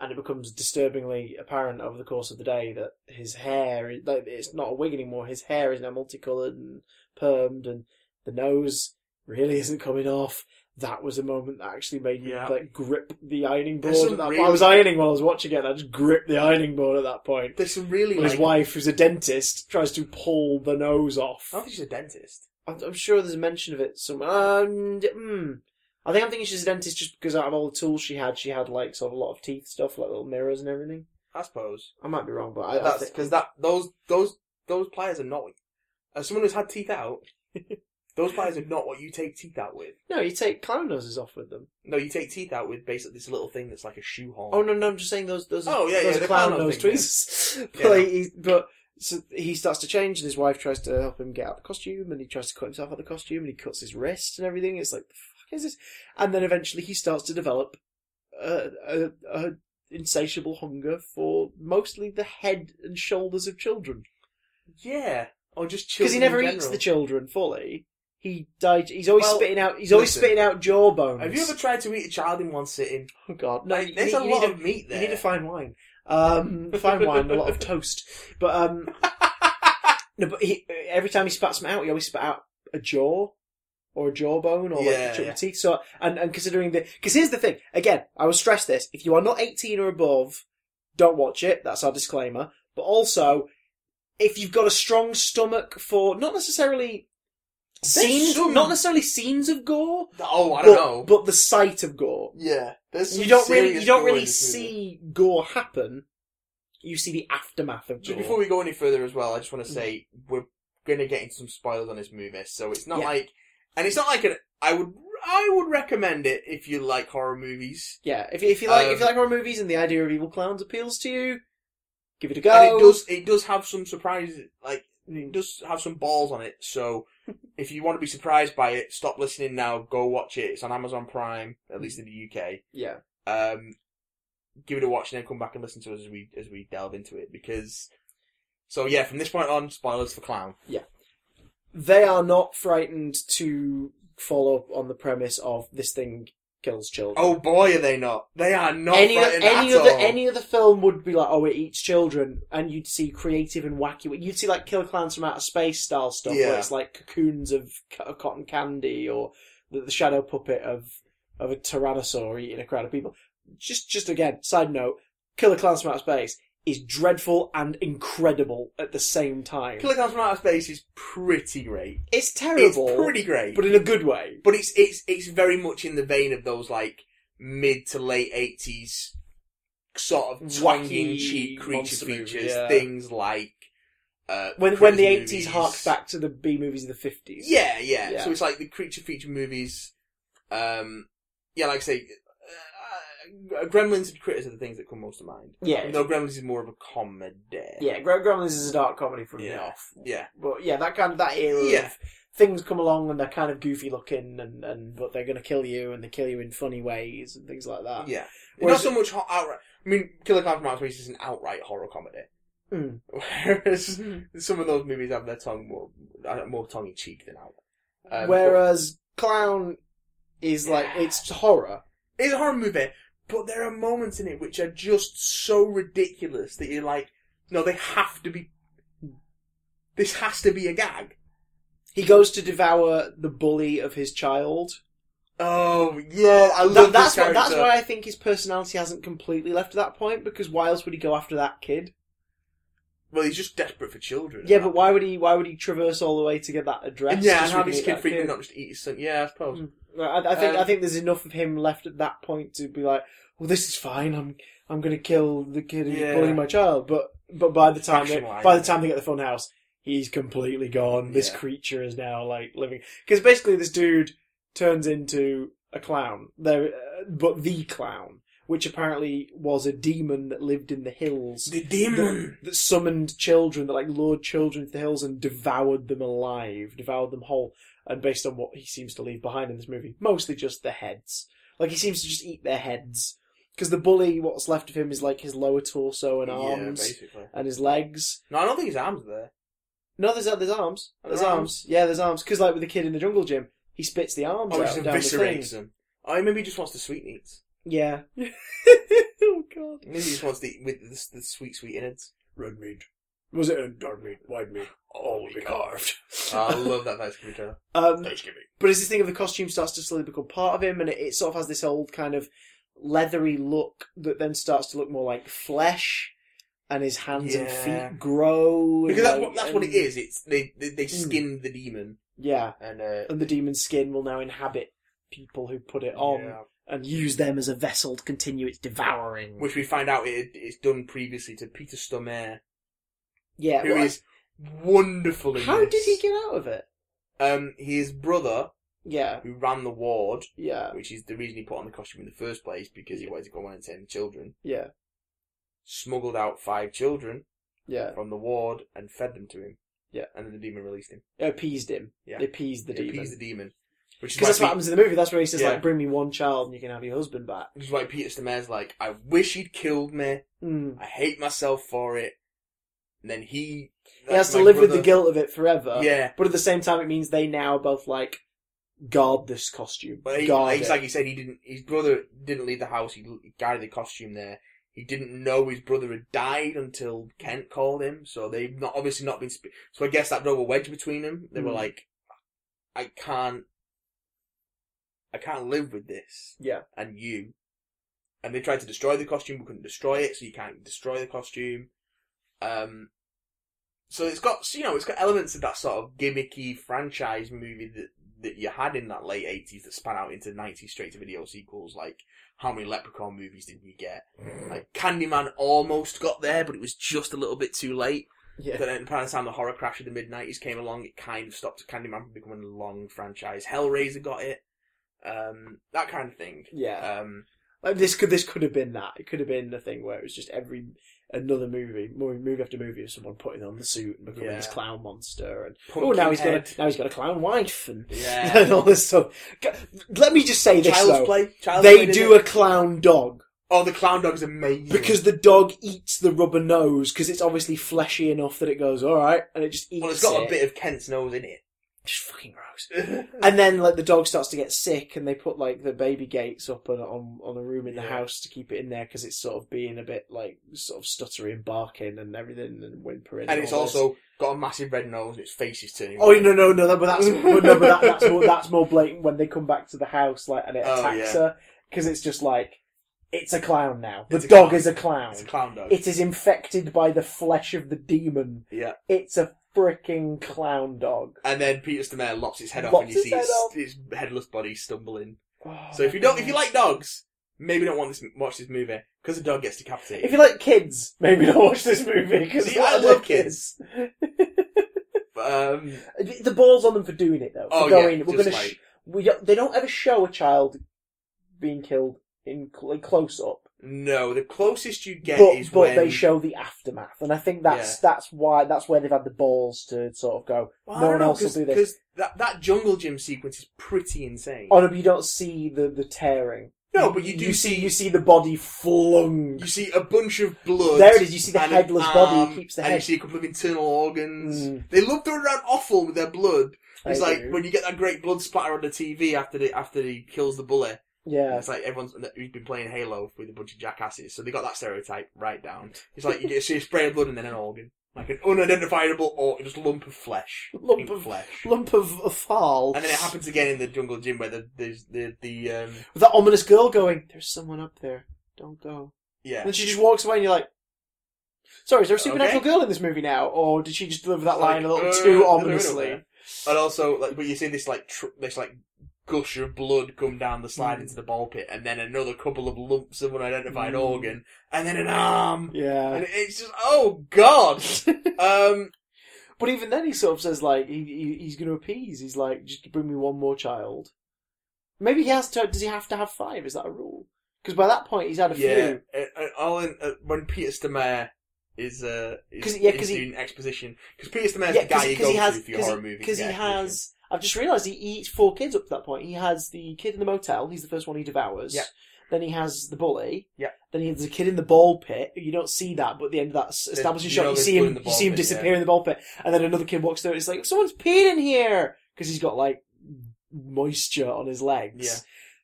And it becomes disturbingly apparent over the course of the day that his hair, is- like, it's not a wig anymore. His hair is now multicolored and permed, and the nose really isn't coming off. That was a moment that actually made me
Yeah.
like grip the ironing
There's
board.
some
At that
really-
I was ironing while I was watching it. And I just gripped the ironing board at that point.
There's some really
And
like.
his wife, who's a dentist, tries to pull the nose off.
I don't think she's a dentist.
I'm, I'm sure there's a mention of it somewhere. Um, d- hmm. I think I'm thinking she's a dentist just because out of all the tools she had, she had like sort of a lot of teeth stuff, like little mirrors and everything.
I suppose
I might be wrong, but I, I
that's
think-
because that those those those pliers are not. As someone who's had teeth out, those pliers are not what you take teeth out with.
no, you take clown noses off with them.
No, you take teeth out with basically this little thing that's like a shoehorn.
Oh no, no, I'm just saying those those.
Oh, yeah,
those
yeah,
are
the
clown,
clown
nose
thing,
tweezers.
yeah.
but, like, he, but so he starts to change, and his wife tries to help him get out of the costume, and he tries to cut himself out of the costume, and he cuts his wrist and everything. It's like, the fuck is this? And then eventually he starts to develop a, a, a insatiable hunger for mostly the head and shoulders of children
yeah, or just
because
children
he never
in
eats
general.
the children fully. He died. He's always
Well,
spitting out. He's always
listen.
spitting out jawbones.
Have you ever tried to eat a child in one sitting?
Oh God, no!
Like,
you
there's
need-
a
you
lot
need
of meat there.
You need a fine wine. Um, fine wine, a lot of toast. But um, no, but he, every time he spats them out, he always spat out a jaw or a jawbone or like
Yeah,
a chunk
yeah.
of teeth. So and and considering the because here's the thing again, I will stress this: if you are not eighteen or above, don't watch it. That's our disclaimer. But also, if you've got a strong stomach for not necessarily scenes,
some-
not necessarily scenes of gore,
oh, I don't
but,
know.
but the sight of gore.
yeah, there's some
You don't really,
serious
you don't
gore in
really
this movie.
see gore happen. You see the aftermath of
So
gore.
before we go any further as well, I just want to say we're going to get into some spoilers on this movie, so it's not
Yeah.
like, and it's not like an. I would I would recommend it if you like horror movies,
yeah, if you, if you like,
Um,
if you like horror movies and the idea of evil clowns appeals to you, give it a go.
and it does it does have some surprises, like it does have some balls on it. So if you want to be surprised by it, stop listening now. Go watch it. It's on Amazon Prime, at least in the UK.
Yeah,
Um, give it a watch and then come back and listen to us as we as we delve into it because. So yeah, from this point on, spoilers for Clown.
they are not frightened to follow up on the premise of this thing kills children.
Oh boy, are they not? They are not
any
frightened
any
at
other
all.
any other film would be like, oh, it eats children, and you'd see creative and wacky. You'd see like Killer Clowns from Outer Space style stuff,
Yeah.
where it's like cocoons of, c- of cotton candy, or the, the shadow puppet of of a tyrannosaur eating a crowd of people. Just just again, side note, Killer Clowns from Outer Space is dreadful and incredible at the same time.
Killer Clowns from Outer Space is pretty great.
It's terrible,
It's pretty great,
but
but
in a good way.
but it's it's it's very much in the vein of those like mid to late eighties sort of
Wacky
twanging cheap creature
monster movie,
features,
yeah.
things like uh,
When
prison
when the
movies.
eighties harks back to the B movies of the fifties.
Yeah, yeah,
Yeah.
So it's like the creature feature movies. Um, yeah, like I say, uh, uh, Gremlins and Critters are the things that come most to mind.
Yeah.
No, Gremlins is more of a comedy.
Yeah, Gre- Gremlins is a dark comedy from the
Yeah.
off.
yeah.
But yeah, that kind of that era
Yeah.
of things come along and they're kind of goofy looking and, and but they're gonna kill you and they kill you in funny ways and things like that.
Yeah.
Whereas-
Not so much ho- outright. I mean, Killer Clown from Outer Space is an outright horror comedy.
Mm.
Whereas some of those movies have their tongue more, uh, more tongue in cheek than out. Um, but
Whereas clown is like
Yeah.
it's horror.
it's a horror movie, but there are moments in it which are just so ridiculous that you're like, no, they have to be. This has to be a gag.
He goes to devour the bully of his child.
Oh yeah, I
That,
love
that's
this
what, that's
character.
why I think his personality hasn't completely left at that point because why else would he go after that kid?
Well, he's just desperate for children.
Yeah, but why would he? Why would he traverse all the way to get that address?
And yeah, and
just
have
to
his
meet
kid
that
freaking not just eat his son. Yeah, I suppose.
Mm. I, I think
Um,
I think there's enough of him left at that point to be like, well, this is fine. I'm I'm going to kill the kid who's
Yeah.
bullying my child. But but by the time they,
Rationalise
by the
it.
time they get the fun house, he's completely gone. This
Yeah.
creature is now like living because basically this dude turns into a clown. There, uh, but the clown, which apparently was a demon that lived in the hills.
The
That, that summoned children, that like lured children to the hills and devoured them alive, devoured them whole, and based on what he seems to leave behind in this movie, mostly just the heads. Like he seems to just eat their heads because the bully, what's left of him is like his lower torso and arms
Yeah, basically.
and his legs.
No, I don't think his arms are there.
No, there's uh, there's arms.
Are
There's
there
arms.
arms?
Yeah, there's arms. Because like with the kid in the jungle gym, he spits the arms
Oh, he
out
just
down the thing.
eviscerates them. Oh, maybe he just wants the sweet meats.
Yeah. oh god.
Maybe he just wants the with the, the sweet sweet innards.
Red meat. Was it a dark meat? White meat? All
will be
carved.
I love that Thanksgiving trailer.
Um,
Thanksgiving.
But it's this thing of the costume starts to slowly become part of him, and it, it sort of has this old kind of leathery look that then starts to look more like flesh, and his hands and
Yeah.
feet grow. and
Because that's
like- um, Hmm.
what that's what it
and-
is. It's they they, they skinned the demon
Yeah,
and uh,
and the demon's skin will now inhabit people who put it on
yeah.
and use them as a vessel to continue its devouring.
which we find out it, it's done previously to Peter Stormare,
yeah,
who
well,
is wonderful. In
how did
this.
he get out of it?
Um, his brother
Yeah,
who ran the ward,
yeah,
which is the reason he put on the costume in the first place because he wanted to go on and send children.
yeah,
Smuggled out five children
yeah.
from the ward and fed them to him.
Yeah.
and then the demon released him.
It appeased him.
Yeah.
It appeased the
It
demon.
appeased the demon. Which is
Because that's what
why
happens in the movie. That's where he says,
Yeah.
like, bring me one child and you can have your husband back.
Which is why Peter Stammer's like, I wish he'd killed me.
Mm.
I hate myself for it. And then he.
He has to
my
live with
brother-
the guilt of it forever.
Yeah.
But at the same time, it means they now both like guard this costume.
But he,
guard
like, he's
it.
like he said, he didn't. His brother didn't leave the house. He, he guarded the costume there. He didn't know his brother had died until Kent called him, so they've not obviously not been. Sp- so I guess that drove a wedge between them. They were
Hmm.
like, "I can't, I can't live with this."
Yeah.
and you. And they tried to destroy the costume, but couldn't destroy it, so you can't destroy the costume. Um, so it's got, so, you know, it's got elements of that sort of gimmicky franchise movie that, that you had in that late 80s that span out into 90s straight to video sequels, like how many Leprechaun movies did we get? Like Candyman almost got there, but it was just a little bit too late.
Yeah.
But then by the time the horror crash of the mid nineties came along, it kind of stopped Candyman from becoming a long franchise. Hellraiser got it, um, that kind of thing.
Yeah.
Um,
Like this could this could have been that. It could have been the thing where it was just every another movie, movie, movie after movie of someone putting on the suit and becoming
Yeah.
this clown monster and oh
Pumpkinhead.
now he's got a, now he's got a clown wife and,
Yeah.
and all this stuff. G- Let me just say this
Child's
though.
Play. Child's
They
Play did
do
it. Hmm.
a clown dog
Oh, the clown dog's amazing.
because the dog eats the rubber nose because it's obviously fleshy enough that it goes all right and it just eats
well, it's got
it.
a bit of Kent's nose in it.
Just fucking gross. And then like the dog starts to get sick, and they put like the baby gates up on on, on a room in the
Yeah.
house to keep it in there because it's sort of being a bit like sort of stuttery and barking and everything and whimpering.
and it's
all this.
also got a massive red nose, and its face is turning.
oh
red.
no no no that- but that's but no but that, that's more that's more blatant when they come back to the house like and it
Oh,
attacks
yeah.
her because it's just like it's a clown now. The
It's a
dog
clown.
is a clown.
it's a clown dog.
It is infected by the flesh of the demon.
yeah.
It's a freaking clown dog.
And then Peter Stamare lops its head off,
Lops
and you
his
see
head
its,
off.
its headless body stumbling.
Oh,
So if you don't, if you like dogs, maybe don't want this watch this movie because the dog gets decapitated.
If you like kids, maybe don't watch this movie because
See, I love kids. um,
The balls on them for doing it though. For
oh
going,
yeah,
we're
just
gonna.
like,
Sh- we don't, they don't ever show a child being killed in, cl- in close up,
no. The closest you get
but
is
but
when
they show the aftermath, and I think that's that's why that's where they've had the balls to sort of go.
Well, I
no
don't
one
know,
else will
'cause-
do this.
'cause that that jungle gym sequence is pretty insane.
Oh no, but you don't see the the tearing.
no, but you do
you
see,
you see the body flung.
You see a bunch of blood.
There it is. You see the
and an
headless body
arm,
it keeps the
And you
head.
see a couple of internal organs.
Mm.
They love throwing around offal with their blood. It's
I
like
do.
when you get that great blood splatter on the TV after the after he kills the bully. And
yeah,
It's like everyone's who's been playing Halo with a bunch of jackasses, so they got that stereotype right down. It's like you get see a spray of blood and then an organ, like an unidentifiable or just lump of flesh,
Lump
Pink
of-
flesh.
lump of, of fall.
And then it happens again in the jungle gym where the there's the the um,
with that ominous girl going, "There's someone up there. Don't go."
yeah.
And then she just walks away, and you're like, "Sorry, is there a supernatural
Okay.
girl in this movie now, or did she just deliver that
It's
line a
like,
little
uh,
too
there's a bit of
ominously?"
that. And also, like, but you see this like tr- this like gush of blood come down the slide
Mm.
into the ball pit, and then another couple of lumps of unidentified
Mm.
organ, and then an arm,
Yeah,
and it's just oh god. um,
but even then, he sort of says like he, he he's going to appease. He's like, "Just bring me one more child." Maybe he has to. Does he have to have five? Is that a rule? Because by that point, he's had a
yeah,
few.
and- and all in, uh, when Peter Stamare is uh, is,
'Cause- yeah,
is
'cause he-
doing exposition because Peter Stamare
Yeah,
the guy you go
he has
to for your horror movie
because he has. I've just realised he eats four kids up to that point. He has the kid in the motel. He's the first one he devours.
Yeah.
Then he has the bully.
Yeah.
Then he has the kid in the ball pit. You don't see that, but at the end of that s- establishing
you
shot,
know
you
there's
see
blood in
him.
the
You
ball
see him
pit,
disappear
yeah.
in the ball pit, and then another kid walks through. and It's like someone's peeing in here because he's got like moisture on his legs.
Yeah.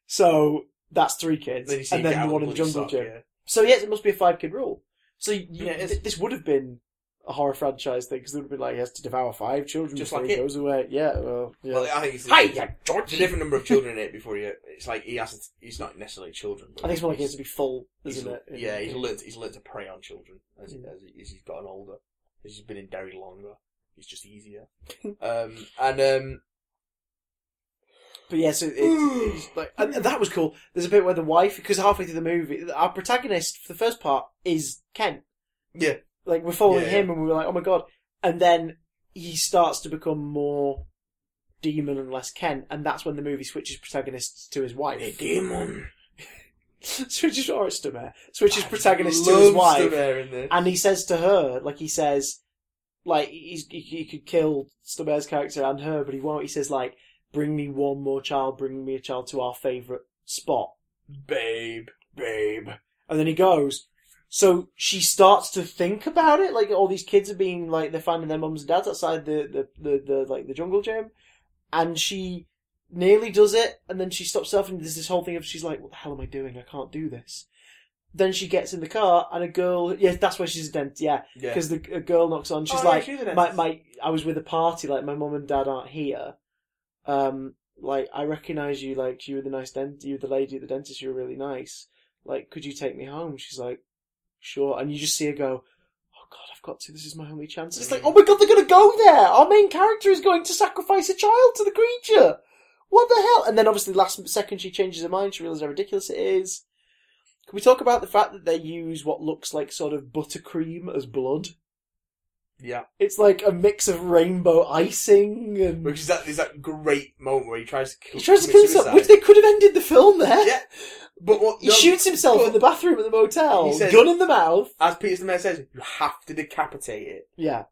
So that's three kids,
Then you see
and
him
then
get
the
out
one
of
in the
bloody
jungle
sock,
gym.
yeah.
So yes, it must be a five kid rule. So you,
Yeah, it is.
th- this would have been a horror franchise thing because they would have been like, he has to devour five children
Just
before
like
he
it.
goes away. Yeah, well, yeah.
Well, I think it's,
Hi,
it's,
yeah, George.
a different number of children in it before he. It's like he has. To, he's not necessarily children.
I
but
think it's more like he
he's-
has to be full,
He's-
isn't it? Mm.
Yeah, he's learnt he's learnt to prey on children as, he,
Yeah.
as, he, as he's gotten older. As he's been in dairy longer, it's just easier. um, and um,
But yeah, so it,
Mm.
it's like, and and that was cool. There's a bit where the wife, because halfway through the movie, our protagonist for the first part is Kent.
Yeah.
Like we're following
Yeah,
him, and we were like, oh my god. And then he starts to become more demon and less Kent, and that's when the movie switches protagonists to his wife.
the demon
switches or it's Demare, switches
I
protagonist to
love
his wife,
Stamare in this.
and he says to her, like he says, like he's, he, he could kill Stamare's character and her, but he won't. He says like, bring me one more child, bring me a child to our favourite spot,
babe,
babe. And then he goes. So she starts to think about it, like all these kids are being like they're finding their mums and dads outside the the, the, the like the jungle gym, and she nearly does it, and then she stops herself and there's this whole thing of she's like, what the hell am I doing? I can't do this. Then she gets in the car, and a girl. Yeah, that's where she's a dentist. Yeah,
Yeah.
because the a girl knocks on. She's
Oh, yeah,
like,
she's a
my
dentist.
my. I was with a party. Like my mum and dad aren't here. Um, like I recognise you. Like you were the nice dentist. You were the lady at the dentist. You were really nice. Like, could you take me home? She's like, sure. And you just see her go. Oh God, I've got to. This is my only chance. It's like,
Mhm.
oh my God, they're gonna go there. Our main character is going to sacrifice a child to the creature. What the hell? And then obviously, last second she changes her mind. She realizes how ridiculous it is. Can we talk about the fact that they use what looks like sort of buttercream as blood?
Yeah.
It's like a mix of rainbow icing and
Which is that is that great moment where he tries to kill
he tries to
commit
kill himself,
suicide.
which they could have ended the film there.
Yeah. But what
He
no,
shoots himself
but-
in the bathroom at the motel,
He says-
gun in the mouth.
as Peter Smith says, you have to decapitate it.
Yeah,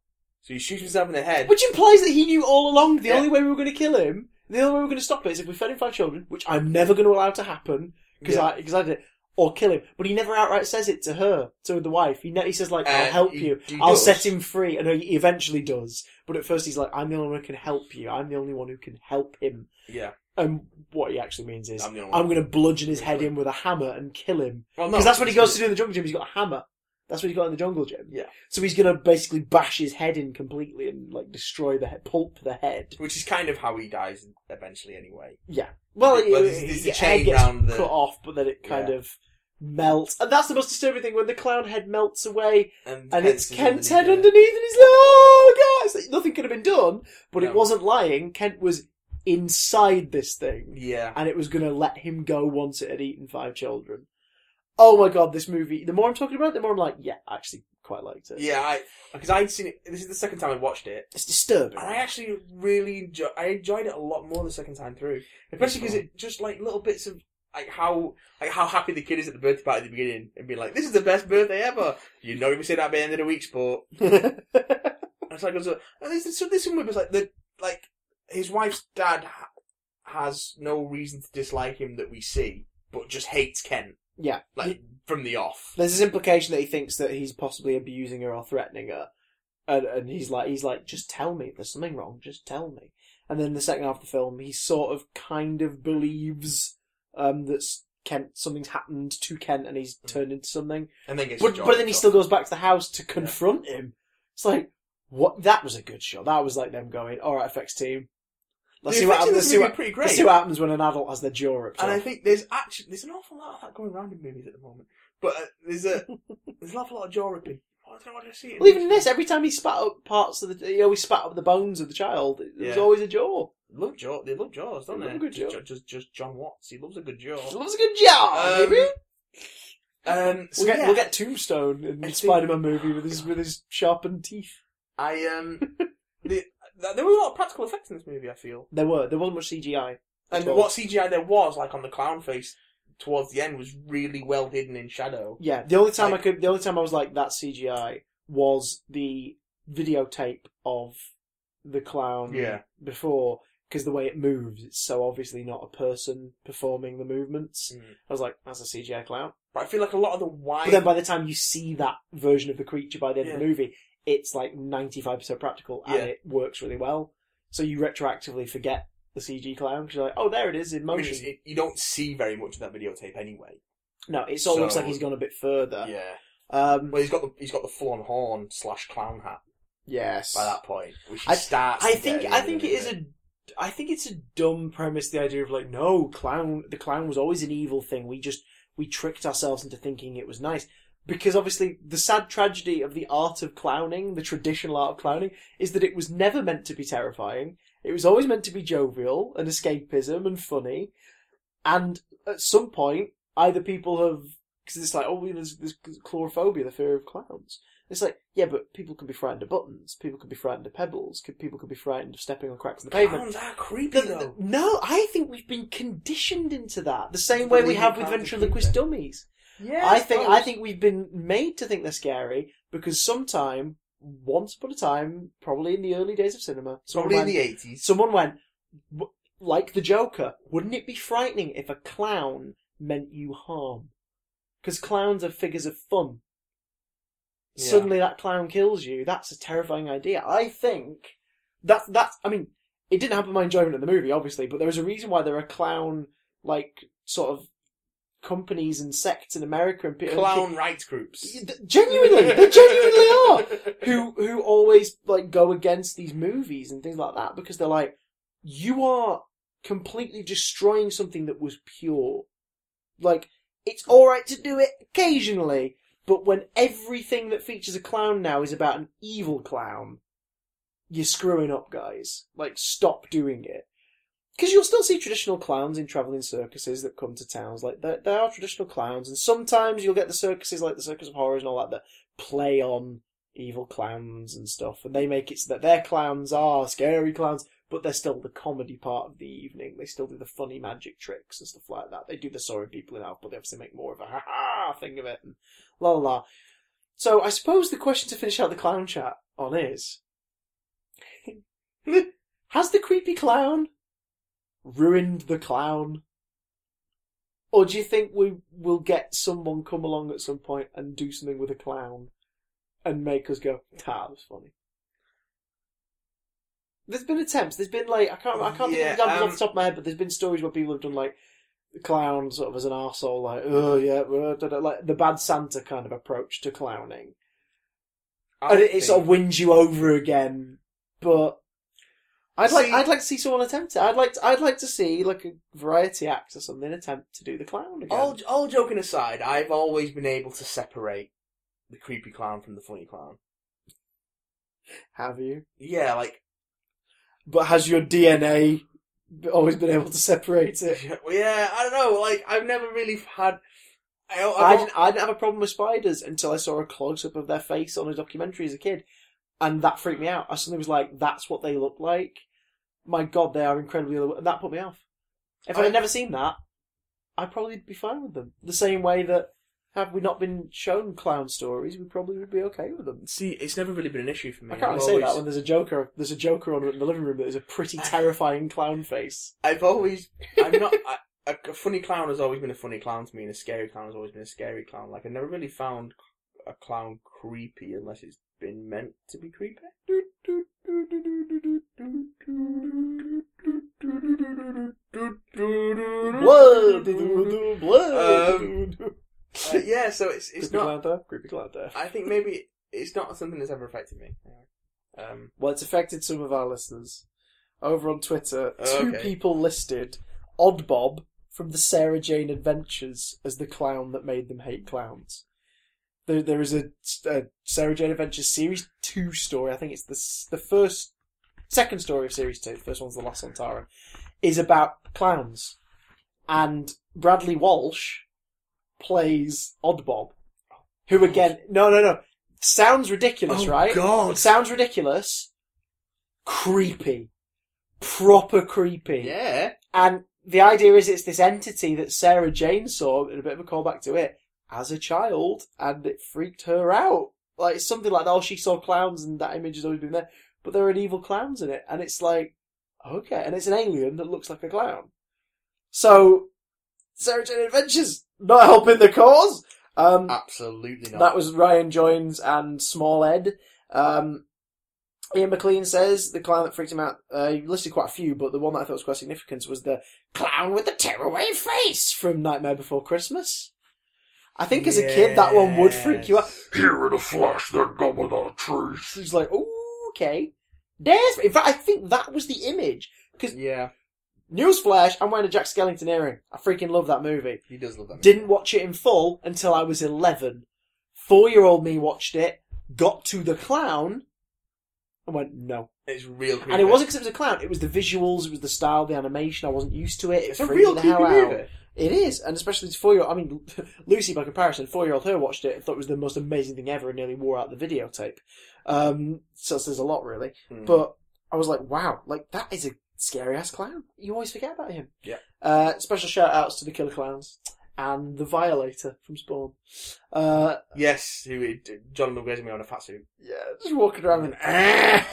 So he shoots himself in the head.
which implies that he knew all along the
Yeah.
only way we were going to kill him, the only way we were going to stop it is if we fed him five children, which I'm never going to allow to happen because
Yeah.
I because I did it, or kill him. But he never outright says it to her, to the wife. He ne- he says like,
Uh,
"I'll help
he-
you,
he
I'll
does.
set him free," and he eventually does. But at first he's like, "I'm the only one who can help you. I'm the only one who can help him."
Yeah.
And what he actually means is,
I'm the only
I'm
one.
going to bludgeon his head in with a hammer and kill him.
Well, no,
Because that's what he goes to do in the jungle gym. He's got a hammer. That's what he got in the jungle gym.
Yeah.
So he's going to basically bash his head in completely and like destroy the head, pulp the head.
Which is kind of how he dies eventually, anyway.
Yeah. Well,
Well,
it-
there's- there's
the
a
head
chain
gets
round the-
cut off, but then it kind
Yeah.
of melts. And that's the most disturbing thing when the clown head melts away
And,
and it's
Kent's
Kent's
underneath
head
it.
underneath, and he's like, "Oh God!" It's like, nothing could have been done, but it
No.
wasn't lying. Kent was inside this thing.
Yeah.
and it was going to let him go once it had eaten five children. Oh my god, this movie. The more I'm talking about it, the more I'm like, yeah, I actually quite liked it.
Yeah, I because I'd seen it. This is the second time I watched it,
It's disturbing.
and I actually really enjoy, I enjoyed it a lot more the second time through, especially because it just like little bits of like how like how happy the kid is at the birthday party at the beginning, and being like, "This is the best birthday ever." You know, we say that by the end of the week, sport. And it's like, it's like- and there's, so there's some weird bits, like the like his wife's dad ha- has no reason to dislike him that we see, but just hates Kent
yeah.
like from the off.
There's this implication that he thinks that he's possibly abusing her or threatening her. And, and he's like, he's like, just tell me if there's something wrong, just tell me. And then the second half of the film, he sort of kind of believes um, that s- Kent, something's happened to Kent and
Mm.
he's turned into something.
And then gets
but,
his
but
jaw
then he
cut
still
off.
goes back to the house to confront him. It's like, what? That was a good shot. That was like them going, all right, FX team. Let's
The
see what
effects
happens.
in
Let's
this
see
movie
what,
are pretty
let's
great.
see what happens when an adult has their jaw up.
and I think there's actually there's an awful lot of that going around in movies at the moment. But uh, there's a there's an awful lot of jaw ripping. Oh, I don't know what I see.
well, even in this, every time he spat up parts of the, he always spat up the bones of the child. It was
Yeah.
always a jaw.
love jaw. They love jaws, don't
They
they?
love a good
just,
jaw.
ju- just just John Watts. He loves a good jaw.
It was a good jaw,
Um,
baby.
Um, so
we'll, get,
yeah,
we'll get Tombstone in
I
the
think-
Spider-Man movie with his with his sharpened teeth.
I um, the, there were a lot of practical effects in this movie. I feel.
There were there wasn't much CGI.
And
at all.
what CGI there was, like on the clown face towards the end, was really well hidden in shadow.
Yeah, the only time
Like-
I could, the only time I was like that CGI was the videotape of the clown.
Yeah.
Before, because the way it moves, it's so obviously not a person performing the movements.
Mm.
I was like, that's a CGI clown.
But I feel like a lot of the wide.
But then by the time you see that version of the creature by the end of the movie, it's like ninety five percent practical and
Yeah.
it works really well. So you retroactively forget the CG clown because you're like, oh, there it is in
I mean,
motion.
it's- it- you don't see very much of that videotape anyway.
no, it sort of looks
so-
like he's gone a bit further.
Yeah.
Um,
Well, he's got the he's got the full on horn slash clown hat
yes.
by that point, which
I-
he starts.
I
to
think
get
I
in
think it is a I think it's a dumb premise the idea of like no clown the clown was always an evil thing we just we tricked ourselves into thinking it was nice because obviously the sad tragedy of the art of clowning the traditional art of clowning is that it was never meant to be terrifying it was always meant to be jovial and escapism and funny and at some point either people have because it's like oh there's, there's chlorophobia the fear of clowns it's like, yeah, but people can be frightened of buttons. People can be frightened of pebbles. could- People can be frightened of stepping on cracks in the pavement.
Clowns are creepy
The- the-
though.
no, I think we've been conditioned into that the same
To
way we
believe
have
in
with
clowns are
ventriloquist
creepy.
dummies.
Yeah.
I think I think we've been made to think they're scary because sometime, once upon a time, probably in the early days of cinema, someone
probably in
went-
the eighties.
Someone went, "W- like the Joker, wouldn't it be frightening if a clown meant you harm? Because clowns are figures of fun.
Yeah.
Suddenly that clown kills you. That's a terrifying idea. I think that's that's. I mean, it didn't happen my enjoyment of the movie, obviously, but there was a reason why there are clown like sort of companies and sects in America and people.
Clown rights groups.
Genuinely, they genuinely are. Who who always like go against these movies and things like that because they're like, you are completely destroying something that was pure. Like it's all right to do it occasionally, but when everything that features a clown now is about an evil clown, you're screwing up, guys. Like stop doing it. Because you'll still see traditional clowns in travelling circuses that come to towns. Like there, there are traditional clowns, and sometimes you'll get the circuses like the Circus of Horrors and all that that play on evil clowns and stuff, and they make it so that their clowns are scary clowns, but they're still the comedy part of the evening. They still do the funny magic tricks and stuff like that. They do the sorry people in out, but they obviously make more of a ha ha thing of it and la la la. So I suppose the question to finish out the clown chat on is Has the creepy clown ruined the clown? Or do you think we will get someone come along at some point and do something with a clown and make us go, "Ah, that was funny"? There's been attempts. There's been like I can't I can't
Yeah,
think of examples
um,
off the top of my head, but there's been stories where people have done like the clown sort of as an arsehole, like oh yeah, well, da, da," like the bad Santa kind of approach to clowning,
I
and it, it
think-
sort of wins you over again. But I'd like
See-
I'd like to see someone attempt it. I'd like to, I'd like to see like a variety act or something attempt to do the clown again.
All, all joking aside, I've always been able to separate the creepy clown from the funny clown.
Have you?
Yeah, like,
But has your DNA always been able to separate it?
yeah, I don't know. Like, I've never really had. I, I,
I didn't, I didn't have a problem with spiders until I saw a close up of their face on a documentary as a kid, and that freaked me out. I suddenly was like, "That's what they look like." My God, they are incredibly. And that put me off. If I,
I-
would never seen that, I'd probably be fine with them. The same way that had we not been shown clown stories, we probably would be okay with them.
see, it's never really been an issue for me.
I can't
I've
really say that
always-
when there's a Joker. There's a Joker on in the living room that is a pretty terrifying clown face.
I've always, I'm not. I, a a funny clown has always been a funny clown to me, and a scary clown has always been a scary clown. Like I never really found a clown creepy unless it's been meant to be creepy.
Blood, blood.
Uh, yeah, so it's it's
creepy
not.
clown death, creepy clown death.
I think maybe it's not something that's ever affected me. Um,
Well, it's affected some of our listeners. Over on Twitter,
Oh,
two
okay.
people listed Odd Bob from the Sarah Jane Adventures as the clown that made them hate clowns. There, there is a, a Sarah Jane Adventures series two story. I think it's the s- the first, second story of series two. The first one's the last on Tara, is about clowns, and Bradley Walsh plays Odd Bob, who again, no, no, no, sounds ridiculous, right?
Oh, God.
Oh, Sounds ridiculous. Creepy. Proper creepy.
Yeah.
And the idea is it's this entity that Sarah Jane saw, and a bit of a callback to it, as a child, and it freaked her out. Like, it's something like that. Oh, she saw clowns, and that image has always been there. But there are evil clowns in it, and it's like, okay. And it's an alien that looks like a clown. So, Sarah Jane Adventures, not helping the cause. Um,
Absolutely not.
that was Ryan Jones and Small Ed. Um, Ian McLean says the clown that freaked him out. Uh, he listed quite a few, but the one that I thought was quite significant was the clown with the tearaway face from Nightmare Before Christmas. I think as a kid that one would freak you out.
Here in a flash, they're gone with our trees.
He's like, "Ooh, okay." There's. In fact, I think that was the image.
Yeah,
Newsflash: I'm wearing a Jack Skellington earring. I freaking love that movie.
he does love that.
Didn't watch it in full until I was 11. Four year old me watched it, got to the clown, and went, no.
It's real creepy.
And it wasn't because it was a clown, it was the visuals, it was the style, the animation. I wasn't used to it. It
It's a
freaked
real
me the
creepy
hell out.
movie.
It is, and especially to four year old. I mean, Lucy, by comparison, four year old her watched it and thought it was the most amazing thing ever and nearly wore out the videotape. Um, so there's a lot, really.
Mm.
But I was like, wow, like that is a scary ass clown. You always forget about him.
Yeah.
Uh, special shout outs to the Killer Clowns and the Violator from Spawn. Uh,
yes, who it, John Lugazzi me on a fat suit.
yeah, just walking around and I'm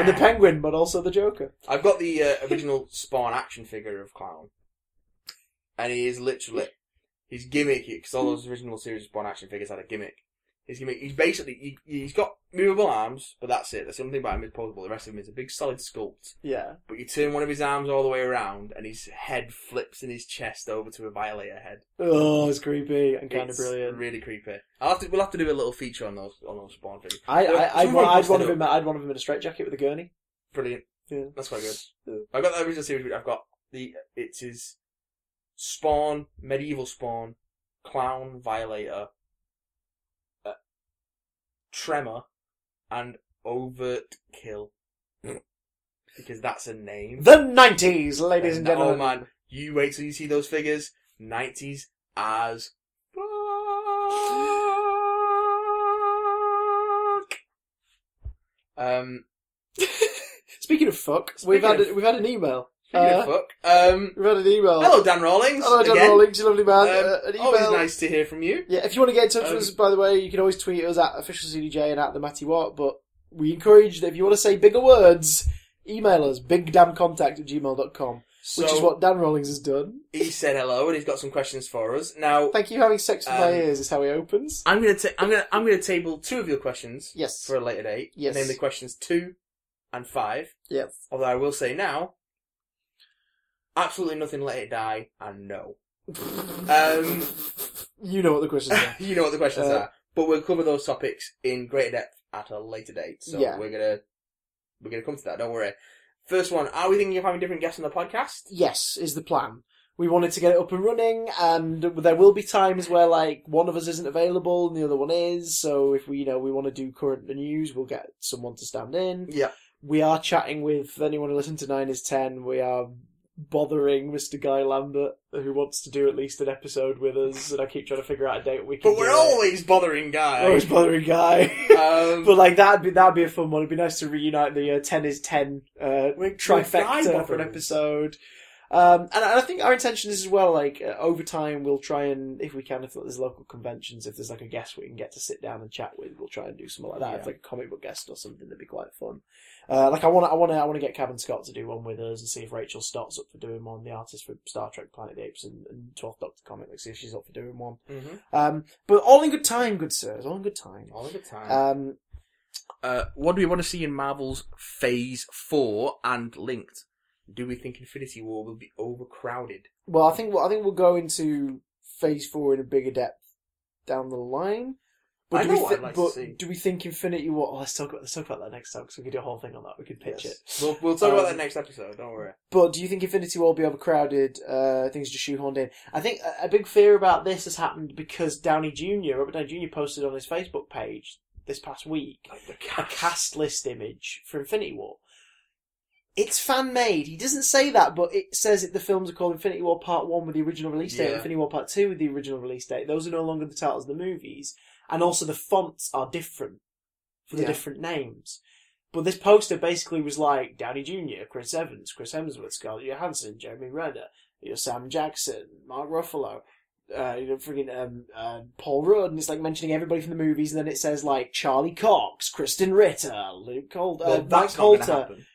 I've
the Penguin, but also the Joker.
got the uh, original Spawn action figure of Clown, and he is literally his gimmick. Because all those original series of Spawn action figures had a gimmick. He's gonna. He's basically. He, he's got movable arms, but that's it. There's something about him is portable. The rest of him is a big solid sculpt.
Yeah.
But you turn one of his arms all the way around, and his head flips in his chest over to a violator head.
Oh, it's creepy and kind of
It's
brilliant.
Really creepy. I'll have to, we'll have to do a little feature on those on those spawn figures.
I,
Well,
I, I'd,
someone
want, I'd
posted
one of
it.
him. I'd one of him in a straitjacket with a gurney.
Brilliant.
Yeah.
That's quite good.
Yeah.
I've got the original series. but I've got the it's his Spawn, medieval Spawn, clown, violator, uh, tremor, and overt kill. because that's a name.
The nineties, ladies and
And,
gentlemen.
Oh man, you wait till you see those figures. Nineties as. fuck. Um,
Speaking of fuck,
Speaking
we've had
of-
a, we've had an email.
speaking
Uh,
of fuck, um,
We've had an email.
hello Dan Rawlings.
Hello, John
again.
Rawlings, you lovely man.
Um,
uh, an email.
Always nice to hear from you.
Yeah, if you want to get in touch
Um,
with us, by the way, you can always tweet us at officialcdj and at the Matty Watt, but we encourage that if you want to say bigger words, email us, bigdamcontact at gmail.com,
So
which is what Dan Rawlings has done.
he said. Hello, and he's got some questions for us. Now
Thank you for having sex with my
Um,
ears, is how he opens.
I'm gonna ta- I'm gonna I'm gonna table two of your questions
Yes.
for a later date.
Yes.
namely questions two and five.
Yes.
Although I will say now, absolutely nothing let it die, and no. Um,
You know what the questions are.
you know what the questions
Uh,
are. But we'll cover those topics in greater depth at a later date. So
Yeah.
we're gonna we're gonna come to that, don't worry. First one, are we thinking of having different guests on the podcast?
yes, is the plan. We wanted to get it up and running, and there will be times where like one of us isn't available and the other one is. So if we, you know, we want to do current news, we'll get someone to stand in.
Yeah.
We are chatting with anyone who listened to Nine is Ten. We are bothering Mr. Guy Lambert, who wants to do at least an episode with us, and I keep trying to figure out a date we can.
But
do
we're
it.
always bothering
We're always
guys.
bothering Guy.
um,
but like that'd be that'd be a fun one. It'd be nice to reunite the uh, ten is ten uh,
We're- we're
trifecta
guy
for an
bothers.
episode. Um, and I think our intention is as well, like, uh, over time, we'll try and, if we can, if there's local conventions, if there's like a guest we can get to sit down and chat with, we'll try and do something like that. If
Yeah.
like a comic book guest or something, that'd be quite fun. Uh, like I want to, I want to, I want to get Kevin Scott to do one with us and see if Rachel Stott's up for doing one, the artist for Star Trek, Planet of the Apes and, and 12th Doctor comic, like see if she's up for doing one.
mhm.
Um, but all in good time, good sirs, all in good time.
All the time.
Um,
Uh, what do we want to see in Marvel's Phase 4 and linked? Do we think Infinity War will be overcrowded?
Well, I think well, I think we'll go into phase four in a bigger depth down the line.
I
do
know
we
what
thi-
I'd like to
but
see.
do we think Infinity War? Oh, let's talk about let's talk about that next time because we could do a whole thing on that. We could pitch it.
We'll, we'll talk about
Um,
that next episode, don't worry.
But do you think Infinity War will be overcrowded? Uh, things just shoehorned in. I think a, a big fear about this has happened because Downey Jr. Robert Downey Jr. posted on his Facebook page this past week a cast list image for Infinity War. It's fan made. He doesn't say that, but it says that the films are called Infinity War Part 1 with the original release date,
Yeah.
Infinity War Part 2 with the original release date. Those are no longer the titles of the movies. And also the fonts are different for the
Yeah.
different names. But this poster basically was like Downey Jr., Chris Evans, Chris Hemsworth, Scarlett Johansson, Jeremy Renner, you know, Sam Jackson, Mark Ruffalo, uh, you know, friggin' um, uh, Paul Rudd, and it's like mentioning everybody from the movies, and then it says like Charlie Cox, Kristen Ritter, Luke Cold, uh, Mike Colter.
happen.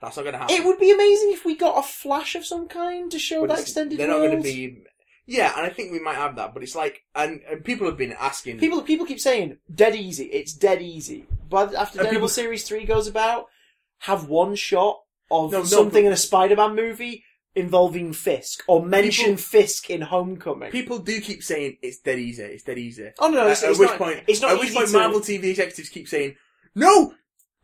That's not going to happen.
It would be amazing if we got a flash of some kind to show
But
that
it's-
extended
They're
world.
not going to be... Yeah, and I think we might have that, but it's like... And, and people have been asking...
People, people keep saying dead easy. It's dead easy. But after
Uh,
Daredevil
people-
series three goes about, have one shot of
No, no,
something in a Spider-Man movie involving Fisk, or mention Fisk in Homecoming.
People do keep saying it's dead easy, it's dead easy.
oh no, no, it's,
at
it's
which
not,
point,
it's not
at which
easy
point,
to-
Marvel TV executives keep saying, "No,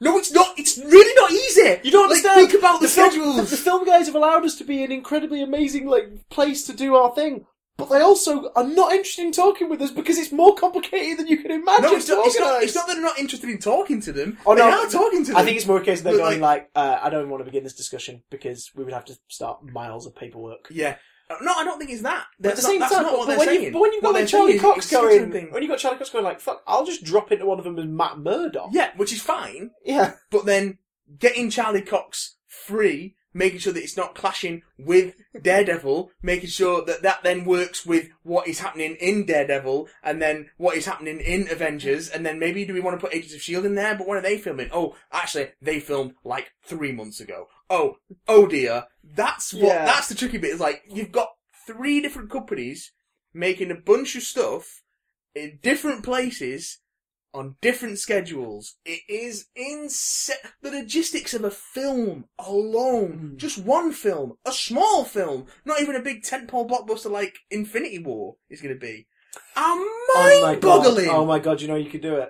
no, it's not. It's really not easy.
You don't
Like,
understand.
Think about the,
film-
schedules.
the film guys have allowed us to be an incredibly amazing like place to do our thing, but they also are not interested in talking with us because it's more complicated than you can imagine.
No, it's
to
not, it's, not,
organise.
it's not that they're not interested in talking to them.
Oh,
they
no.
are talking to them.
I think it's more a case of they're
But,
going like, uh, I don't want to begin this discussion because we would have to start miles of paperwork.
yeah. Uh, No, I don't think it's that.
But at the
That's not-
same
that's
time,
not
but,
what
but
they're
when
saying.
you, but when you've got
What
like
they're
Charlie
saying is
Cox
it's just
going,
something-
when you got Charlie Cox going like, fuck, I'll just drop into one of them as Matt Murdock.
yeah, which is fine.
yeah.
But then getting Charlie Cox free, making sure that it's not clashing with Daredevil, making sure that that then works with what is happening in Daredevil, and then what is happening in Avengers, and then maybe do we want to put Agents of Shield E in there? But when are they filming? Oh, actually, they filmed like three months ago. Oh, oh dear. That's what.
Yeah.
That's the tricky bit. Is like you've got three different companies making a bunch of stuff in different places on different schedules. It is insane. The logistics of a film alone,
Mm.
just one film, a small film, not even a big tentpole blockbuster like Infinity War is going to be, are
Oh my
mind-boggling.
God. Oh my god, you know you could do it.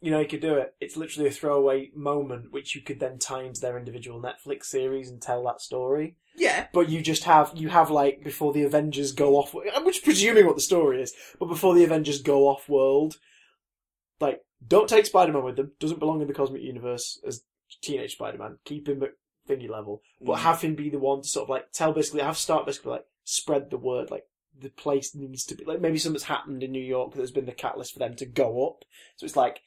You know you could do it. It's literally a throwaway moment which you could then tie into their individual Netflix series and tell that story.
yeah,
But you just have you have like before the Avengers go off which presuming what the story is, but before the Avengers go off world, like, don't take Spider Man with them, doesn't belong in the cosmic universe as teenage Spider Man. Keep him at thingy level. But
Mm.
have him be the one to sort of like tell basically have start basically like spread the word, like the place needs to be like maybe something's happened in New York that has been the catalyst for them to go up. So it's like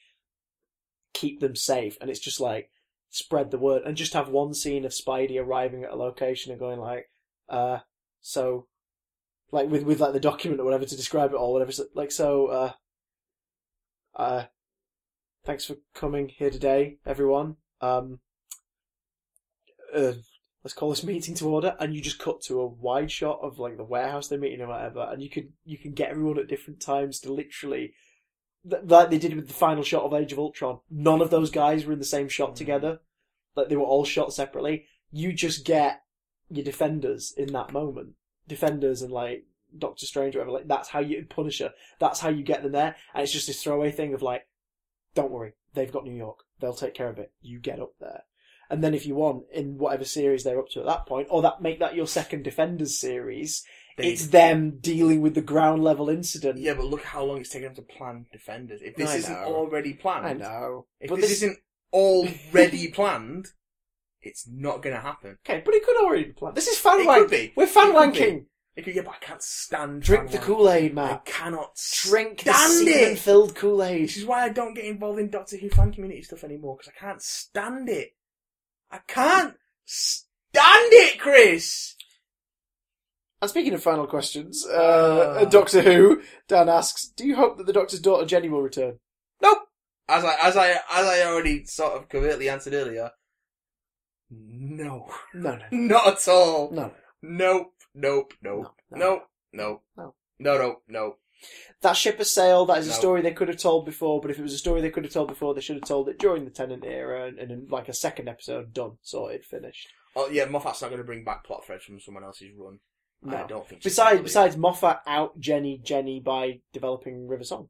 keep them safe and it's just like spread the word and just have one scene of Spidey arriving at a location and going like, uh, so like with with like the document or whatever to describe it all, whatever so- like so uh uh thanks for coming here today, everyone. Um uh, let's call this meeting to order and you just cut to a wide shot of like the warehouse they're meeting or whatever and you could you can get everyone at different times to literally th- like they did with the final shot of Age of Ultron. None of those guys were in the same shot
Mhm.
together. Like they were all shot separately. You just get your defenders in that moment. Defenders and like Doctor Strange or whatever, like that's how you Punisher. That's how you get them there. And it's just this throwaway thing of like, don't worry, they've got New York. They'll take care of it. You get up there. And then if you want, in whatever series they're up to at that point, or that make that your second Defenders series,
They-
it's them dealing with the ground level incident.
yeah, but look how long it's taken them to plan Defenders. If this
I
isn't
know.
already planned,
I know.
if
But
this,
this-
isn't already planned, it's not going to happen.
Okay, but it could already be planned. This is fan
It
wank.
could be.
We're fan
It could be.
wanking.
It could, yeah, but I can't stand.
Drink
fan
the
wank.
Kool Aid,
I
Matt.
cannot
Drink the
stand
semen
it.
filled Kool Aid.
Which is why I don't get involved in Doctor Who fan community stuff anymore because I can't stand it. I can't stand it, Chris.
And speaking of final questions, uh,
Ah.
Doctor Who, Dan asks, do you hope that the Doctor's daughter Jenny will return?
Nope. As I as I as I already sort of covertly answered earlier. No,
No, no,
not at all.
no,
Nope. Nope. Nope.
no, no.
Nope. Nope.
No.
No. No. No.
That ship has sailed. That is a
No.
story they could have told before, but if it was a story they could have told before, they should have told it during the Tenant era and, and in like a second episode, done, sorted, finished.
Oh yeah, Moffat's not going to bring back plot threads from someone else's run.
No.
I don't think. she's
Besides,
gonna do it.
besides Moffat out Jenny Jenny by developing River Song.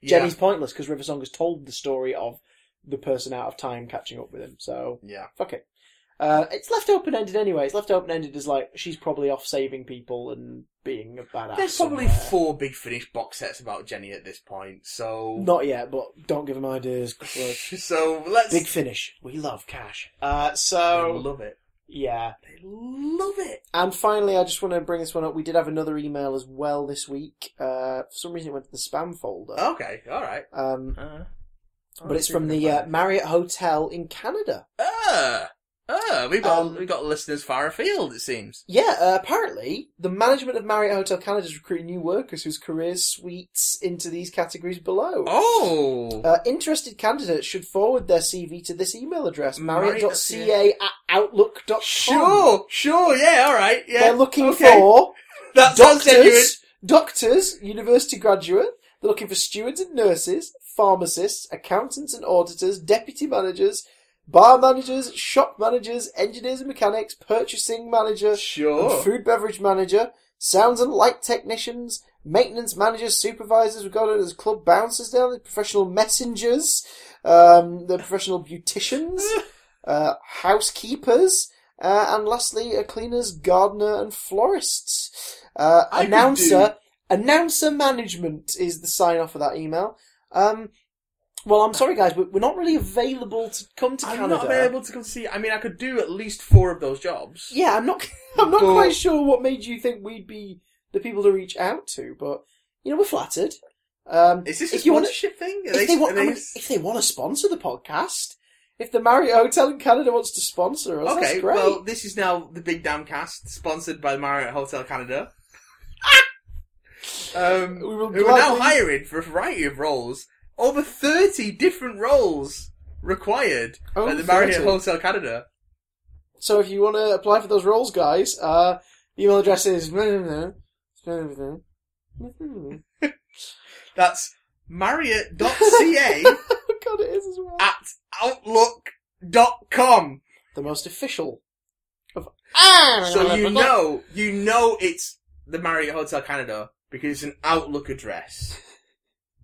Yeah.
Jenny's pointless because River Song has told the story of the person out of time catching up with him. So
Yeah.
fuck it. Uh, it's left open ended anyway. It's left open ended as like she's probably off saving people and being a badass.
There's probably
somewhere.
four big Finish box sets about Jenny at this point, so
Not yet, but don't give them ideas. Chris.
so let's
Big finish. We love cash. Uh,
They
so
love it.
yeah.
They love it.
And finally, I just want to bring this one up. We did have another email as well this week. Uh, for some reason, it went to the spam folder.
Okay, all right.
Um,
Uh,
but it's from the uh, Marriott Hotel in Canada.
Ah, ah, we got
Um,
we got listeners far afield. It seems.
Yeah, uh, apparently the management of Marriott Hotel Canada is recruiting new workers whose careers sweeps into these categories below.
Oh,
Uh, interested candidates should forward their CV to this email address,
Marriott,
marriott.ca at outlook.com.
sure, sure, yeah, all right, yeah.
um, They're looking
okay.
for
that sounds genuine.
doctors, doctors, university graduate. They're looking for stewards and nurses, pharmacists, accountants and auditors, deputy managers, bar managers, shop managers, engineers and mechanics, purchasing manager, and
Sure.
food beverage manager, sounds and light technicians, maintenance managers, supervisors, we've got it as club bouncers down, there, professional messengers, um, the professional beauticians, uh, housekeepers, uh, and lastly, uh, cleaners, gardener, and florists. Uh,
I could
announcer, announcer management is the sign off of that email. Um, well, I'm sorry, guys, but we're not really available to come to
I'm
Canada.
not available to come see. I mean, I could do at least four of those jobs.
Yeah, I'm not. I'm not
But-
quite sure what made you think we'd be the people to reach out to, but you know we're flattered. Um,
Is this a
if you want,
sponsorship thing? Are
if they want,
are
I mean, if they want to sponsor the podcast, if the Marriott Hotel in Canada wants to sponsor us, that's
Okay,
great.
well, this is now the Big Damn Cast, sponsored by Marriott Hotel Canada. um,
We will
who are now
gladly-
hiring for a variety of roles. Over 30 different roles required
Oh,
at the Marriott
30.
Hotel Canada.
So if you want to apply for those roles, guys, uh, email Oh, address is
That's Marriott.ca
God, it is as well.
at outlook.com.
The most official of. Ah,
So you know, you know it's the Marriott Hotel Canada because it's an Outlook address,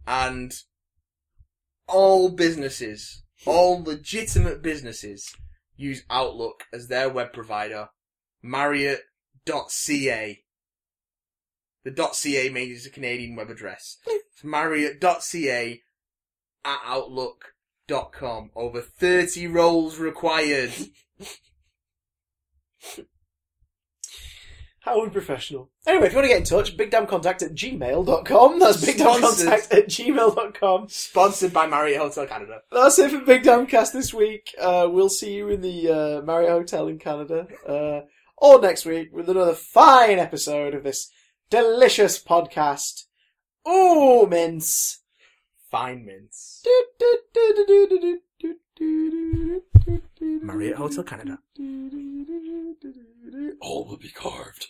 and all businesses, all legitimate businesses, use Outlook as their web provider. Marriott.ca. The .ca means it's a Canadian web address. It's Marriott.ca at Outlook.com. Over 30 roles required.
How unprofessional. Anyway, if you want to get in touch, bigdamcontact at gmail.com. That's bigdamcontact at gmail.com.
Sponsored by Marriott Hotel Canada.
That's it for Big Damn Cast this week. Uh, we'll see you in the uh, Marriott Hotel in Canada. Uh, or next week with another fine episode of this delicious podcast. Ooh, mince.
Fine mints.
Maria
Marriott Hotel Canada.
All will be carved.